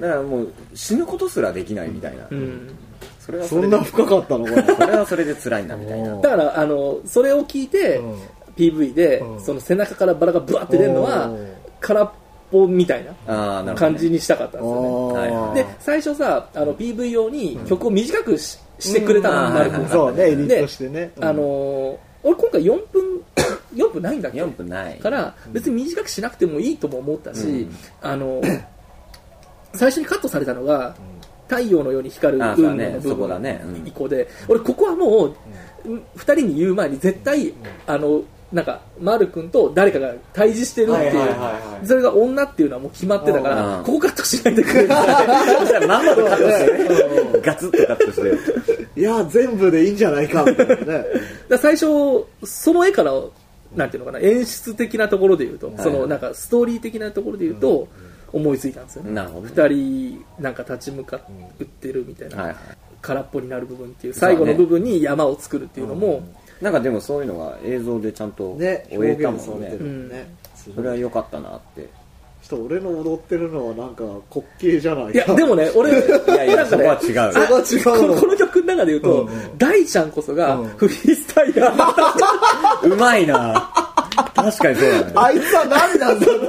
Speaker 2: だからもう死ぬことすらできないみたいな、
Speaker 1: うん
Speaker 2: それは
Speaker 3: そ
Speaker 2: れ
Speaker 3: ん
Speaker 2: で
Speaker 3: な深かったの これ
Speaker 2: それはそれで辛いなみたいな
Speaker 3: お
Speaker 1: だからあのそれを聞いて、
Speaker 3: うん
Speaker 1: PV で、
Speaker 3: うん
Speaker 1: その背中からバラがブワって出るのは
Speaker 3: おー
Speaker 1: 空っぽみたいな
Speaker 2: あーなるほどね
Speaker 1: 感じにしたかったんですよね
Speaker 2: はいはい
Speaker 3: ああ
Speaker 1: で最初さあの PV 用に曲を短くし,、てくれた
Speaker 2: う
Speaker 1: の
Speaker 2: ん
Speaker 1: マル君が、
Speaker 3: そうねエディットしてね
Speaker 1: あのー俺今回4分 4分ないんだっけ
Speaker 2: 4分ない
Speaker 1: から別に短くしなくてもいいとも思ったし、
Speaker 2: うん
Speaker 1: あ の最初にカットされたのが「太陽のように光る
Speaker 2: あそうだ
Speaker 1: 運
Speaker 2: ね
Speaker 1: 命の部
Speaker 2: そこ
Speaker 1: 分
Speaker 2: だねうん
Speaker 1: 以降で、俺ここはもう、2人に言う前に絶対、あのなんか丸君と誰かが対峙してるっていう、
Speaker 3: はいはいはいはい
Speaker 1: それが女っていうのはもう決まってたか
Speaker 2: う
Speaker 1: ら
Speaker 2: ん
Speaker 1: ここカットしないでくれ る
Speaker 2: そしたらまんまとカットしてねガツッとカットして
Speaker 3: いや全部でいいんじゃないかみたいな ね
Speaker 1: だから最初その絵からなんていうのかな演出的なところで言うと、
Speaker 2: い
Speaker 1: そのなんかストーリー的なところで言うと、思いついたんですよね
Speaker 2: なるほど
Speaker 1: 2人なんか立ち向かってるみたいな、
Speaker 2: はいはい
Speaker 1: 空っぽになる部分っていう
Speaker 2: そうだ
Speaker 1: 最
Speaker 2: ね
Speaker 1: 後の部分に山を作るっていうのも、
Speaker 2: なんかでもそういうのが映像でちゃんと終
Speaker 3: ね
Speaker 2: えた
Speaker 3: 表現さ
Speaker 2: もん
Speaker 3: れ
Speaker 2: ね
Speaker 3: てるもん
Speaker 1: う
Speaker 3: ね
Speaker 2: それは良かったなって
Speaker 3: ちょっと俺の踊ってるのはなんか滑稽じゃない
Speaker 1: いやでもね俺
Speaker 2: いやいや
Speaker 1: なんか
Speaker 2: そこ
Speaker 1: ね
Speaker 2: は違うよ
Speaker 3: そこは違う
Speaker 1: こ
Speaker 3: の
Speaker 1: この曲の中で言うと、大ちゃんこそが
Speaker 3: うん
Speaker 1: フリースタイラー、
Speaker 2: うまいな確かにそうだね
Speaker 3: あいつは何なんだろう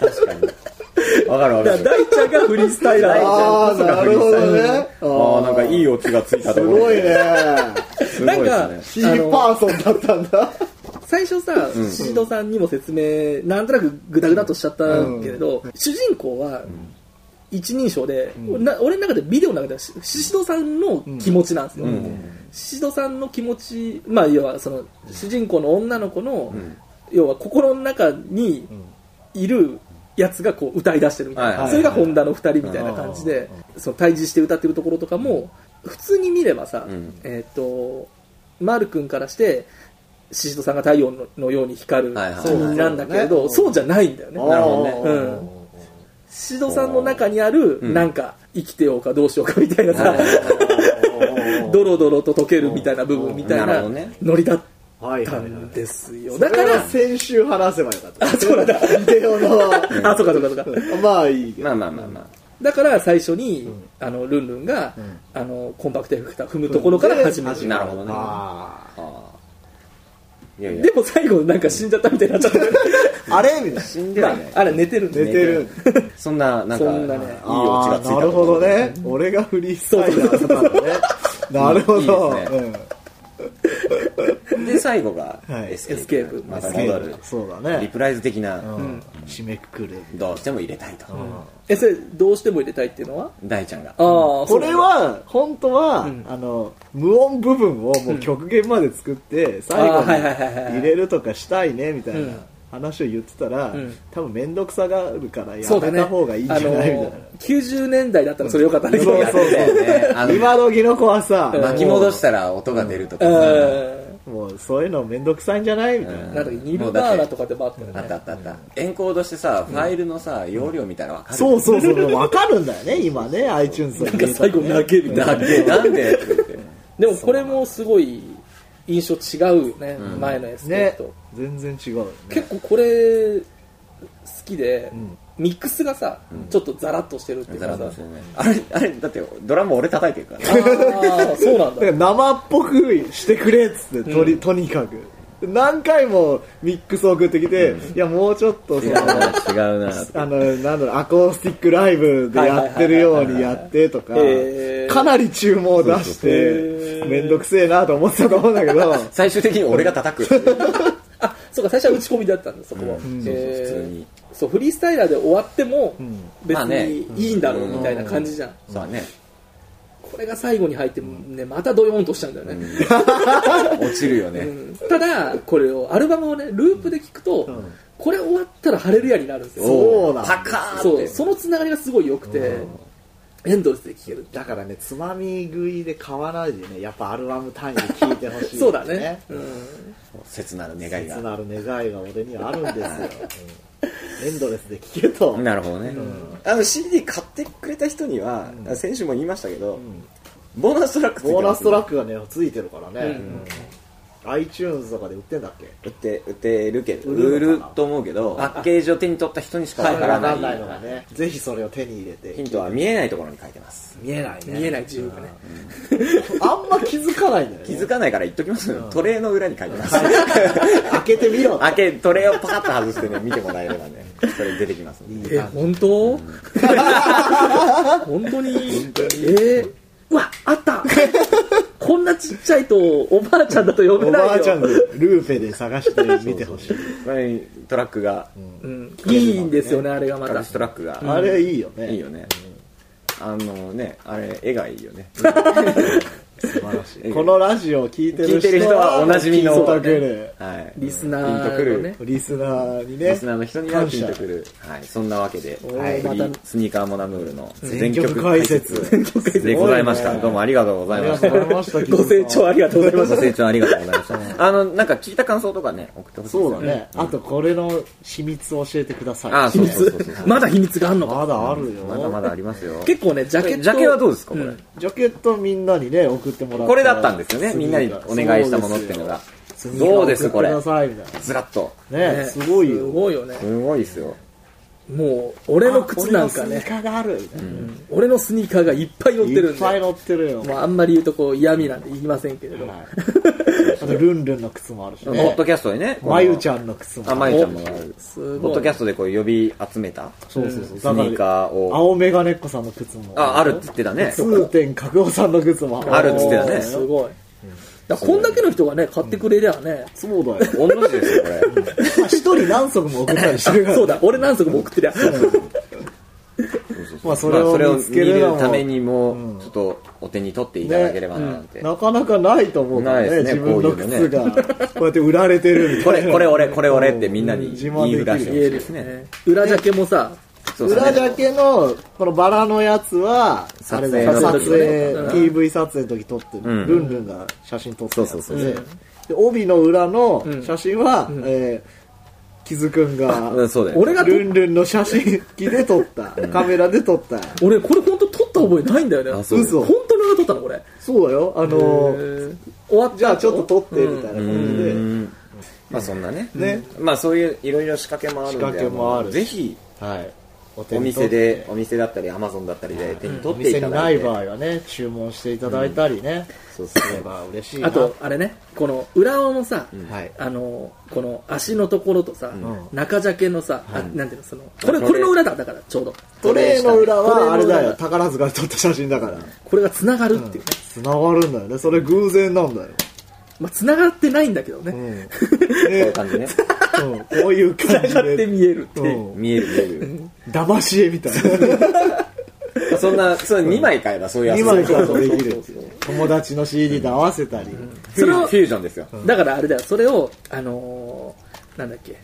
Speaker 2: 確かにわかるわか
Speaker 1: だから
Speaker 2: る
Speaker 1: 大ちゃんがフリースタイラー
Speaker 3: ああ
Speaker 2: そうか
Speaker 3: なるほどね
Speaker 2: あーなんかいい
Speaker 3: よ
Speaker 2: オチがついたと
Speaker 3: す
Speaker 2: ころ
Speaker 3: ごいね
Speaker 2: すご
Speaker 1: な
Speaker 2: いです
Speaker 1: ん
Speaker 2: ね
Speaker 1: か
Speaker 3: キーパーソンだったんだ
Speaker 1: 最初さ、シシドさんにも説明なんとなくグダグダとしちゃったけれど、主人公は一人称で、な俺の中でビデオの中ではシシシドさんの気持ちなんですよ、シシドさんの気持ちまあ要はその主人公の女の子の、要は心の中にいるやつがこう歌い出してるみたいな、
Speaker 2: はいはいはい
Speaker 1: それが本田の2人みたいな感じで、その対峙して歌ってるところとかも普通に見ればさ、
Speaker 2: うん
Speaker 1: えっ、と丸君からしてシシドさんが太陽のように光る
Speaker 2: はいはい
Speaker 1: 君なんだけれ
Speaker 3: そうだ
Speaker 1: ど
Speaker 3: ね
Speaker 1: そうじゃないんだよね
Speaker 2: なるほどね
Speaker 1: うんシシドさんの中にあるなんか生きてようかどうしようかみたいなさ
Speaker 2: はいはいはい
Speaker 1: ドロドロと溶けるみたいな部分みたい
Speaker 2: なる
Speaker 1: な
Speaker 2: ほどね
Speaker 1: ノリだっ
Speaker 3: はい
Speaker 1: た
Speaker 3: はい
Speaker 1: んですよ
Speaker 3: だ
Speaker 1: だ
Speaker 3: か
Speaker 1: からら
Speaker 3: 先週話せばよかった
Speaker 1: あそうなんだ
Speaker 3: ビデオの
Speaker 1: あそうかそうかそうか
Speaker 3: まあいいけど
Speaker 2: まあまあまあまあ
Speaker 1: だから最初に、あのルンルンが、あのコンパクトエフェクター踏むところから始める、
Speaker 3: うん
Speaker 2: なるほどね
Speaker 3: あ
Speaker 2: あーいやいや
Speaker 1: でも最後なんか死んじゃったみたいになっちゃった、
Speaker 3: ーあれみたいな
Speaker 2: 死んでは
Speaker 1: ま
Speaker 2: ない
Speaker 1: ああれ寝てるんで
Speaker 3: 寝てる
Speaker 2: そんななんか
Speaker 1: そ
Speaker 2: いい
Speaker 1: ん
Speaker 2: オ
Speaker 1: なね
Speaker 2: チがついた
Speaker 3: あーなるほどね俺がフリースタイルだったのねなるほ
Speaker 2: い
Speaker 3: ど
Speaker 2: いですね
Speaker 3: うん
Speaker 2: で最後が
Speaker 3: はい
Speaker 2: エスケープ,、
Speaker 1: エスケープ
Speaker 2: また戻る
Speaker 3: そうだ
Speaker 2: リ
Speaker 3: ね
Speaker 2: プライズ的な、
Speaker 3: うん締めくくる
Speaker 2: どうしても入れたいと、
Speaker 1: えそれどうしても入れたいっていうのは
Speaker 2: 大ちゃんが
Speaker 1: ああ
Speaker 3: これは本当は
Speaker 1: ん
Speaker 3: あの無音部分をもう極限まで作って最後
Speaker 1: あー
Speaker 3: に
Speaker 1: はいはいはいはい
Speaker 3: 入れるとかしたいねみたい
Speaker 1: うん
Speaker 3: な話を言ってたら
Speaker 1: ん
Speaker 3: 多分面倒くさがあるからや
Speaker 1: そうだ
Speaker 3: め
Speaker 1: ね
Speaker 3: た方がいいんじゃない みたいな
Speaker 1: 90年代だったらそれよかったね、
Speaker 3: そうそう
Speaker 2: ねあの
Speaker 3: そう今時の子はさ
Speaker 2: 巻き戻したら音が出るとか
Speaker 1: う
Speaker 2: さ、
Speaker 1: ん
Speaker 3: もうそういうの面倒くさいんじゃないみたい
Speaker 1: なんだ
Speaker 3: な
Speaker 1: っけニルバーナとかでもあったよね
Speaker 2: あったあったあった、エンコードしてさファイルのさ容量見たら分かる
Speaker 3: そうそうそう分かるんだよね今ね iTunes の
Speaker 1: なんか最後投げみたいな
Speaker 2: なんでなんでって言って
Speaker 1: でもこれもすごい印象違うよね、前のエスケー
Speaker 3: ね
Speaker 1: プと、
Speaker 3: 全然違うよね
Speaker 1: 結構これ好きで、
Speaker 3: ん
Speaker 1: ミックスがさ、ちょっとザラッとしてるっていう
Speaker 2: ザ
Speaker 1: か
Speaker 2: ラザ
Speaker 1: さ
Speaker 2: ラしてるねあれあれだってドラム俺叩いてるからね
Speaker 1: ああそうなんだ
Speaker 3: だ から生っぽくしてくれっつってとり、とにかく何回もミックス送ってきて、いやもうちょっとそ
Speaker 2: 違
Speaker 3: の
Speaker 2: うなって
Speaker 3: あのなんだろうアコースティックライブでやってるようにやってとか
Speaker 1: へー
Speaker 3: かなり注文を出して面倒くせえなと思ってたと思うんだけど
Speaker 2: 最終的に俺が叩くっていう
Speaker 1: あそうか最初は打ち込みだったんだそこは、
Speaker 2: ん
Speaker 1: えー
Speaker 2: そうそう普通に
Speaker 1: そうフリースタイラーで終わっても別
Speaker 2: まあね
Speaker 1: にいいんだろうみたいな感じじゃん、
Speaker 2: そうだね
Speaker 1: これが最後に入ってねまたドヨーンとしちゃうんだよね、
Speaker 2: 落ちるよね、
Speaker 1: うんただこれをアルバムをねループで聴くと、これ終わったら「ハレルヤ」になるんですよ
Speaker 3: そうなんだ
Speaker 2: パカーンって
Speaker 1: そうそのつながりがすごい良くて、エンドレスで聴ける
Speaker 3: だからねつまみ食いで買わないでねやっぱアルバム単位で聴いてほしい、
Speaker 1: そうだね、うん
Speaker 2: 切なる願い
Speaker 3: 切
Speaker 2: が
Speaker 3: なる願いが俺にはあるんですよ、うんエンドレスで聴けと
Speaker 2: なるほどね、あの CD 買ってくれた人には、先週も言いましたけど、ボーナストラックついて
Speaker 3: ボーナストラッ
Speaker 2: ク
Speaker 3: クがねついてるから
Speaker 1: う
Speaker 3: ね、
Speaker 1: ん
Speaker 3: うん iTunes とかで売ってんだっけ
Speaker 2: 売って売ってるけど
Speaker 3: 売
Speaker 2: 売
Speaker 3: るのかな
Speaker 2: ると思うけどパッケージを手に取った人にしかわ
Speaker 3: わ
Speaker 2: か
Speaker 3: から
Speaker 2: ら
Speaker 3: な
Speaker 2: ないい,、
Speaker 3: のがねぜひそれを手に入れて
Speaker 2: ヒントは見えないところに書いてます
Speaker 3: 見えないね
Speaker 1: 見えない自由がね
Speaker 3: あんま気づかないんだよね
Speaker 2: 気づかないから言っときますよ、トレーの裏に書いてます、
Speaker 3: 開けてみ ろ
Speaker 2: 開けトレーをパカッと外してね見てもらえればねそれ出てきますんで
Speaker 1: え本当本当にえーうわあった こんなちっちゃいとおばあちゃんだと呼べ
Speaker 3: お
Speaker 1: ないよ
Speaker 3: ばあちゃんでルーペで探して見てほしい
Speaker 2: これトラックが、
Speaker 1: うんいいんですよねあれがま
Speaker 2: トラ
Speaker 1: た
Speaker 2: ックトラックが、
Speaker 3: あれいいよね
Speaker 2: いいよね、あのねあれ絵がいいよね
Speaker 3: 素晴らしいこのラジオを聞いて
Speaker 2: 聞
Speaker 3: る
Speaker 2: いてる
Speaker 3: 人
Speaker 2: 人はおなじみの
Speaker 3: 聞いてくれる
Speaker 2: はい
Speaker 1: リスナーのね
Speaker 2: ピンとくる
Speaker 3: リスナーに
Speaker 2: リ
Speaker 3: ね
Speaker 2: スナーの人にはピンとくる、はい、そんなわけで、
Speaker 3: ー
Speaker 2: はい、フ
Speaker 3: ま
Speaker 2: リ
Speaker 3: た
Speaker 2: ースニーカーモナムールの
Speaker 3: 全曲解説
Speaker 2: 全曲解説でございまし
Speaker 3: すごい
Speaker 2: た
Speaker 3: ね
Speaker 2: どうもありがとうござ
Speaker 3: あ
Speaker 2: い
Speaker 3: り
Speaker 2: ま
Speaker 3: が
Speaker 2: し
Speaker 3: とう
Speaker 2: た
Speaker 3: ございました
Speaker 1: ご清聴ありがとうござい
Speaker 2: ご
Speaker 1: ました
Speaker 2: 清聴ありがとうございま したあのなんか聞いた感想とかね送ってほしいです
Speaker 3: そ
Speaker 2: よ
Speaker 3: うだね、あとこれの秘密を教えてください
Speaker 2: あー
Speaker 1: 秘
Speaker 2: そうそうそう
Speaker 1: 密
Speaker 2: そう
Speaker 1: まだ秘密があんのか
Speaker 3: まだあるよ
Speaker 2: まだまだありますよ
Speaker 1: 結構ねジャケット
Speaker 2: ジャケはどうですかこれ、
Speaker 1: うん
Speaker 3: ジャケットみんなにね送ってもら
Speaker 2: これだったんですよねみんなにお願いしたものっていうのがどうですこれ
Speaker 3: 送ってくださいみたい
Speaker 2: ずらっと
Speaker 3: なね
Speaker 1: ね
Speaker 3: すごいよ
Speaker 1: すごいよね
Speaker 2: すごいですよ
Speaker 1: もう俺の靴なんか
Speaker 3: 俺のスニ
Speaker 1: ね
Speaker 3: ーカーがあるみたいな、
Speaker 1: 俺のスニーカーがいっぱい乗ってる
Speaker 3: い
Speaker 1: ん
Speaker 3: っ
Speaker 1: で
Speaker 3: ぱい乗ってるよ、
Speaker 1: まああんまり言うとこう嫌味なんて言いませんけれど、
Speaker 3: はい あとルンルンの靴もあるし
Speaker 2: ポ
Speaker 3: ね
Speaker 2: ッドキャストでねこの
Speaker 3: まゆちゃんの靴も
Speaker 2: あまゆちゃんもある
Speaker 1: す
Speaker 2: ポ
Speaker 1: ご
Speaker 2: ッ
Speaker 1: い
Speaker 2: ドキャストでこう呼び集めた
Speaker 3: そうそうそう
Speaker 2: スニーカーを
Speaker 3: 青メガネっ子さんの靴も
Speaker 2: ああるって言ってたね
Speaker 3: 通天閣王さんの靴も
Speaker 2: あるっつってたね
Speaker 1: すごいだからこんだけの人がね買ってくれりゃね、
Speaker 3: そうだよ
Speaker 2: 同じですよこれ
Speaker 3: まあ一人何足も送ったりしてるから
Speaker 1: そうだ俺何足も送ってりゃ
Speaker 3: まあそ
Speaker 2: ま
Speaker 3: れ
Speaker 2: あそれ
Speaker 3: を
Speaker 2: を
Speaker 3: 見
Speaker 2: 見
Speaker 3: つけるの
Speaker 2: る
Speaker 3: も
Speaker 2: ためにもちょっとお手に取っていただければななんて、
Speaker 3: なかなかないと思うか
Speaker 2: な
Speaker 3: らね
Speaker 2: いです
Speaker 3: 自
Speaker 2: ね
Speaker 3: 分の
Speaker 2: こういうの
Speaker 3: 靴がこうやって売られてるみ
Speaker 2: こ
Speaker 3: たいな
Speaker 2: れこれ俺これ俺ってみんな
Speaker 3: う
Speaker 2: に
Speaker 3: 自
Speaker 2: 言
Speaker 3: 慢
Speaker 2: い
Speaker 3: で
Speaker 2: ふら
Speaker 3: き
Speaker 2: して
Speaker 3: る
Speaker 2: ほ
Speaker 1: 言
Speaker 2: しい
Speaker 1: える
Speaker 2: ですね
Speaker 1: ね裏ジャケもさ
Speaker 2: そうそう
Speaker 3: 裏だけのこのバラのやつは
Speaker 2: 撮
Speaker 3: あれ
Speaker 2: 影
Speaker 3: だよ撮
Speaker 1: の
Speaker 3: 影
Speaker 1: 時うん
Speaker 3: PV 撮影の時撮ってる、
Speaker 2: うん
Speaker 3: ルンルンが写真撮ってるやつ
Speaker 2: そうそうそう
Speaker 3: でで帯の裏の写真は、
Speaker 1: ん
Speaker 3: えー、キズくんが、
Speaker 2: うんそうだよ
Speaker 1: 俺が撮っ
Speaker 3: ルンルンの写真機で撮ったカメラで撮った
Speaker 1: 俺これ本当撮った覚えないんだよね
Speaker 2: あそう
Speaker 1: 本
Speaker 3: 嘘
Speaker 1: 当に俺が撮ったのこれ
Speaker 3: そうだよあのー
Speaker 1: 終わっ
Speaker 3: じ
Speaker 1: ち
Speaker 3: ゃ
Speaker 1: ゃ
Speaker 3: あ
Speaker 1: う
Speaker 3: ちょっと撮ってみた
Speaker 2: う
Speaker 3: いな感じで、
Speaker 2: ーんまあそんなね
Speaker 3: ね
Speaker 2: まあそういういろいろ仕掛けもあるんで
Speaker 3: 仕掛けもあるし
Speaker 2: ぜひ
Speaker 3: はいお手
Speaker 2: お
Speaker 3: に
Speaker 2: 店
Speaker 3: 取って
Speaker 2: でお店だったりアマゾンだったりで手に
Speaker 3: お
Speaker 2: 取って
Speaker 3: 店
Speaker 2: いた
Speaker 3: に
Speaker 2: だ
Speaker 3: ないい
Speaker 2: て、
Speaker 3: 場合はね注文していただいたりね、
Speaker 2: そう
Speaker 3: すれば嬉しいな
Speaker 1: あとあれねこの裏側のさ、
Speaker 3: はい
Speaker 1: あのこの足のところとさ、
Speaker 3: ん
Speaker 1: 中ジャケのさ、あなんていうのそのこれ
Speaker 2: これ
Speaker 1: これの裏だだからちょうど
Speaker 3: トレーの裏
Speaker 1: トレーの
Speaker 3: は
Speaker 1: 裏
Speaker 3: あれだよ宝塚で撮った写真だから
Speaker 1: これが繋がるっていうね、
Speaker 3: 繋がるんだよねそれ偶然なんだよ、
Speaker 1: まあ繋がってないんだけどね、
Speaker 3: うんね
Speaker 2: こういう感じね
Speaker 3: うんこういう感じ
Speaker 1: 繋がって
Speaker 3: で、
Speaker 1: 見えるって
Speaker 3: う
Speaker 1: いう、
Speaker 3: ん、
Speaker 2: 見える見える
Speaker 3: 騙し絵みたいな
Speaker 2: まあそんなそ2枚買えばそういう
Speaker 3: 2
Speaker 2: 遊
Speaker 3: 枚
Speaker 2: び
Speaker 3: からできるっていう友達の CD と合わせたり、
Speaker 2: フ
Speaker 1: それ
Speaker 2: ュ
Speaker 1: を
Speaker 2: ーフュージョンですよ
Speaker 1: だからあれだよ、それを、あのーなんだっけ、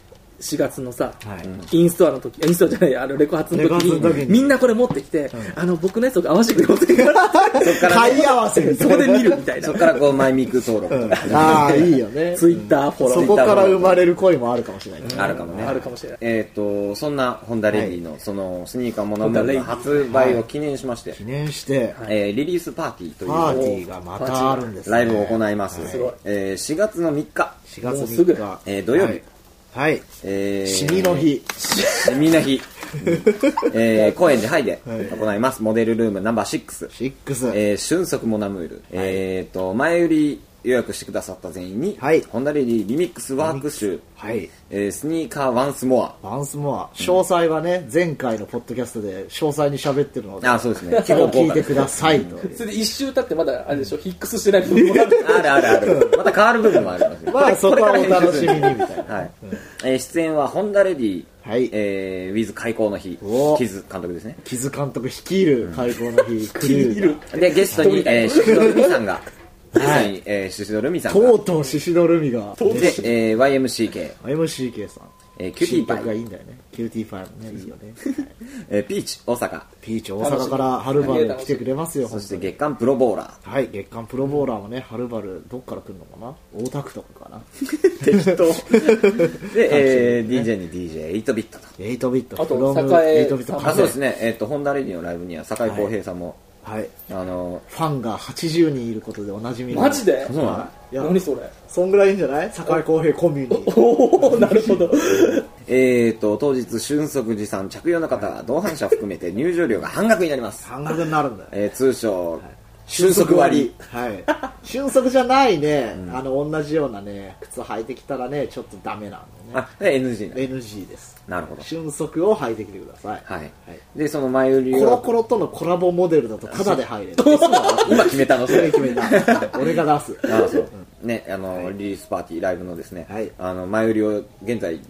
Speaker 1: 4月のさ、
Speaker 3: はい
Speaker 1: インストアの時、インストアじゃない、あのレコ発の時
Speaker 3: レコ発の時
Speaker 1: に、
Speaker 3: に
Speaker 1: みんなこれ持ってきて、あの、僕のやつとか合わせてくれませんか
Speaker 3: 買い合わせ みた
Speaker 1: そ
Speaker 3: いな
Speaker 1: こで見るみたいな
Speaker 2: そこ。からこうマイミク登録とか
Speaker 3: ああいいよね
Speaker 1: ツイッターフォロ
Speaker 3: そ
Speaker 1: ー
Speaker 3: こから生まれる恋もあるかもしれない、
Speaker 2: あるかもね
Speaker 1: あるかもしれない
Speaker 2: えっ、とそんなホンダレディのそのスニーカーものの発売を記念しまして、
Speaker 3: 記念して、
Speaker 2: えーリリースパーティーと
Speaker 3: パーテ
Speaker 2: いう
Speaker 3: ィーがまたあるんです、ね、
Speaker 2: ライブを行います、
Speaker 1: すごい
Speaker 2: えー4月の3日、
Speaker 3: 4月
Speaker 1: もう
Speaker 3: 3
Speaker 1: すぐ
Speaker 3: 日、
Speaker 2: えー土曜日
Speaker 3: はいはい、
Speaker 2: えー
Speaker 3: シミの日
Speaker 2: シミの日、 えー、高円寺ハイで行います、モデルルームナンバー6
Speaker 3: 6、
Speaker 2: えー、俊足モナムール、えっ、と前売り予約してくださった全員に、
Speaker 3: はい
Speaker 2: ホンダレディリミックスワーク集、
Speaker 3: はい
Speaker 2: えースニーカーワンスモア
Speaker 3: ワンスモア詳細はね、前回のポッドキャストで詳細に喋ってるので
Speaker 2: あそうですね
Speaker 3: それを聞いて
Speaker 2: 結
Speaker 3: くださいと
Speaker 1: それで一周経ってまだ、あれでしょ、ヒックスしてない部分もある
Speaker 2: あるあるあるまた変わる部分もありますよ
Speaker 3: まあそこはお楽しみにみたいな
Speaker 2: はいえー出演はホンダレディ、
Speaker 3: はい
Speaker 2: えー、ウィズ開講の日
Speaker 3: お
Speaker 2: キズ監督ですね
Speaker 3: 木津監督率いる開講の日クルーが
Speaker 2: でゲストに、えー、シシドルミさんがゲストに、えー、シシドルミさん
Speaker 3: と
Speaker 2: が
Speaker 3: うとうシシドルミが
Speaker 2: で、えー、YMCK、
Speaker 3: MCK さん
Speaker 2: えー、キューティー
Speaker 3: 新曲
Speaker 2: パ
Speaker 3: が
Speaker 2: イ、
Speaker 3: いいんだよねキューティーパイもねいいよね
Speaker 2: えー、ピーチ大阪
Speaker 3: ピーチ大阪からはるばる来てくれますよ
Speaker 2: そ
Speaker 3: 本
Speaker 2: し
Speaker 3: 当
Speaker 2: て
Speaker 3: に
Speaker 2: 月間プロボーラ
Speaker 3: はい月間プロボーラーもねはるばるどっから来るのかな大田区とかかな
Speaker 2: ー適当で、えー、DJ に DJ8 ビットと
Speaker 3: 8ビット
Speaker 1: あと
Speaker 3: フロム
Speaker 1: 栄
Speaker 3: 8ビット
Speaker 1: あ
Speaker 3: カ
Speaker 2: あそう
Speaker 3: フ
Speaker 2: ですねえっ、とホンダレディのライブには酒井康平さんも、
Speaker 3: はい、
Speaker 2: あの
Speaker 3: ファンが80人いることでおなじみの
Speaker 1: マジで
Speaker 2: そうなの
Speaker 3: いや
Speaker 1: 何それ
Speaker 3: そんぐらいいいんじゃない坂井公平コミュニティ
Speaker 1: おおなるほど
Speaker 2: えーと当日俊足寺さん着用の方同伴者含めて入場料が半額になります、
Speaker 3: 半額になる んだよ
Speaker 2: えー通称俊足割
Speaker 3: はい俊足じゃないね、あの同じようなね靴履いてきたらねちょっとダメなのね
Speaker 2: あで NG なの
Speaker 3: NG です
Speaker 2: なるほど
Speaker 3: 俊足を履いてきてください、
Speaker 2: はいでその前売り
Speaker 3: コロ
Speaker 2: を
Speaker 3: コロとのコラボモデルだとタダで入れる
Speaker 2: 今決め たのそ
Speaker 3: それ
Speaker 2: れ
Speaker 3: 決めた俺が出す
Speaker 2: ああそうねあのリリースパーティーライブのですね
Speaker 3: はい
Speaker 2: あの前売りを現在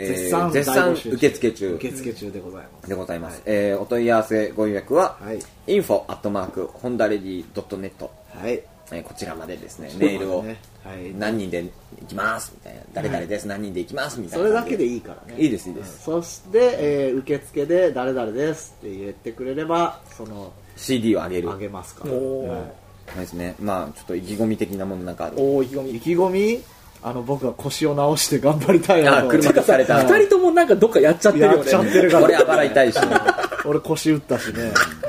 Speaker 2: えー
Speaker 3: 絶賛
Speaker 2: 絶
Speaker 3: 大
Speaker 2: 賛
Speaker 3: 募集中
Speaker 2: 受付中
Speaker 3: 受付中でございます
Speaker 2: でございますえーお問い合わせご予約は
Speaker 3: はい
Speaker 2: info アットマークホンダレディドットネット
Speaker 3: はい
Speaker 2: こちらまでですねメールを
Speaker 3: ねはい
Speaker 2: 何人で行きますみたいな誰々です何人で行きますみたい
Speaker 3: そ
Speaker 2: な
Speaker 3: れだけでいいからね
Speaker 2: いいですいいです
Speaker 3: そして、えー受付で「誰々です」って言ってくれればその
Speaker 2: CD をあげる
Speaker 3: あげますから、
Speaker 1: おー
Speaker 3: はい
Speaker 2: そうですねまあちょっと意気込み的なものなんかある
Speaker 1: おー意気込み
Speaker 3: 意気込みあの僕は腰を直して頑張りたいな
Speaker 2: あ
Speaker 3: と
Speaker 2: 車
Speaker 1: てかさ
Speaker 2: 疲れた
Speaker 1: 2人ともなんかどっかやっちゃってるよ
Speaker 3: やっちゃっ
Speaker 1: ね
Speaker 3: てるから
Speaker 2: 俺あばら痛いし
Speaker 3: 俺腰打ったしね、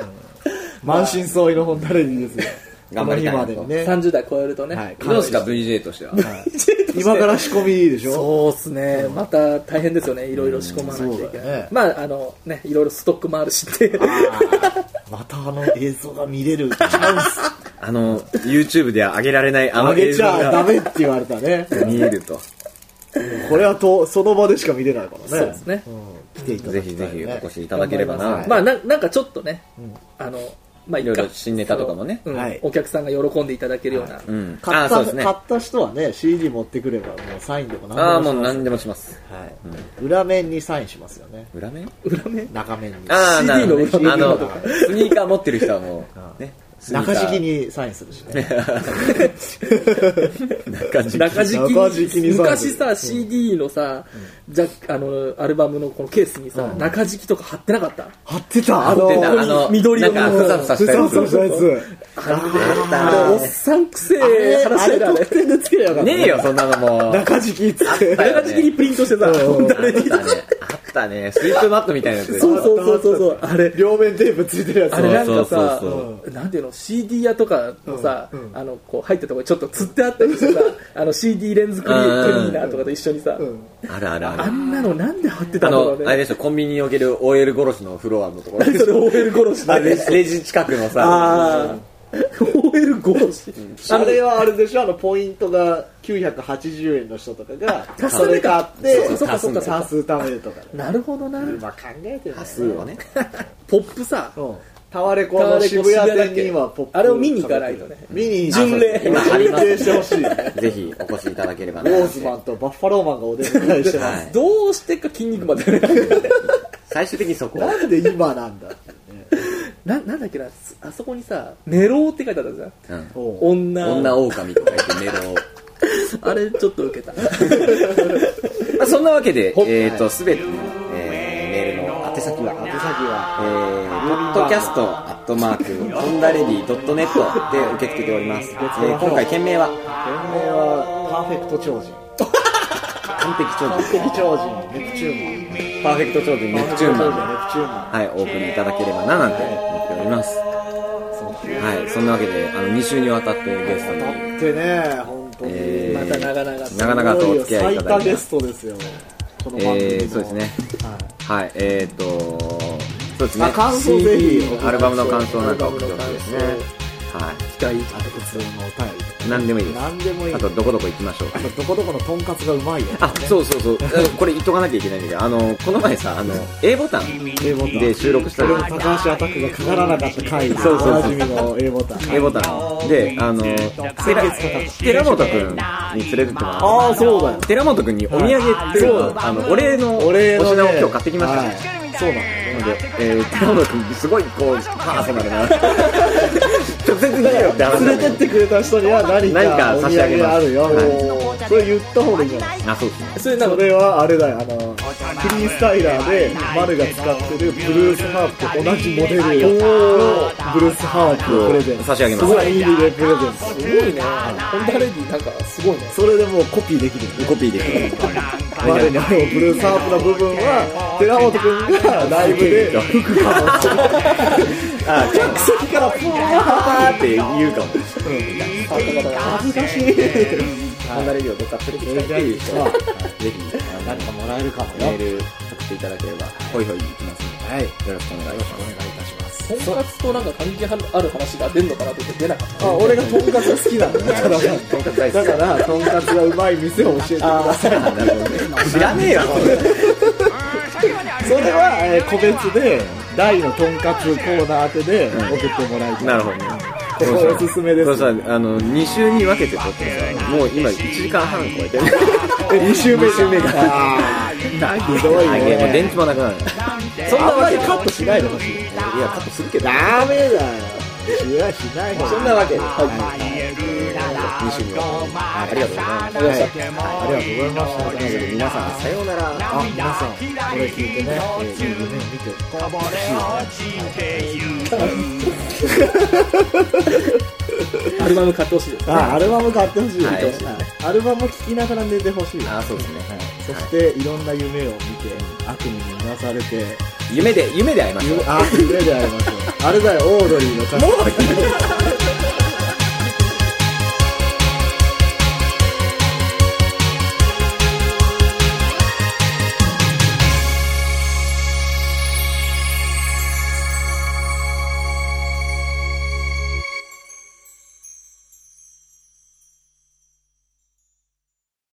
Speaker 3: うん満身創痍の本タレディですよ
Speaker 2: 頑張りたいな
Speaker 3: この
Speaker 2: と
Speaker 3: 日までにね、
Speaker 1: 30代超えるとね、
Speaker 3: はい
Speaker 2: どうですか VJ としては
Speaker 3: 今から仕込みいいでしょ
Speaker 1: そうっすね、また大変ですよね、いろいろ仕込まなきゃい
Speaker 3: うんそ
Speaker 1: け
Speaker 3: う
Speaker 1: な
Speaker 3: だ
Speaker 1: い、
Speaker 3: ね
Speaker 1: まあ、あのね、いろいろストックもあるしって、
Speaker 3: またあの映像が見れるチャンス
Speaker 2: あの YouTube では上げられないあ
Speaker 3: あ
Speaker 2: の
Speaker 3: げ
Speaker 2: 映
Speaker 3: ち
Speaker 2: 像
Speaker 3: ゃダ
Speaker 2: が
Speaker 3: メって言われたね
Speaker 2: 見えると
Speaker 3: これはとその場でしか見れないからね
Speaker 1: そうですね、
Speaker 3: うん来ていただ
Speaker 2: ぜ
Speaker 3: きた
Speaker 2: ひ
Speaker 3: い、ね、
Speaker 2: ぜひお越しいただければ
Speaker 1: 思いま
Speaker 2: な
Speaker 1: すまあ、ななんかちょっとね、あの、まあ、
Speaker 2: いろいろ新ネタとかもね
Speaker 1: うん
Speaker 3: はい
Speaker 1: お客さんが喜んでいただけるような、
Speaker 2: うんあ
Speaker 3: 買
Speaker 2: あ
Speaker 3: った
Speaker 2: そうですね
Speaker 3: 買った人はね CD 持ってくればもうサインでも何でも
Speaker 2: ああもう
Speaker 3: します
Speaker 2: 何でもします
Speaker 3: はい裏面にサインしますよね
Speaker 2: 裏面
Speaker 1: 裏面、
Speaker 3: 中面に
Speaker 2: ああ
Speaker 1: CD
Speaker 2: なるほどね
Speaker 1: の
Speaker 2: あ
Speaker 1: 裏面
Speaker 2: の
Speaker 1: と
Speaker 2: スニーカー持ってる人はもうねスニーカ
Speaker 3: 中
Speaker 2: ー
Speaker 3: 敷きにサインするしね
Speaker 2: 中敷き
Speaker 1: 中敷き
Speaker 3: 中敷きに
Speaker 1: に、
Speaker 3: さ
Speaker 1: 昔さ、CD のさ、ジャッあのアルバムのこのケースにさ、中敷きとか貼ってなかった、
Speaker 3: 貼ってた
Speaker 2: 貼ってた
Speaker 1: あのここに緑色の
Speaker 2: なんかふさふさしたやつ
Speaker 3: そうそうそう
Speaker 1: あ
Speaker 2: あ
Speaker 1: れ、
Speaker 2: ー
Speaker 1: おっさんくせ
Speaker 3: あれ
Speaker 1: え
Speaker 3: あ
Speaker 1: 話
Speaker 3: れ
Speaker 1: だよね
Speaker 3: 特典でつけりゃよかった
Speaker 2: ねえよそんなのもうあっ
Speaker 3: 中敷きっつって
Speaker 2: たよ
Speaker 1: 中
Speaker 2: ね
Speaker 1: 敷きにプリントしてさ、
Speaker 3: うん
Speaker 1: 誰に
Speaker 2: たねあったねスリップマットみたいなやつ
Speaker 1: そうそうそうそうそう、あれ。
Speaker 3: 両面テープついてるやつ
Speaker 1: あれなんかさ
Speaker 2: そうそう
Speaker 1: なんていうの CD 屋とかのさ、あのこう入ったとこにちょっと釣ってあったり してさあの CD レンズクリ
Speaker 2: うん
Speaker 1: クリーナーとかと一緒にさ、
Speaker 2: あるあるある
Speaker 1: あんなのなんで貼ってた
Speaker 2: あ
Speaker 1: んだろ
Speaker 2: の
Speaker 1: うね
Speaker 2: あれでしょコンビニにおける OL 殺しのフロアのところ
Speaker 1: それ OL 殺し
Speaker 2: あ
Speaker 1: だ
Speaker 2: レ
Speaker 1: ね
Speaker 2: ジレジ近くのさ
Speaker 1: ああ OL 殺し、
Speaker 3: あれはあれでしょあのポイントが980円の人とかが
Speaker 1: 足
Speaker 3: そ
Speaker 1: さ
Speaker 3: れ
Speaker 1: れ
Speaker 3: 買っ
Speaker 1: か
Speaker 3: て
Speaker 1: そうかそうかそうか
Speaker 3: 算数ためるとかね
Speaker 1: なるほどな、
Speaker 3: まあ考えてる
Speaker 2: 多数をね
Speaker 1: ポップさ
Speaker 3: うんタワレコの渋谷店にはポップ
Speaker 1: あれを見に行かないとね
Speaker 3: 見に
Speaker 1: 巡礼
Speaker 3: 今
Speaker 2: あり
Speaker 3: 巡
Speaker 2: ます
Speaker 3: 礼して ほしいよね
Speaker 2: ぜひお越しいただければ
Speaker 3: ウ
Speaker 2: な
Speaker 3: ォーズマンとバッファローマンがお出迎えしてま
Speaker 2: は
Speaker 3: す
Speaker 2: い
Speaker 1: どうしてか筋肉まで
Speaker 2: 最終的にそこ
Speaker 3: なんで今なんだってね
Speaker 1: ななんだっけなあそこにさ「メロー」って書いてあったじゃん
Speaker 2: うん
Speaker 3: おう
Speaker 1: 女
Speaker 2: 女狼とか言ってメロを
Speaker 1: あれちょっと 受けた
Speaker 2: まあそんなわけで
Speaker 3: ほっ
Speaker 2: えっとすべてのえーメールの宛先は
Speaker 3: 宛先は
Speaker 2: えー、ポッドキャストアットマークホンダレディドットネットで受け付けております、えー今回件名は
Speaker 3: 店名はパーフェクト超人
Speaker 2: 完璧超人
Speaker 3: 敵超人ネプチューンマン
Speaker 2: パーフェクト超人ネプチューンマン
Speaker 3: ネプチューンマン
Speaker 2: はい、お送りいただければななんて思っております。はい、そんなわけで、あの、2週にわたってゲストに、
Speaker 3: だってね本当に、
Speaker 2: え
Speaker 1: また
Speaker 2: ー、
Speaker 1: 長々と
Speaker 2: 長々とお付き合いいただ
Speaker 3: 最多
Speaker 2: きま
Speaker 3: ゲ
Speaker 2: す。
Speaker 3: ストですよこの番組の、
Speaker 2: えー、そうですね。
Speaker 3: はい
Speaker 2: はい、えーっと、そうですね。
Speaker 3: あ感想ぜひ
Speaker 2: CD アルバムの感想なんか送ってほしいですね
Speaker 1: アルバムの。
Speaker 2: は
Speaker 1: 期待
Speaker 3: あと普通のお便りと
Speaker 2: い、何でもいいで
Speaker 3: か何でもいい
Speaker 2: す。あと、どこどこ行きましょう。
Speaker 3: あとどこどこのとんかつがうまいよ
Speaker 2: あ、そうそうそう。えこれ言っとかなきゃいけないんだけど、あの、この前さ、あの、A ボタン
Speaker 3: A ボタン
Speaker 2: で収録した
Speaker 3: こ
Speaker 2: じ
Speaker 3: れ
Speaker 2: ゃ
Speaker 3: も
Speaker 2: ない
Speaker 3: 高橋アタックがかからなかった回
Speaker 2: そうそうそう
Speaker 3: おなじみの A ボタン
Speaker 2: A ボタンで、あの、
Speaker 3: 先月かかっ
Speaker 2: 寺本くんに連れてってもらった
Speaker 3: たああそうだよ
Speaker 2: 寺本君にお土産っていう
Speaker 3: はい
Speaker 2: あのお礼のお
Speaker 3: 俺の、ね、
Speaker 2: 品を今日買ってきましたね、
Speaker 3: はいそうなんだよね
Speaker 2: なので、えー寺本君すごいこうパーソナルな直接言えよって話
Speaker 3: 連れてってくれた人には何
Speaker 2: 何
Speaker 3: か
Speaker 2: か
Speaker 3: お土
Speaker 2: 差し上げ
Speaker 3: 産
Speaker 2: ます
Speaker 3: あるよ、
Speaker 2: はい
Speaker 3: もうそれ言った方がいいんじゃない
Speaker 2: あそうですね
Speaker 1: それなん
Speaker 3: そ
Speaker 1: か
Speaker 3: れはあれだよあのキリンスタイラーでマルが使ってるブルースハープと同じモデルのブルースハープをプレゼント
Speaker 2: 差し上げます
Speaker 3: すごいいい意味でプレゼントする
Speaker 1: すごいねホンダレディなんかすごいね
Speaker 3: それでもうコピーできる
Speaker 2: コピー できる
Speaker 3: 我にあのブルースハープの部分は寺本君がライブ で吹くかもしれない
Speaker 2: あ客席からポーって言うかもこ
Speaker 3: 恥ずかしい
Speaker 2: んなレビューをどっか連れてきたっていう人はぜひ何かもらえるかもメール送っていただければホイホイ行きますので、はい、よろしくお願いします
Speaker 1: とんかつとなんか関係ある話が出るのかなって言って出なかった
Speaker 3: あ俺がとんかつが好きなん だか
Speaker 2: と
Speaker 3: ら
Speaker 2: んかつ大好
Speaker 3: だ
Speaker 2: き
Speaker 3: からとんかつがうまい店を教えてください
Speaker 2: 知らねえよ
Speaker 3: それは、えー個別で大のとんかつコーナー宛てで送ってもらいたい、
Speaker 2: なるほどね
Speaker 3: これおすすめです
Speaker 2: そうさあの2週に分けて撮ってさもう今1時間半超えて る
Speaker 3: 2週目週目がひどい
Speaker 2: あげもう
Speaker 3: ね
Speaker 2: 電池もなくなる
Speaker 3: そんなわけカットしないでほしい
Speaker 2: いやカットするけど
Speaker 3: ダメだよしないしないそんなわけで、はい、
Speaker 2: 2週に分けてありがとうございます
Speaker 3: ありがとうございました
Speaker 2: ということで皆さんさようなら
Speaker 3: あ皆さんこれ聞いてね、えー、夢を見て
Speaker 1: アルバム買ってほしいです
Speaker 3: あアルバム買ってほしい、
Speaker 2: はい
Speaker 3: はいアルバム聴きながら寝てほしい
Speaker 2: あそうですね、はい
Speaker 3: そしていろんな夢を見て悪夢にうなされて
Speaker 2: 夢で夢で会いましょう
Speaker 3: あ夢でありますよあれだよオードリーの歌詞